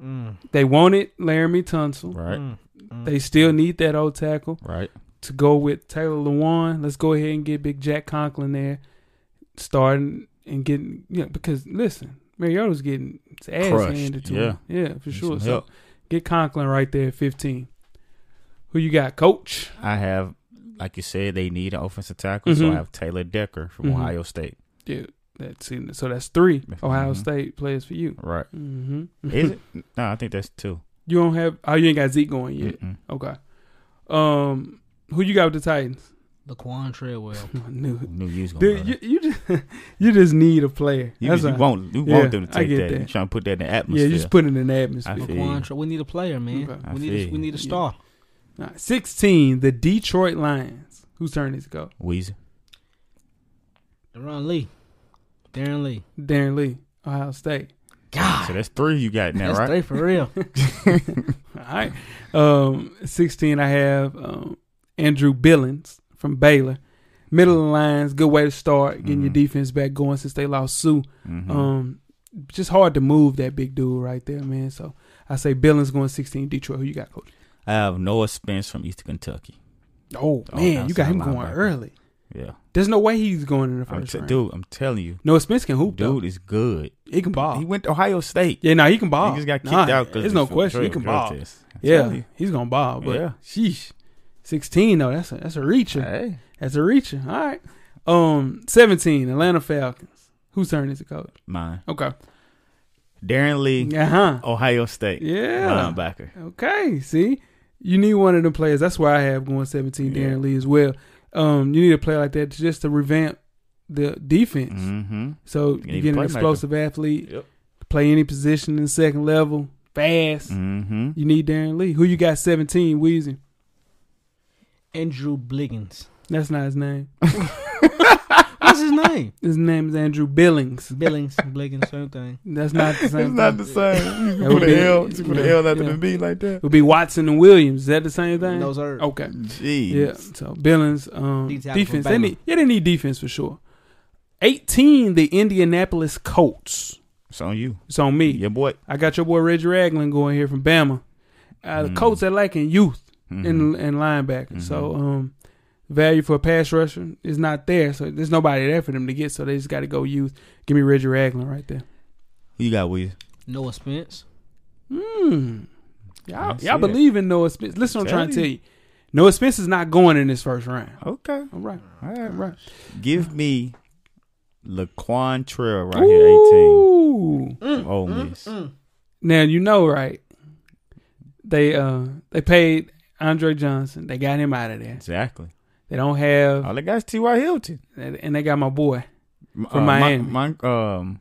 Speaker 4: Mm.
Speaker 2: They wanted Laramie Tunsil.
Speaker 3: Right.
Speaker 4: Mm. Mm.
Speaker 2: They still need that old tackle
Speaker 3: Mm-hmm. Right.
Speaker 2: to go with Taylor Lewan. Let's go ahead and get big Jack Conklin there, starting and getting you know, because listen, Mariota's getting his ass
Speaker 3: Crushed,
Speaker 2: handed to
Speaker 3: yeah.
Speaker 2: him. Yeah, for
Speaker 3: Need
Speaker 2: sure.
Speaker 3: some
Speaker 2: So
Speaker 3: help.
Speaker 2: get Conklin right there at fifteen. Who you got, Coach?
Speaker 3: I have, like you said, they need an offensive tackle. So
Speaker 2: Mhm.
Speaker 3: I have Taylor Decker from
Speaker 2: Mhm.
Speaker 3: Ohio State.
Speaker 2: Yeah, that's in, so that's three Ohio
Speaker 3: Mhm.
Speaker 2: State players for you.
Speaker 3: Right.
Speaker 2: hmm
Speaker 3: Is it? No, I think that's two.
Speaker 2: You don't have oh you ain't got Zeke going yet.
Speaker 3: Mm-mm.
Speaker 2: Okay. Um, who you got with the Titans?
Speaker 4: Laquan Treadwell.
Speaker 2: I knew it.
Speaker 3: Knew you was gonna
Speaker 2: Dude,
Speaker 3: go there.
Speaker 2: you you just, you just need a player.
Speaker 3: Oh, You,
Speaker 2: That's
Speaker 3: you
Speaker 2: all.
Speaker 3: want you
Speaker 2: Yeah,
Speaker 3: want them to
Speaker 2: I
Speaker 3: take
Speaker 2: get
Speaker 3: that.
Speaker 2: that.
Speaker 3: You trying to put that in the
Speaker 2: yeah,
Speaker 3: atmosphere.
Speaker 2: you just put it in the atmosphere.
Speaker 3: I feel you.
Speaker 4: Laquan. Tre- we need a player, man.
Speaker 2: Okay.
Speaker 3: I
Speaker 4: We
Speaker 3: feel
Speaker 4: need. A,
Speaker 3: you.
Speaker 4: we need a
Speaker 2: Yeah.
Speaker 4: star.
Speaker 2: All right, Sixteen, the Detroit Lions. Whose turn is it go?
Speaker 3: Weezy.
Speaker 4: Deron Lee. Darren Lee.
Speaker 2: Darren Lee, Ohio State.
Speaker 4: God.
Speaker 3: So Ah. that's three you got now,
Speaker 4: That's
Speaker 3: right?
Speaker 4: three for real.
Speaker 2: All right. Um, 16, I have um, Andrew Billings from Baylor. Middle of the lines, good way to start, getting your
Speaker 3: Mhm.
Speaker 2: defense back going since they lost Sue.
Speaker 3: Mhm.
Speaker 2: Um, just hard to move that big dude right there, man. So I say Billings going 16, Detroit. Who you got, coach?
Speaker 3: I have Noah Spence from Eastern Kentucky.
Speaker 2: Oh,
Speaker 3: Oh,
Speaker 2: man, you got him
Speaker 3: outside
Speaker 2: going
Speaker 3: linebacker.
Speaker 2: early.
Speaker 3: Yeah,
Speaker 2: There's no way he's going in the
Speaker 3: I'm
Speaker 2: first
Speaker 3: t-
Speaker 2: round.
Speaker 3: dude, I'm telling you,
Speaker 2: No, Spence can hoop,
Speaker 3: dude
Speaker 2: dude.
Speaker 3: is good.
Speaker 2: He can ball.
Speaker 3: He went to Ohio State.
Speaker 2: yeah, no, he can ball.
Speaker 3: He just got kicked
Speaker 2: Oh. Nah,
Speaker 3: out because
Speaker 2: There's no question. He can ball. Yeah, he's gonna ball, but
Speaker 3: Yeah.
Speaker 2: sheesh, sixteen though. That's a that's a reacher.
Speaker 3: Hey,
Speaker 2: That's a reacher. All right. Um, seventeen. Atlanta Falcons. Whose turn is it, coach?
Speaker 3: mine.
Speaker 2: Okay.
Speaker 3: Darren Lee,
Speaker 2: Uh huh.
Speaker 3: Ohio State.
Speaker 2: Yeah.
Speaker 3: linebacker.
Speaker 2: Okay. See, you need one of them players. That's why I have going seventeen. Darren Lee as well. Um, you need a player like that just to revamp the defense.
Speaker 3: Mm-hmm.
Speaker 2: So
Speaker 3: You
Speaker 2: you,
Speaker 3: need a
Speaker 2: get an
Speaker 3: playmaker.
Speaker 2: explosive athlete.
Speaker 3: Yep.
Speaker 2: Play any position in the second level. Fast.
Speaker 3: Mm-hmm.
Speaker 2: You need Darren Lee. Who you got? Seventeen. Wheezy.
Speaker 4: Andrew Bliggins.
Speaker 2: That's not his name.
Speaker 4: What's his name?
Speaker 2: His name is Andrew Billings.
Speaker 4: Billings, Bliggins, same thing.
Speaker 2: That's not the same.
Speaker 3: It's not
Speaker 2: thing.
Speaker 3: the same. You
Speaker 2: That
Speaker 3: can
Speaker 2: would
Speaker 3: put
Speaker 2: be-
Speaker 3: an L, you can put an
Speaker 2: yeah,
Speaker 3: L after
Speaker 2: yeah.
Speaker 3: the B like that.
Speaker 2: It would be Watson and Williams. Is that the same thing?
Speaker 4: No, sir.
Speaker 2: Okay.
Speaker 3: Jeez.
Speaker 2: Yeah. So Billings, um,
Speaker 4: Leads out for
Speaker 2: defense. They
Speaker 4: Bama.
Speaker 2: need, yeah, they need defense for sure. Eighteen, the Indianapolis Colts.
Speaker 3: It's on you.
Speaker 2: It's on me.
Speaker 3: Yeah, boy.
Speaker 2: I got your boy Reggie Ragland going here from Bama. Uh, The Colts are lacking youth
Speaker 3: Mhm.
Speaker 2: in in linebacker, so
Speaker 3: Mm-hmm.
Speaker 2: um, value for a pass rusher is not there. So there's nobody there for them to get. So they just got to go youth. Give me Reggie Ragland right there.
Speaker 3: You got Wiz.
Speaker 4: Noah Spence.
Speaker 2: Mm.
Speaker 3: Hmm. I
Speaker 2: Y'all,
Speaker 3: see
Speaker 2: y'all
Speaker 3: it.
Speaker 2: believe in Noah Spence. Listen, what I'm
Speaker 3: Tell
Speaker 2: trying to tell
Speaker 3: you.
Speaker 2: you, Noah Spence is not going in this first round.
Speaker 3: Okay.
Speaker 2: All right,
Speaker 3: All right.
Speaker 2: all right.
Speaker 3: Give me Laquan Trail right here,
Speaker 2: Ooh.
Speaker 3: 18. Ole Miss.
Speaker 2: Now you know, right? They uh they paid Andre Johnson. They got him out of there.
Speaker 3: Exactly.
Speaker 2: They don't have
Speaker 3: All they got is T.Y. Hilton.
Speaker 2: and they got my boy.
Speaker 3: From
Speaker 2: Miami.
Speaker 3: uh, My, um,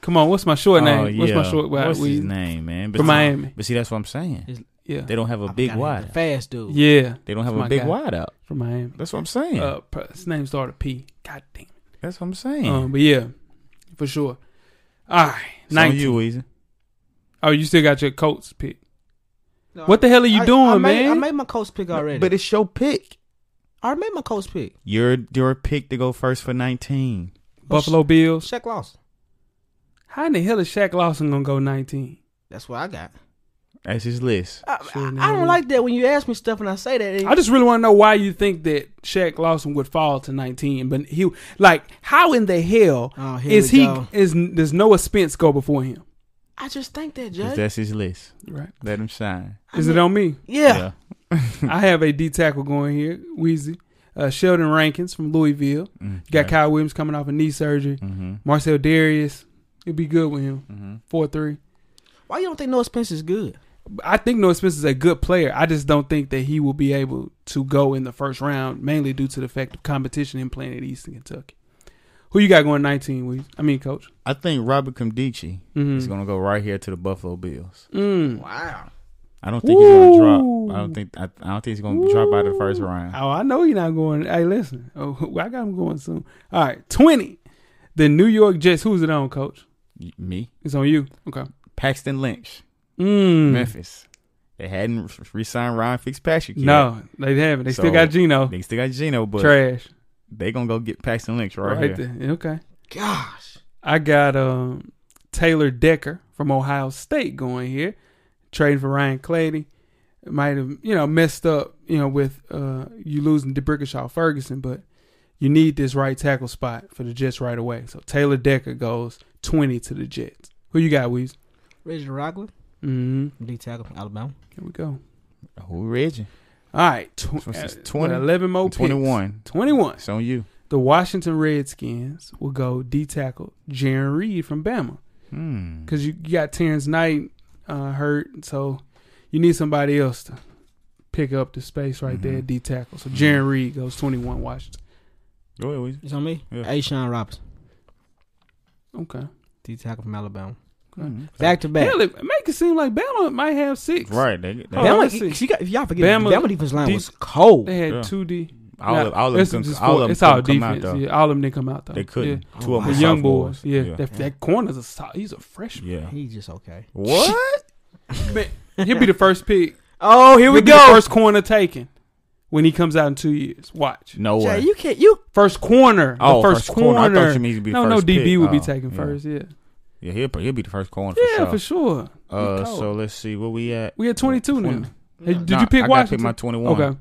Speaker 2: Come on, what's my short name?
Speaker 3: oh,
Speaker 2: What's my
Speaker 3: yeah.
Speaker 2: short well,
Speaker 3: What's
Speaker 2: we-
Speaker 3: his name, man? But
Speaker 2: From
Speaker 3: see-
Speaker 2: Miami.
Speaker 3: But see, that's what I'm saying.
Speaker 2: Yeah,
Speaker 3: They don't have a big
Speaker 4: Gotta hit the
Speaker 3: wide out.
Speaker 4: Fast dude.
Speaker 2: yeah,
Speaker 3: They don't have
Speaker 2: That's
Speaker 3: a
Speaker 2: my
Speaker 3: big
Speaker 2: guy.
Speaker 3: wide out.
Speaker 2: from Miami.
Speaker 3: That's what I'm saying.
Speaker 2: Uh, pr- his name started P. God damn.
Speaker 3: that's what I'm saying.
Speaker 2: it. Um, but yeah, for sure. All right,
Speaker 3: it's on
Speaker 2: nineteen.
Speaker 3: you, Weezy.
Speaker 2: Oh, you still got your Colts pick.
Speaker 4: No,
Speaker 2: What the hell are you
Speaker 4: I-
Speaker 2: doing,
Speaker 4: I made,
Speaker 2: man?
Speaker 4: I made my coach pick already.
Speaker 3: But it's your pick.
Speaker 4: I made my coach pick.
Speaker 3: Your your pick to go first for 19.
Speaker 2: Buffalo Bills.
Speaker 4: Shaq Lawson.
Speaker 2: How in the hell is Shaq Lawson gonna go nineteen?
Speaker 4: That's what I got.
Speaker 3: That's his list.
Speaker 4: I,
Speaker 2: Sure,
Speaker 4: I- I
Speaker 2: man.
Speaker 4: don't like that when you ask me stuff and I say that.
Speaker 2: I just really want to know why you think that Shaq Lawson would fall to 19, but he like how in the hell
Speaker 4: Oh, here
Speaker 2: is
Speaker 4: we
Speaker 2: he
Speaker 4: go.
Speaker 2: is does Noah Spence go before him?
Speaker 4: I just think that,
Speaker 3: 'Cause
Speaker 4: Judge.
Speaker 3: That's his list.
Speaker 2: Right?
Speaker 3: Let him shine.
Speaker 2: Is it on me?
Speaker 4: yeah.
Speaker 2: I have a D tackle going here, Wheezy. Uh, Sheldon Rankins from Louisville. You got Kyle Williams coming off a knee surgery. Marcel Darius, it'd be good with him. 4 3.
Speaker 4: Why you don't think Noah Spence is good?
Speaker 2: I think Noah Spence is a good player. I just don't think that he will be able to go in the first round, mainly due to the fact of competition him playing at Eastern Kentucky. Who you got going 19, Weez? I mean, coach.
Speaker 3: I think Robert Kumdichi
Speaker 2: Mm-hmm.
Speaker 3: is going to go right here to the Buffalo Bills.
Speaker 2: Mm.
Speaker 4: Wow.
Speaker 3: I don't think he's going to
Speaker 2: Ooh.
Speaker 3: drop. I don't think I, I don't think he's going to drop out of the first round.
Speaker 2: Oh, I know you're not going. Hey, listen. Oh, I got him going soon. All right, 20. The New York Jets. Who's it on, coach?
Speaker 3: Y- Me,
Speaker 2: It's on you. Okay.
Speaker 3: Paxton Lynch,
Speaker 2: Mm.
Speaker 3: Memphis. They hadn't re- re-signed Ryan Fitzpatrick. Yet.
Speaker 2: No, they haven't. They still
Speaker 3: So,
Speaker 2: got Gino.
Speaker 3: they still got Gino, but
Speaker 2: Trash.
Speaker 3: they gonna go get Paxton Lynch right,
Speaker 2: Right,
Speaker 3: here.
Speaker 2: there. Okay.
Speaker 4: Gosh.
Speaker 2: I got um, Taylor Decker from Ohio State going here, trading for Ryan Clady. Might have you know messed up you know with uh, you losing DeBrickashaw Ferguson, but you need this right tackle spot for the Jets right away. So Taylor Decker goes twenty to the Jets. Who you got, Weez?
Speaker 4: Reggie Rockland,
Speaker 2: Mm-hmm.
Speaker 4: D tackle from Alabama.
Speaker 2: Here we go. Mm.
Speaker 3: Who Reggie?
Speaker 2: All right, tw-
Speaker 3: So it's
Speaker 2: uh,
Speaker 3: 20,
Speaker 2: what, eleven more, picks.
Speaker 3: 21.
Speaker 2: twenty-one.
Speaker 3: It's on you.
Speaker 2: The Washington Redskins will go D tackle Jaron Reed from Bama.
Speaker 3: Hmm.
Speaker 2: because you you got Terrence Knight uh, hurt, so you need somebody else to pick up the space right there at D tackle. So Jaron Reed goes 21 Washington.
Speaker 3: Go ahead, Weezy.
Speaker 4: It's on me.
Speaker 3: Yeah.
Speaker 4: A. Sean Robinson,
Speaker 2: Okay.
Speaker 4: D tackle from Alabama.
Speaker 3: Mhm.
Speaker 4: Back to back.
Speaker 2: Hell, it make it seem like Bama might have six.
Speaker 3: Right. They, they,
Speaker 2: Oh,
Speaker 4: Bama,
Speaker 2: let's see.
Speaker 4: she got, if y'all forget,
Speaker 2: Bama-
Speaker 4: Bama, defense line
Speaker 2: D-
Speaker 4: was cold.
Speaker 2: They had
Speaker 3: Yeah.
Speaker 2: two D.
Speaker 3: all
Speaker 2: Nah,
Speaker 3: of, all of
Speaker 2: it's
Speaker 3: them,
Speaker 2: just
Speaker 3: couldn't- all
Speaker 2: four-
Speaker 3: of them
Speaker 2: it's all
Speaker 3: couldn't come out
Speaker 2: defense.
Speaker 3: though.
Speaker 2: yeah, all of them didn't come out though.
Speaker 3: They couldn't.
Speaker 2: Yeah.
Speaker 3: Two of them
Speaker 2: The
Speaker 3: were
Speaker 2: young boys.
Speaker 3: sophomores.
Speaker 2: Yeah.
Speaker 3: yeah.
Speaker 2: That, that corner's a sol he's a freshman.
Speaker 3: Yeah.
Speaker 4: He's just okay.
Speaker 3: What?
Speaker 2: Man, He'll be the first pick.
Speaker 4: Oh, here
Speaker 2: He'll be the first corner taken when he comes out in two years. Watch.
Speaker 3: No
Speaker 4: Jay,
Speaker 3: way.
Speaker 4: you can't. You
Speaker 2: First corner.
Speaker 3: Oh,
Speaker 2: the first,
Speaker 3: first
Speaker 2: corner.
Speaker 3: corner. I thought you meant he'd be
Speaker 2: no,
Speaker 3: first
Speaker 2: no, DB
Speaker 3: pick.
Speaker 2: would be
Speaker 3: Oh,
Speaker 2: taken
Speaker 3: yeah.
Speaker 2: first. Yeah,
Speaker 3: Yeah, he'll, pro- he'll be the first corner for
Speaker 2: yeah,
Speaker 3: sure.
Speaker 2: for sure.
Speaker 3: Uh,
Speaker 2: Be cold.
Speaker 3: so let's see where we at.
Speaker 2: we had twenty two now.
Speaker 3: 20.
Speaker 2: Hey, did
Speaker 3: Nah,
Speaker 2: you pick
Speaker 3: I gotta pick
Speaker 2: Washington?
Speaker 3: my 21.
Speaker 2: Okay,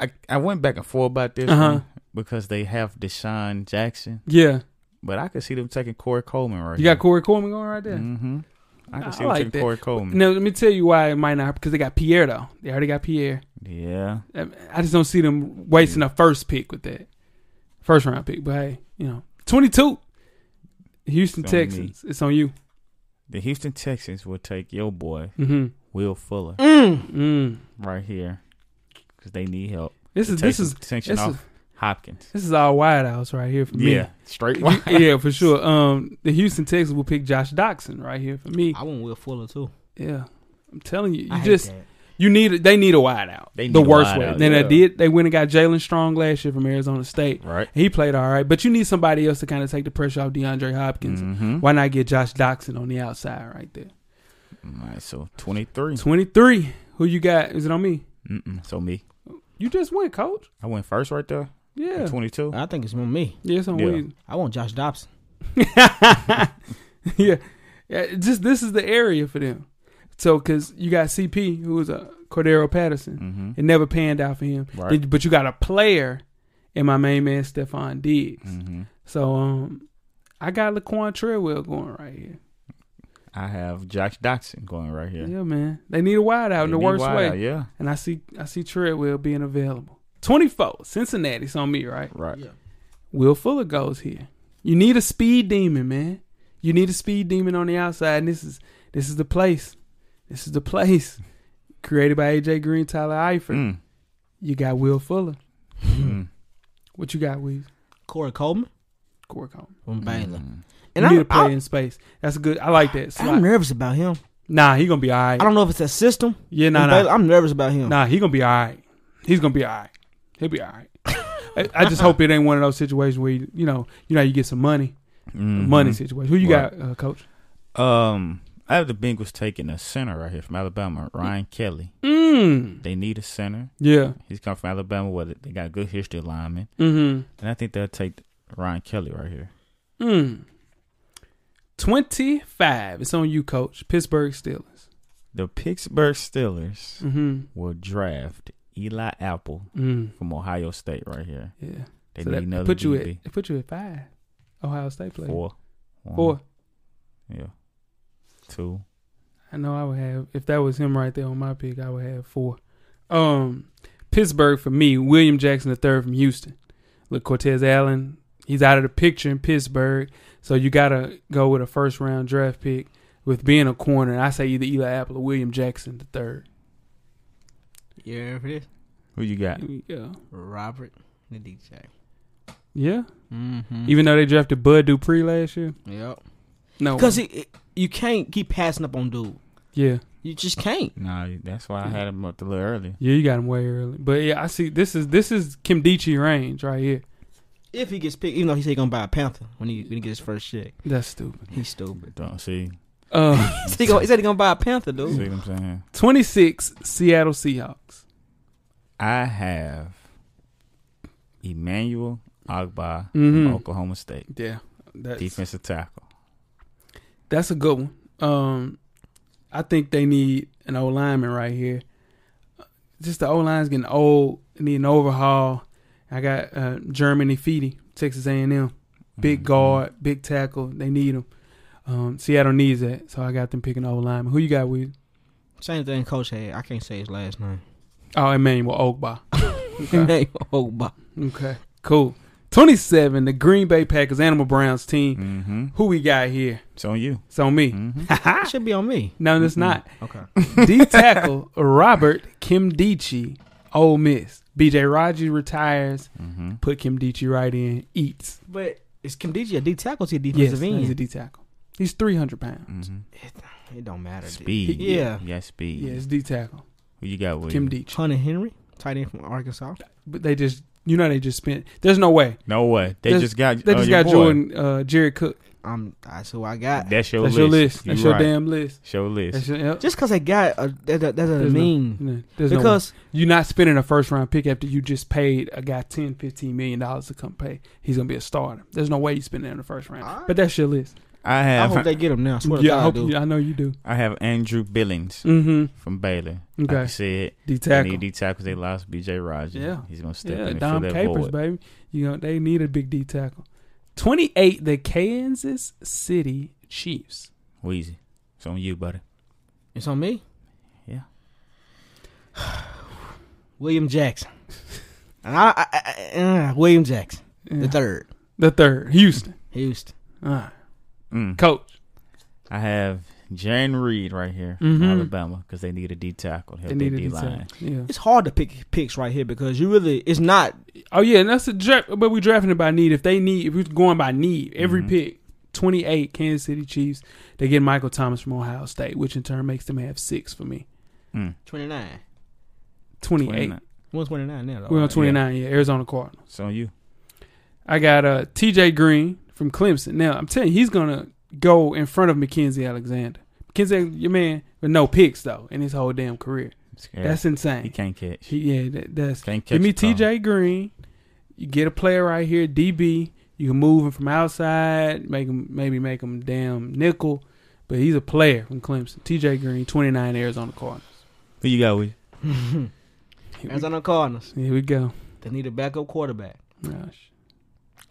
Speaker 3: I, I went back and forth about this
Speaker 2: Uh-huh.
Speaker 3: one because they have Deshaun Jackson,
Speaker 2: yeah,
Speaker 3: but I could see them taking Corey Coleman right
Speaker 2: you got Corey Coleman going right there.
Speaker 3: Mm-hmm. I
Speaker 2: I
Speaker 3: can see
Speaker 2: like
Speaker 3: them taking
Speaker 2: that.
Speaker 3: Corey Coleman.
Speaker 2: Now let me tell you why it might not because they got Pierre though. They already got Pierre.
Speaker 3: Yeah.
Speaker 2: I I just don't see them wasting a first pick with that first round pick. But hey, you know, twenty two. Houston
Speaker 3: It's on me.
Speaker 2: Texans. It's on you.
Speaker 3: The Houston Texans will take your boy,
Speaker 2: hmm
Speaker 3: Will Fuller,
Speaker 2: Mm.
Speaker 3: right here because they need help.
Speaker 2: This
Speaker 3: To
Speaker 2: is
Speaker 3: take
Speaker 2: this
Speaker 3: some
Speaker 2: is this
Speaker 3: attention
Speaker 2: is
Speaker 3: off Hopkins.
Speaker 2: this is all wideouts right here for me.
Speaker 3: Yeah. Straight
Speaker 2: You- yeah, for sure. Um, the Houston Texans will pick Josh Doxson right here for me.
Speaker 4: I want Will Fuller too.
Speaker 2: Yeah, I'm telling you, you
Speaker 4: I hate
Speaker 2: just
Speaker 4: that.
Speaker 2: You need they need a wideout.
Speaker 3: They need
Speaker 2: the
Speaker 3: a
Speaker 2: worst way.
Speaker 3: wideout,
Speaker 2: Then
Speaker 3: yeah.
Speaker 2: they did. They went and got Jalen Strong last year from Arizona State.
Speaker 3: Right.
Speaker 2: He played all right, but you need somebody else to kind of take the pressure off DeAndre Hopkins.
Speaker 3: Mm-hmm.
Speaker 2: Why not get Josh Doxson on the outside right there?
Speaker 3: All right, so 23.
Speaker 2: Twenty three. Who you got? Is it on me?
Speaker 3: Mm-mm, so me.
Speaker 2: You just went, coach.
Speaker 3: I went first right there.
Speaker 2: Yeah. Uh,
Speaker 3: 22.
Speaker 4: I think it's on me.
Speaker 2: Yeah, it's on
Speaker 3: Yeah.
Speaker 2: Wheezy.
Speaker 4: I want Josh Dobson.
Speaker 2: yeah. yeah. Just this is the area for them. So, because you got CP, who was a Cordero Patterson, it never panned out for him.
Speaker 3: Mm-hmm. Right.
Speaker 2: Did- But you got a player in my main man Stephon Diggs.
Speaker 3: Mm-hmm.
Speaker 2: So, um, I got Laquan Treadwell going right here.
Speaker 3: I have Josh Dotson going right
Speaker 2: Yeah,
Speaker 3: here.
Speaker 2: man. They need a wideout in the
Speaker 3: They need
Speaker 2: worst
Speaker 3: wide
Speaker 2: way.
Speaker 3: out, yeah.
Speaker 2: And I see, I see Treadwell being available. Twenty four, Cincinnati's on me, right?
Speaker 3: Right.
Speaker 2: Will Fuller goes here. You need a speed demon, man. You need a speed demon on the outside, and this is this is the place. This is the place created by AJ Green, Tyler Eifert.
Speaker 3: Mm.
Speaker 2: You got Will Fuller.
Speaker 3: Mm.
Speaker 2: What you got, Weez?
Speaker 4: Corey Coleman
Speaker 2: Corey Coleman.
Speaker 4: from Baylor.
Speaker 2: You
Speaker 4: And
Speaker 2: need a
Speaker 4: I'm,
Speaker 2: player
Speaker 4: I'm,
Speaker 2: in space. That's good. I like that.
Speaker 4: I'm
Speaker 2: Slot.
Speaker 4: nervous about him.
Speaker 2: Nah, he gonna be all right.
Speaker 4: I don't know if it's that system.
Speaker 2: Yeah, nah,
Speaker 4: in
Speaker 2: nah.
Speaker 4: Baylor. I'm nervous about him.
Speaker 2: Nah, he gonna be all right. He's gonna be all right. He'll be all right. I, I just hope it ain't one of those situations where you, you know you know you get some money,
Speaker 4: Mm-hmm.
Speaker 2: money situation. Who you got, uh, Coach?
Speaker 3: Um, I have the Bengals taking a center right here from Alabama, Ryan Kelly.
Speaker 2: Mm.
Speaker 3: They need a center.
Speaker 2: Yeah.
Speaker 3: He's come from Alabama where they got good history of linemen.
Speaker 2: Mm-hmm.
Speaker 3: And I think they'll take Ryan Kelly right here.
Speaker 2: Mm. 25. It's on you, coach. Pittsburgh Steelers.
Speaker 3: The Pittsburgh Steelers
Speaker 2: Mm-hmm.
Speaker 3: will draft Eli Apple
Speaker 2: Mm.
Speaker 3: from Ohio State right here.
Speaker 2: Yeah.
Speaker 3: They
Speaker 2: So
Speaker 3: need
Speaker 2: that
Speaker 3: another
Speaker 2: put you at
Speaker 3: DB.
Speaker 2: it put you at five. Ohio State player.
Speaker 3: Four. One.
Speaker 2: Four.
Speaker 3: Yeah. Two.
Speaker 2: I know I would have if that was him right there on my pick, I would have four. Um Pittsburgh for me, William Jackson the third from Houston. Look, Cortez Allen, he's out of the picture in Pittsburgh. So you gotta go with a first round draft pick with being a corner. And I say either Eli Apple or William Jackson the third.
Speaker 4: Yeah, it is.
Speaker 3: Who you got?
Speaker 2: Yeah.
Speaker 4: Robert the DJ.
Speaker 2: Yeah.
Speaker 4: Mm-hmm.
Speaker 2: Even though they drafted Bud Dupree last year.
Speaker 4: Yep.
Speaker 2: No.
Speaker 4: Because you can't keep passing up on dude.
Speaker 2: yeah.
Speaker 4: You just can't.
Speaker 3: Nah, that's why I had him up a little early.
Speaker 2: Yeah, you got him way early. But yeah, I see this is this is Kim Dichie range right here.
Speaker 4: If he gets picked, even though he said he gonna buy a Panther when he when he gets his first check,
Speaker 2: That's stupid.
Speaker 4: he's stupid.
Speaker 3: Don't see.
Speaker 2: Uh,
Speaker 4: he, said he gonna, he said he gonna buy a Panther,
Speaker 3: See
Speaker 4: dude.
Speaker 2: Mm.
Speaker 3: what I'm saying?
Speaker 2: 26 Seattle Seahawks.
Speaker 3: I have Emmanuel Agba
Speaker 2: Mhm.
Speaker 3: from Oklahoma State,
Speaker 2: Yeah. That's
Speaker 3: defensive tackle.
Speaker 2: that's a good one. Um I think they need an old lineman right here. Just the O line's getting old, need an overhaul. I got uh Germany Feedy, Texas A and M. Big guard, big tackle. They need him. Um, Seattle needs that, so I got them picking old lineman. Who you got with? you?
Speaker 4: Same thing, Coach had. I can't say his last name.
Speaker 2: Oh, Emmanuel Ogba.
Speaker 4: Okay. oh, my.
Speaker 2: Okay, cool. 27, the Green Bay Packers, Animal Browns team.
Speaker 3: Mm-hmm.
Speaker 2: Who we got here?
Speaker 3: It's on you.
Speaker 2: It's on me.
Speaker 4: It should be on me.
Speaker 2: No,
Speaker 3: Mm-hmm.
Speaker 2: it's not.
Speaker 4: Okay.
Speaker 2: D tackle Robert Kim Dichi, Ole Miss. BJ Raji retires.
Speaker 3: Mm-hmm.
Speaker 2: Put Kim Dichi right in. Eats.
Speaker 4: but is Kim DJ a D tackle? Is he a
Speaker 2: Yes,
Speaker 4: defensive
Speaker 2: he's a
Speaker 4: end?
Speaker 2: D tackle. He's 300 pounds.
Speaker 3: Mm-hmm.
Speaker 4: it don't matter. Dude.
Speaker 3: Speed.
Speaker 4: Yeah.
Speaker 3: Yeah, speed.
Speaker 2: Yeah, it's D tackle.
Speaker 3: Who you got with
Speaker 2: Kim
Speaker 3: you?
Speaker 2: Dichi.
Speaker 4: Hunter Henry, tight end from Arkansas.
Speaker 2: But they just, you know, they just spent. There's no way.
Speaker 3: No way. They
Speaker 2: There's-
Speaker 3: just got.
Speaker 2: They
Speaker 3: uh,
Speaker 2: just
Speaker 3: your
Speaker 2: got
Speaker 3: boy.
Speaker 2: Jordan, uh, Jared Cook.
Speaker 4: I'm that's who I got.
Speaker 3: That's your
Speaker 2: That's
Speaker 3: list.
Speaker 2: your list.
Speaker 3: You
Speaker 2: That's your
Speaker 3: right.
Speaker 2: damn list.
Speaker 3: Show list.
Speaker 2: That's your, yep.
Speaker 4: Just because I got a, that, that, that
Speaker 2: There's
Speaker 4: doesn't
Speaker 2: no-
Speaker 4: mean
Speaker 2: no, there's no way.
Speaker 4: because
Speaker 2: You're not spending a first round pick after you just paid a guy 10, 15 million dollars to come pay. He's gonna be a starter. There's no way you spend it in the first round.
Speaker 4: Alright.
Speaker 2: But that's your list.
Speaker 3: I
Speaker 4: I
Speaker 3: have.
Speaker 4: hope they get him now. I swear to
Speaker 2: yeah,
Speaker 4: God,
Speaker 2: I hope
Speaker 4: dude.
Speaker 2: you, I know you do.
Speaker 3: I have Andrew Billings
Speaker 2: Mm-hmm.
Speaker 3: from Baylor.
Speaker 2: Okay.
Speaker 3: Like you said,
Speaker 2: D
Speaker 3: they
Speaker 2: tackle.
Speaker 3: need D tackles. They lost B.J. Rogers.
Speaker 2: Yeah.
Speaker 3: He's gonna step in
Speaker 2: Yeah,
Speaker 3: and
Speaker 2: Dom
Speaker 3: fill that
Speaker 2: Capers,
Speaker 3: void.
Speaker 2: baby. You know, they need a big D tackle. Twenty eight, the Kansas City Chiefs.
Speaker 3: Wheezy, it's on you, buddy.
Speaker 4: It's on me.
Speaker 3: Yeah.
Speaker 4: William Jackson. And I, I, I- uh, William Jackson,
Speaker 2: Yeah.
Speaker 4: the third,
Speaker 2: The third, Houston.
Speaker 4: Houston.
Speaker 2: Ah,
Speaker 3: Mm.
Speaker 2: Coach.
Speaker 3: I have Jane Reed right here from
Speaker 2: Mhm.
Speaker 3: Alabama because they need a D tackle. to Help
Speaker 2: They
Speaker 3: their
Speaker 2: need a
Speaker 3: D
Speaker 2: D
Speaker 3: line.
Speaker 2: tackle. Yeah.
Speaker 4: It's hard to pick picks right here because you really it's not
Speaker 2: Oh yeah, and that's a draft. But we drafting it by need. If they need, if we're going by need, every
Speaker 3: Mm-hmm.
Speaker 2: pick, twenty eight, Kansas City Chiefs.
Speaker 3: Mm.
Speaker 2: They get Michael Thomas from Ohio State, which in turn makes them have six for me.
Speaker 4: twenty nine.
Speaker 2: 28.
Speaker 3: 29.
Speaker 4: What's 29 now, though?
Speaker 3: Oh,
Speaker 2: We're on
Speaker 4: right?
Speaker 2: 29, yeah. Arizona Cardinals.
Speaker 3: It's on you.
Speaker 2: I got uh, TJ Green from Clemson. Now, I'm telling you, he's going to go in front of Mackenzie Alexander. Mackenzie, your man, with no picks, though, in his whole damn career.
Speaker 3: Yeah,
Speaker 2: That's
Speaker 3: he
Speaker 2: insane.
Speaker 3: can't catch.
Speaker 2: He- yeah, that, that's.
Speaker 3: Can't catch
Speaker 2: Give me
Speaker 3: the ball.
Speaker 2: TJ Green. You get a player right here, DB. You can move him from outside, make him maybe make him damn nickel, but he's a player from Clemson. TJ Green, 29 Arizona Cardinals.
Speaker 3: Who you got with? you?
Speaker 2: Here, we,
Speaker 4: Arizona Cardinals.
Speaker 2: here we go.
Speaker 4: They need a backup quarterback.
Speaker 2: Gosh.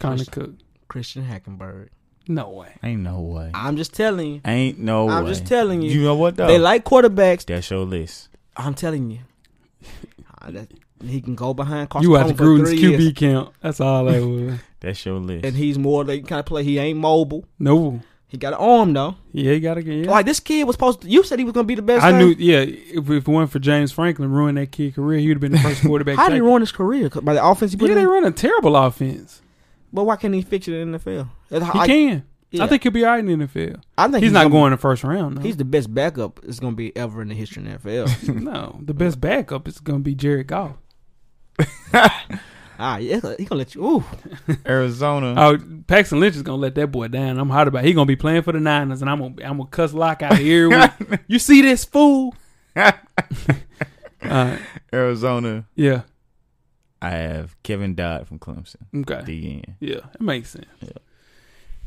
Speaker 2: Connor
Speaker 4: First-
Speaker 2: Cook. Christian.
Speaker 4: Christian Hackenberg.
Speaker 2: No way.
Speaker 3: Ain't no way.
Speaker 4: I'm just telling you.
Speaker 3: Ain't no
Speaker 4: I'm
Speaker 3: way.
Speaker 4: just telling you.
Speaker 3: You know what though?
Speaker 4: They like quarterbacks.
Speaker 3: That's your list.
Speaker 4: I'm telling you. Ah, that- he can go behind Carson
Speaker 2: You out to
Speaker 4: Palmer for
Speaker 2: Gruden's
Speaker 4: three
Speaker 2: QB
Speaker 4: years,
Speaker 2: camp. That's all that was.
Speaker 3: That's your list.
Speaker 4: and he's more like kind of play. He ain't mobile.
Speaker 2: no.
Speaker 4: He got an arm though.
Speaker 2: Yeah, you gotta get. Yeah.
Speaker 4: Like this kid was supposed. to You said he was gonna be the best.
Speaker 2: I
Speaker 4: guy.
Speaker 2: knew. Yeah, if, if it weren't for James Franklin ruin that kid career, he would have been the first quarterback.
Speaker 4: How did he
Speaker 2: taken.
Speaker 4: ruin his career 'Cause by the offense he put
Speaker 2: Yeah,
Speaker 4: in?
Speaker 2: they run a terrible offense.
Speaker 4: But why can't he fix it in the NFL? That's how
Speaker 2: He
Speaker 4: I,
Speaker 2: can.
Speaker 4: yeah.
Speaker 2: I think he'll be all right in the NFL.
Speaker 4: I think
Speaker 2: He's, not
Speaker 4: gonna-
Speaker 2: going in the first round. No.
Speaker 4: He's the best backup is gonna be ever in the history of the NFL.
Speaker 2: no, the best backup is going to be Jared Goff.
Speaker 4: ah, yeah, he gonna let you. Ooh,
Speaker 3: Arizona.
Speaker 2: Oh, Paxton Lynch is going to let that boy down. I'm hot about. It. He going to be playing for the Niners, and I'm going to I'm gonna cuss Lock out here. with- you see this fool? uh,
Speaker 3: Arizona.
Speaker 2: yeah.
Speaker 3: I have Kevin Dodd from Clemson.
Speaker 2: Okay.
Speaker 3: The end.
Speaker 2: Yeah, it makes sense.
Speaker 3: Yeah.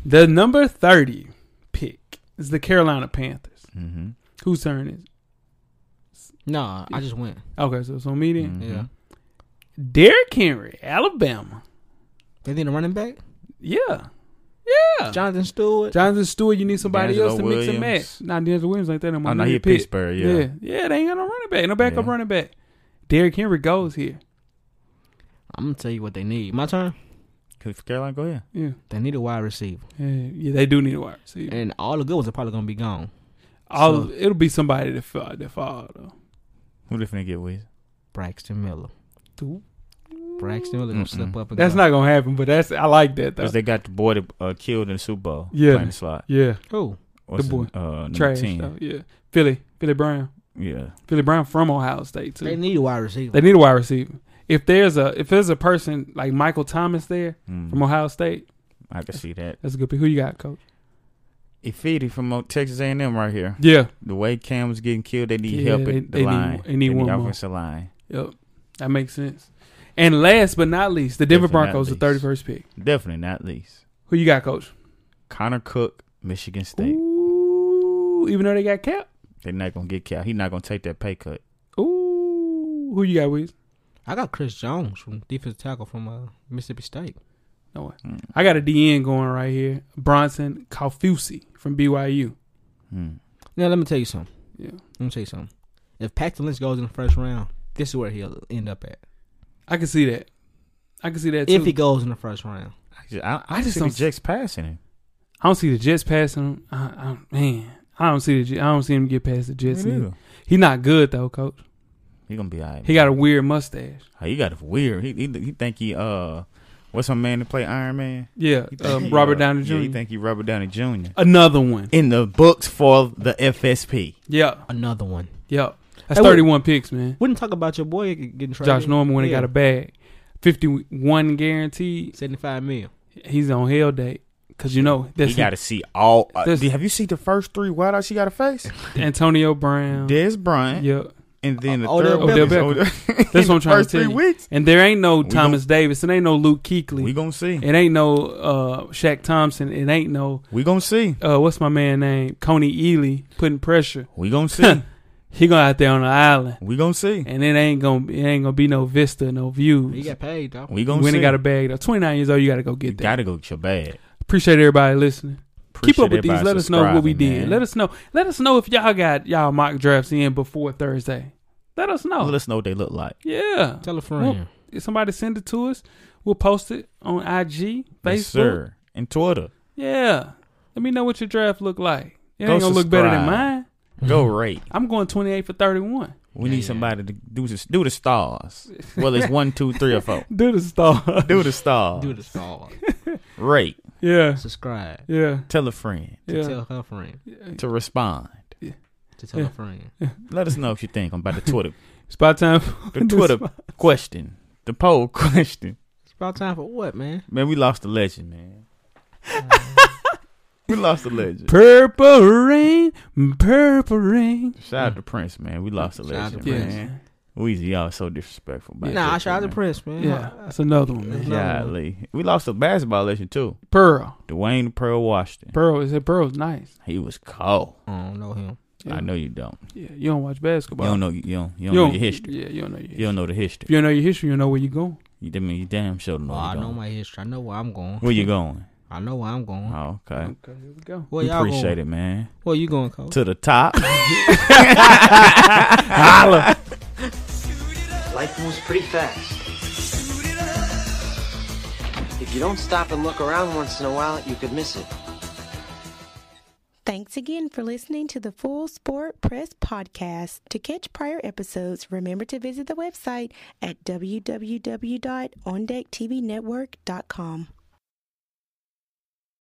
Speaker 2: The number 30 pick is the Carolina Panthers.
Speaker 3: Mm-hmm.
Speaker 2: Whose turn is it?
Speaker 4: nah, I just went.
Speaker 2: Okay, so it's on me then.
Speaker 3: Mhm.
Speaker 4: Yeah,
Speaker 2: Derrick Henry, Alabama.
Speaker 4: they need a running back.
Speaker 2: Yeah. Yeah.
Speaker 4: Jonathan Stewart.
Speaker 2: Johnson Stewart, you need somebody
Speaker 3: D'Angelo
Speaker 2: else to mix
Speaker 3: Williams.
Speaker 2: and match. Not D'Angelo Williams like that. I'm
Speaker 3: Oh no, he at
Speaker 2: pick.
Speaker 3: Pittsburgh. Yeah.
Speaker 2: Yeah. yeah, they ain't got no running back, no backup
Speaker 3: Yeah.
Speaker 2: running back. Derrick Henry goes here.
Speaker 4: I'm gonna tell you what they need. My turn.
Speaker 3: Could- Carolina, go ahead.
Speaker 2: Yeah,
Speaker 4: They need a wide receiver,
Speaker 2: yeah, yeah they do need a wide receiver.
Speaker 4: and all the good ones are probably gonna be gone.
Speaker 2: All
Speaker 4: so-
Speaker 2: it'll be somebody that fall, that fall though.
Speaker 3: Who they finna get with?
Speaker 4: Braxton Miller.
Speaker 2: Dude,
Speaker 4: Braxton Miller gonna
Speaker 3: Mm-mm.
Speaker 4: slip up. And
Speaker 2: That's
Speaker 4: go.
Speaker 2: not gonna happen, but that's I like that though.
Speaker 3: Because they got the boy that uh, killed in the Super Bowl.
Speaker 2: Yeah.
Speaker 3: Playing the slot.
Speaker 2: yeah,
Speaker 4: who.
Speaker 3: What's
Speaker 2: boy.
Speaker 3: his- Uh, number
Speaker 2: trash
Speaker 3: 10.
Speaker 2: though. Yeah, Philly, Philly Brown,
Speaker 3: Yeah.
Speaker 2: Philly Brown from Ohio State too.
Speaker 4: They need a wide receiver.
Speaker 2: They need a wide receiver. If there's a if there's a person like Michael Thomas there
Speaker 3: Mm.
Speaker 2: from Ohio State,
Speaker 3: I can see that.
Speaker 2: that's a good pick. Who you got, coach?
Speaker 3: Ifedi from uh, Texas A&M right here.
Speaker 2: Yeah,
Speaker 3: The way Cam was getting killed, they need
Speaker 2: Yeah,
Speaker 3: help
Speaker 2: they-
Speaker 3: at the
Speaker 2: they need-
Speaker 3: line.
Speaker 2: they need one
Speaker 3: the
Speaker 2: more.
Speaker 3: offensive line.
Speaker 2: Yep, that makes sense. And last but not least, the Denver
Speaker 3: Definitely not
Speaker 2: Broncos, the
Speaker 3: least.
Speaker 2: thirty first pick.
Speaker 3: Definitely not least.
Speaker 2: Who you got, coach?
Speaker 3: Connor Cook, Michigan State.
Speaker 2: Ooh, even though they got cap.
Speaker 3: They're not gonna get Cal. He's not gonna take that pay cut.
Speaker 2: Ooh, who you got, Wiz?
Speaker 4: I got Chris Jones from defensive tackle from uh, Mississippi State.
Speaker 2: No way.
Speaker 3: Mm.
Speaker 2: I got a DN going right here. Bronson Kaufusi from BYU.
Speaker 3: Hmm.
Speaker 4: Now let me tell you something.
Speaker 2: Yeah,
Speaker 4: Let me tell you something. If Paxton Lynch goes in the first round, this is where he'll end up at.
Speaker 2: I can see that. I can see that too.
Speaker 4: If he goes in the first round,
Speaker 3: I just, I, I
Speaker 2: I just
Speaker 3: just see
Speaker 2: don't
Speaker 3: the
Speaker 2: s-
Speaker 3: Jets passing him.
Speaker 2: I don't see the Jets passing him. I, I, man, I don't see the. Jet- I don't see him get past the Jets.
Speaker 3: Me
Speaker 2: either.
Speaker 3: neither.
Speaker 2: He not good though, coach.
Speaker 3: He gonna be alright.
Speaker 2: Mm-hmm. He got a weird mustache.
Speaker 3: He got a weird. He, he he think he uh, what's my man to play Iron Man?
Speaker 2: Yeah,
Speaker 3: He think
Speaker 2: um,
Speaker 3: he,
Speaker 2: Robert
Speaker 3: uh,
Speaker 2: Downey Jr.
Speaker 3: Yeah, he think he Robert Downey Jr.
Speaker 2: Another one.
Speaker 3: In the books for the FSP.
Speaker 2: Yeah,
Speaker 4: another one.
Speaker 2: yeah. That's
Speaker 4: Hey, what-
Speaker 2: thirty-one picks, man.
Speaker 4: Wouldn't talk about your boy getting traded.
Speaker 2: Josh Norman when he
Speaker 4: Yeah.
Speaker 2: got a bag, fifty-one guaranteed.
Speaker 4: seventy-five mil.
Speaker 2: He's on hell date because you know that's
Speaker 3: he got to see all. Uh,
Speaker 2: That's-
Speaker 3: did- have you seen the first three wideouts he got to face?
Speaker 2: Antonio Brown.
Speaker 3: Des Bryant,
Speaker 2: Yeah,
Speaker 3: and then the
Speaker 4: Odell
Speaker 3: third one
Speaker 2: Beckham.
Speaker 3: is
Speaker 2: Odell
Speaker 3: Odell-
Speaker 2: Oh, that's what I'm trying to
Speaker 3: first
Speaker 2: tell
Speaker 3: three
Speaker 2: you.
Speaker 3: weeks.
Speaker 2: And there ain't no
Speaker 3: gon-
Speaker 2: Thomas Davis. It ain't no Luke
Speaker 3: We
Speaker 2: Kuechly.
Speaker 3: gonna see.
Speaker 2: It ain't no uh, Shaq Thompson. It ain't no
Speaker 3: We gonna see.
Speaker 2: uh, what's my man name? Coney Ely putting pressure.
Speaker 3: We gonna see.
Speaker 2: He going out there on the island,
Speaker 3: we gonna see.
Speaker 2: and it ain't gonna it ain't gonna be no vista, no
Speaker 4: He
Speaker 2: views.
Speaker 4: got paid though.
Speaker 3: We gonna
Speaker 2: When
Speaker 3: see.
Speaker 2: he got a bag though, twenty nine years old, you gotta go
Speaker 3: you
Speaker 2: get that.
Speaker 3: gotta go get your bag.
Speaker 2: Appreciate everybody listening. Keep up
Speaker 3: Appreciate
Speaker 2: with these.
Speaker 3: everybody
Speaker 2: Let us know what we
Speaker 3: subscribing,
Speaker 2: did.
Speaker 3: man.
Speaker 2: Let us know. Let us know if y'all got y'all mock drafts in before Thursday. Let us know.
Speaker 3: Let us know what they look like.
Speaker 2: yeah.
Speaker 4: Tell a friend.
Speaker 2: Well, if somebody send it to us, we'll post it on IG, Facebook.
Speaker 3: Yes, sir. And Twitter.
Speaker 2: Yeah. Let me know what your draft look like. It
Speaker 3: Go
Speaker 2: ain't gonna look better than
Speaker 3: subscribe.
Speaker 2: mine.
Speaker 3: Go rate.
Speaker 2: I'm going 28 for 31.
Speaker 3: We
Speaker 4: Yeah,
Speaker 3: need
Speaker 4: yeah.
Speaker 3: somebody to do this, do the stars. Well, it's one, two, three, or four.
Speaker 2: Do the star.
Speaker 3: Do the stars.
Speaker 4: Do the star.
Speaker 3: Rate.
Speaker 2: yeah.
Speaker 4: Subscribe.
Speaker 2: Yeah.
Speaker 3: Tell a friend
Speaker 4: To
Speaker 2: Yeah.
Speaker 4: tell her friend.
Speaker 3: to respond.
Speaker 4: To tell
Speaker 2: Yeah.
Speaker 4: her friend.
Speaker 3: Let us know what you think about the Twitter
Speaker 2: It's about time.
Speaker 3: The Twitter question, the poll question.
Speaker 4: It's about time for what, man?
Speaker 3: Man, we lost the legend, man. we lost the legend.
Speaker 2: Purple rain, purple rain.
Speaker 3: Shout out to Prince, man. We lost the
Speaker 4: Shout out to
Speaker 3: legend,
Speaker 2: Prince.
Speaker 3: man. Weezy, y'all are so disrespectful. about
Speaker 4: nah, I
Speaker 3: that,
Speaker 4: shout out to
Speaker 3: man.
Speaker 4: Prince, man.
Speaker 2: Yeah, that's another one, man.
Speaker 4: another one.
Speaker 3: Golly. We lost the basketball legend, too.
Speaker 2: Pearl.
Speaker 3: Dwayne the Pearl Washington.
Speaker 2: Pearl. Is it Pearl's nice?
Speaker 3: He was cold.
Speaker 4: I don't know him.
Speaker 2: Yeah.
Speaker 3: I know you don't.
Speaker 2: Yeah, you don't watch basketball.
Speaker 3: you don't know. You don't. You don't know your history.
Speaker 2: Yeah, you don't know your history.
Speaker 3: You don't know the
Speaker 2: If
Speaker 3: history.
Speaker 2: you don't know your history, you don't know where you're going.
Speaker 3: You, I mean, you damn sure don't know.
Speaker 4: Well,
Speaker 3: where
Speaker 4: I
Speaker 3: you
Speaker 4: know
Speaker 3: going.
Speaker 4: my history. I know where I'm going.
Speaker 3: Where you going?
Speaker 4: I know where I'm going.
Speaker 3: Oh, okay.
Speaker 2: Okay, here we go.
Speaker 4: Where
Speaker 3: We
Speaker 4: y'all
Speaker 3: appreciate
Speaker 4: going?
Speaker 3: it, man.
Speaker 4: Where you going, coach?
Speaker 3: To the top.
Speaker 7: Life moves pretty fast. If you don't stop and look around once in a while, you could miss it.
Speaker 5: Thanks again for listening to the Full Sport Press podcast. To catch prior episodes, remember to visit the website at www.ondecktvnetwork.com.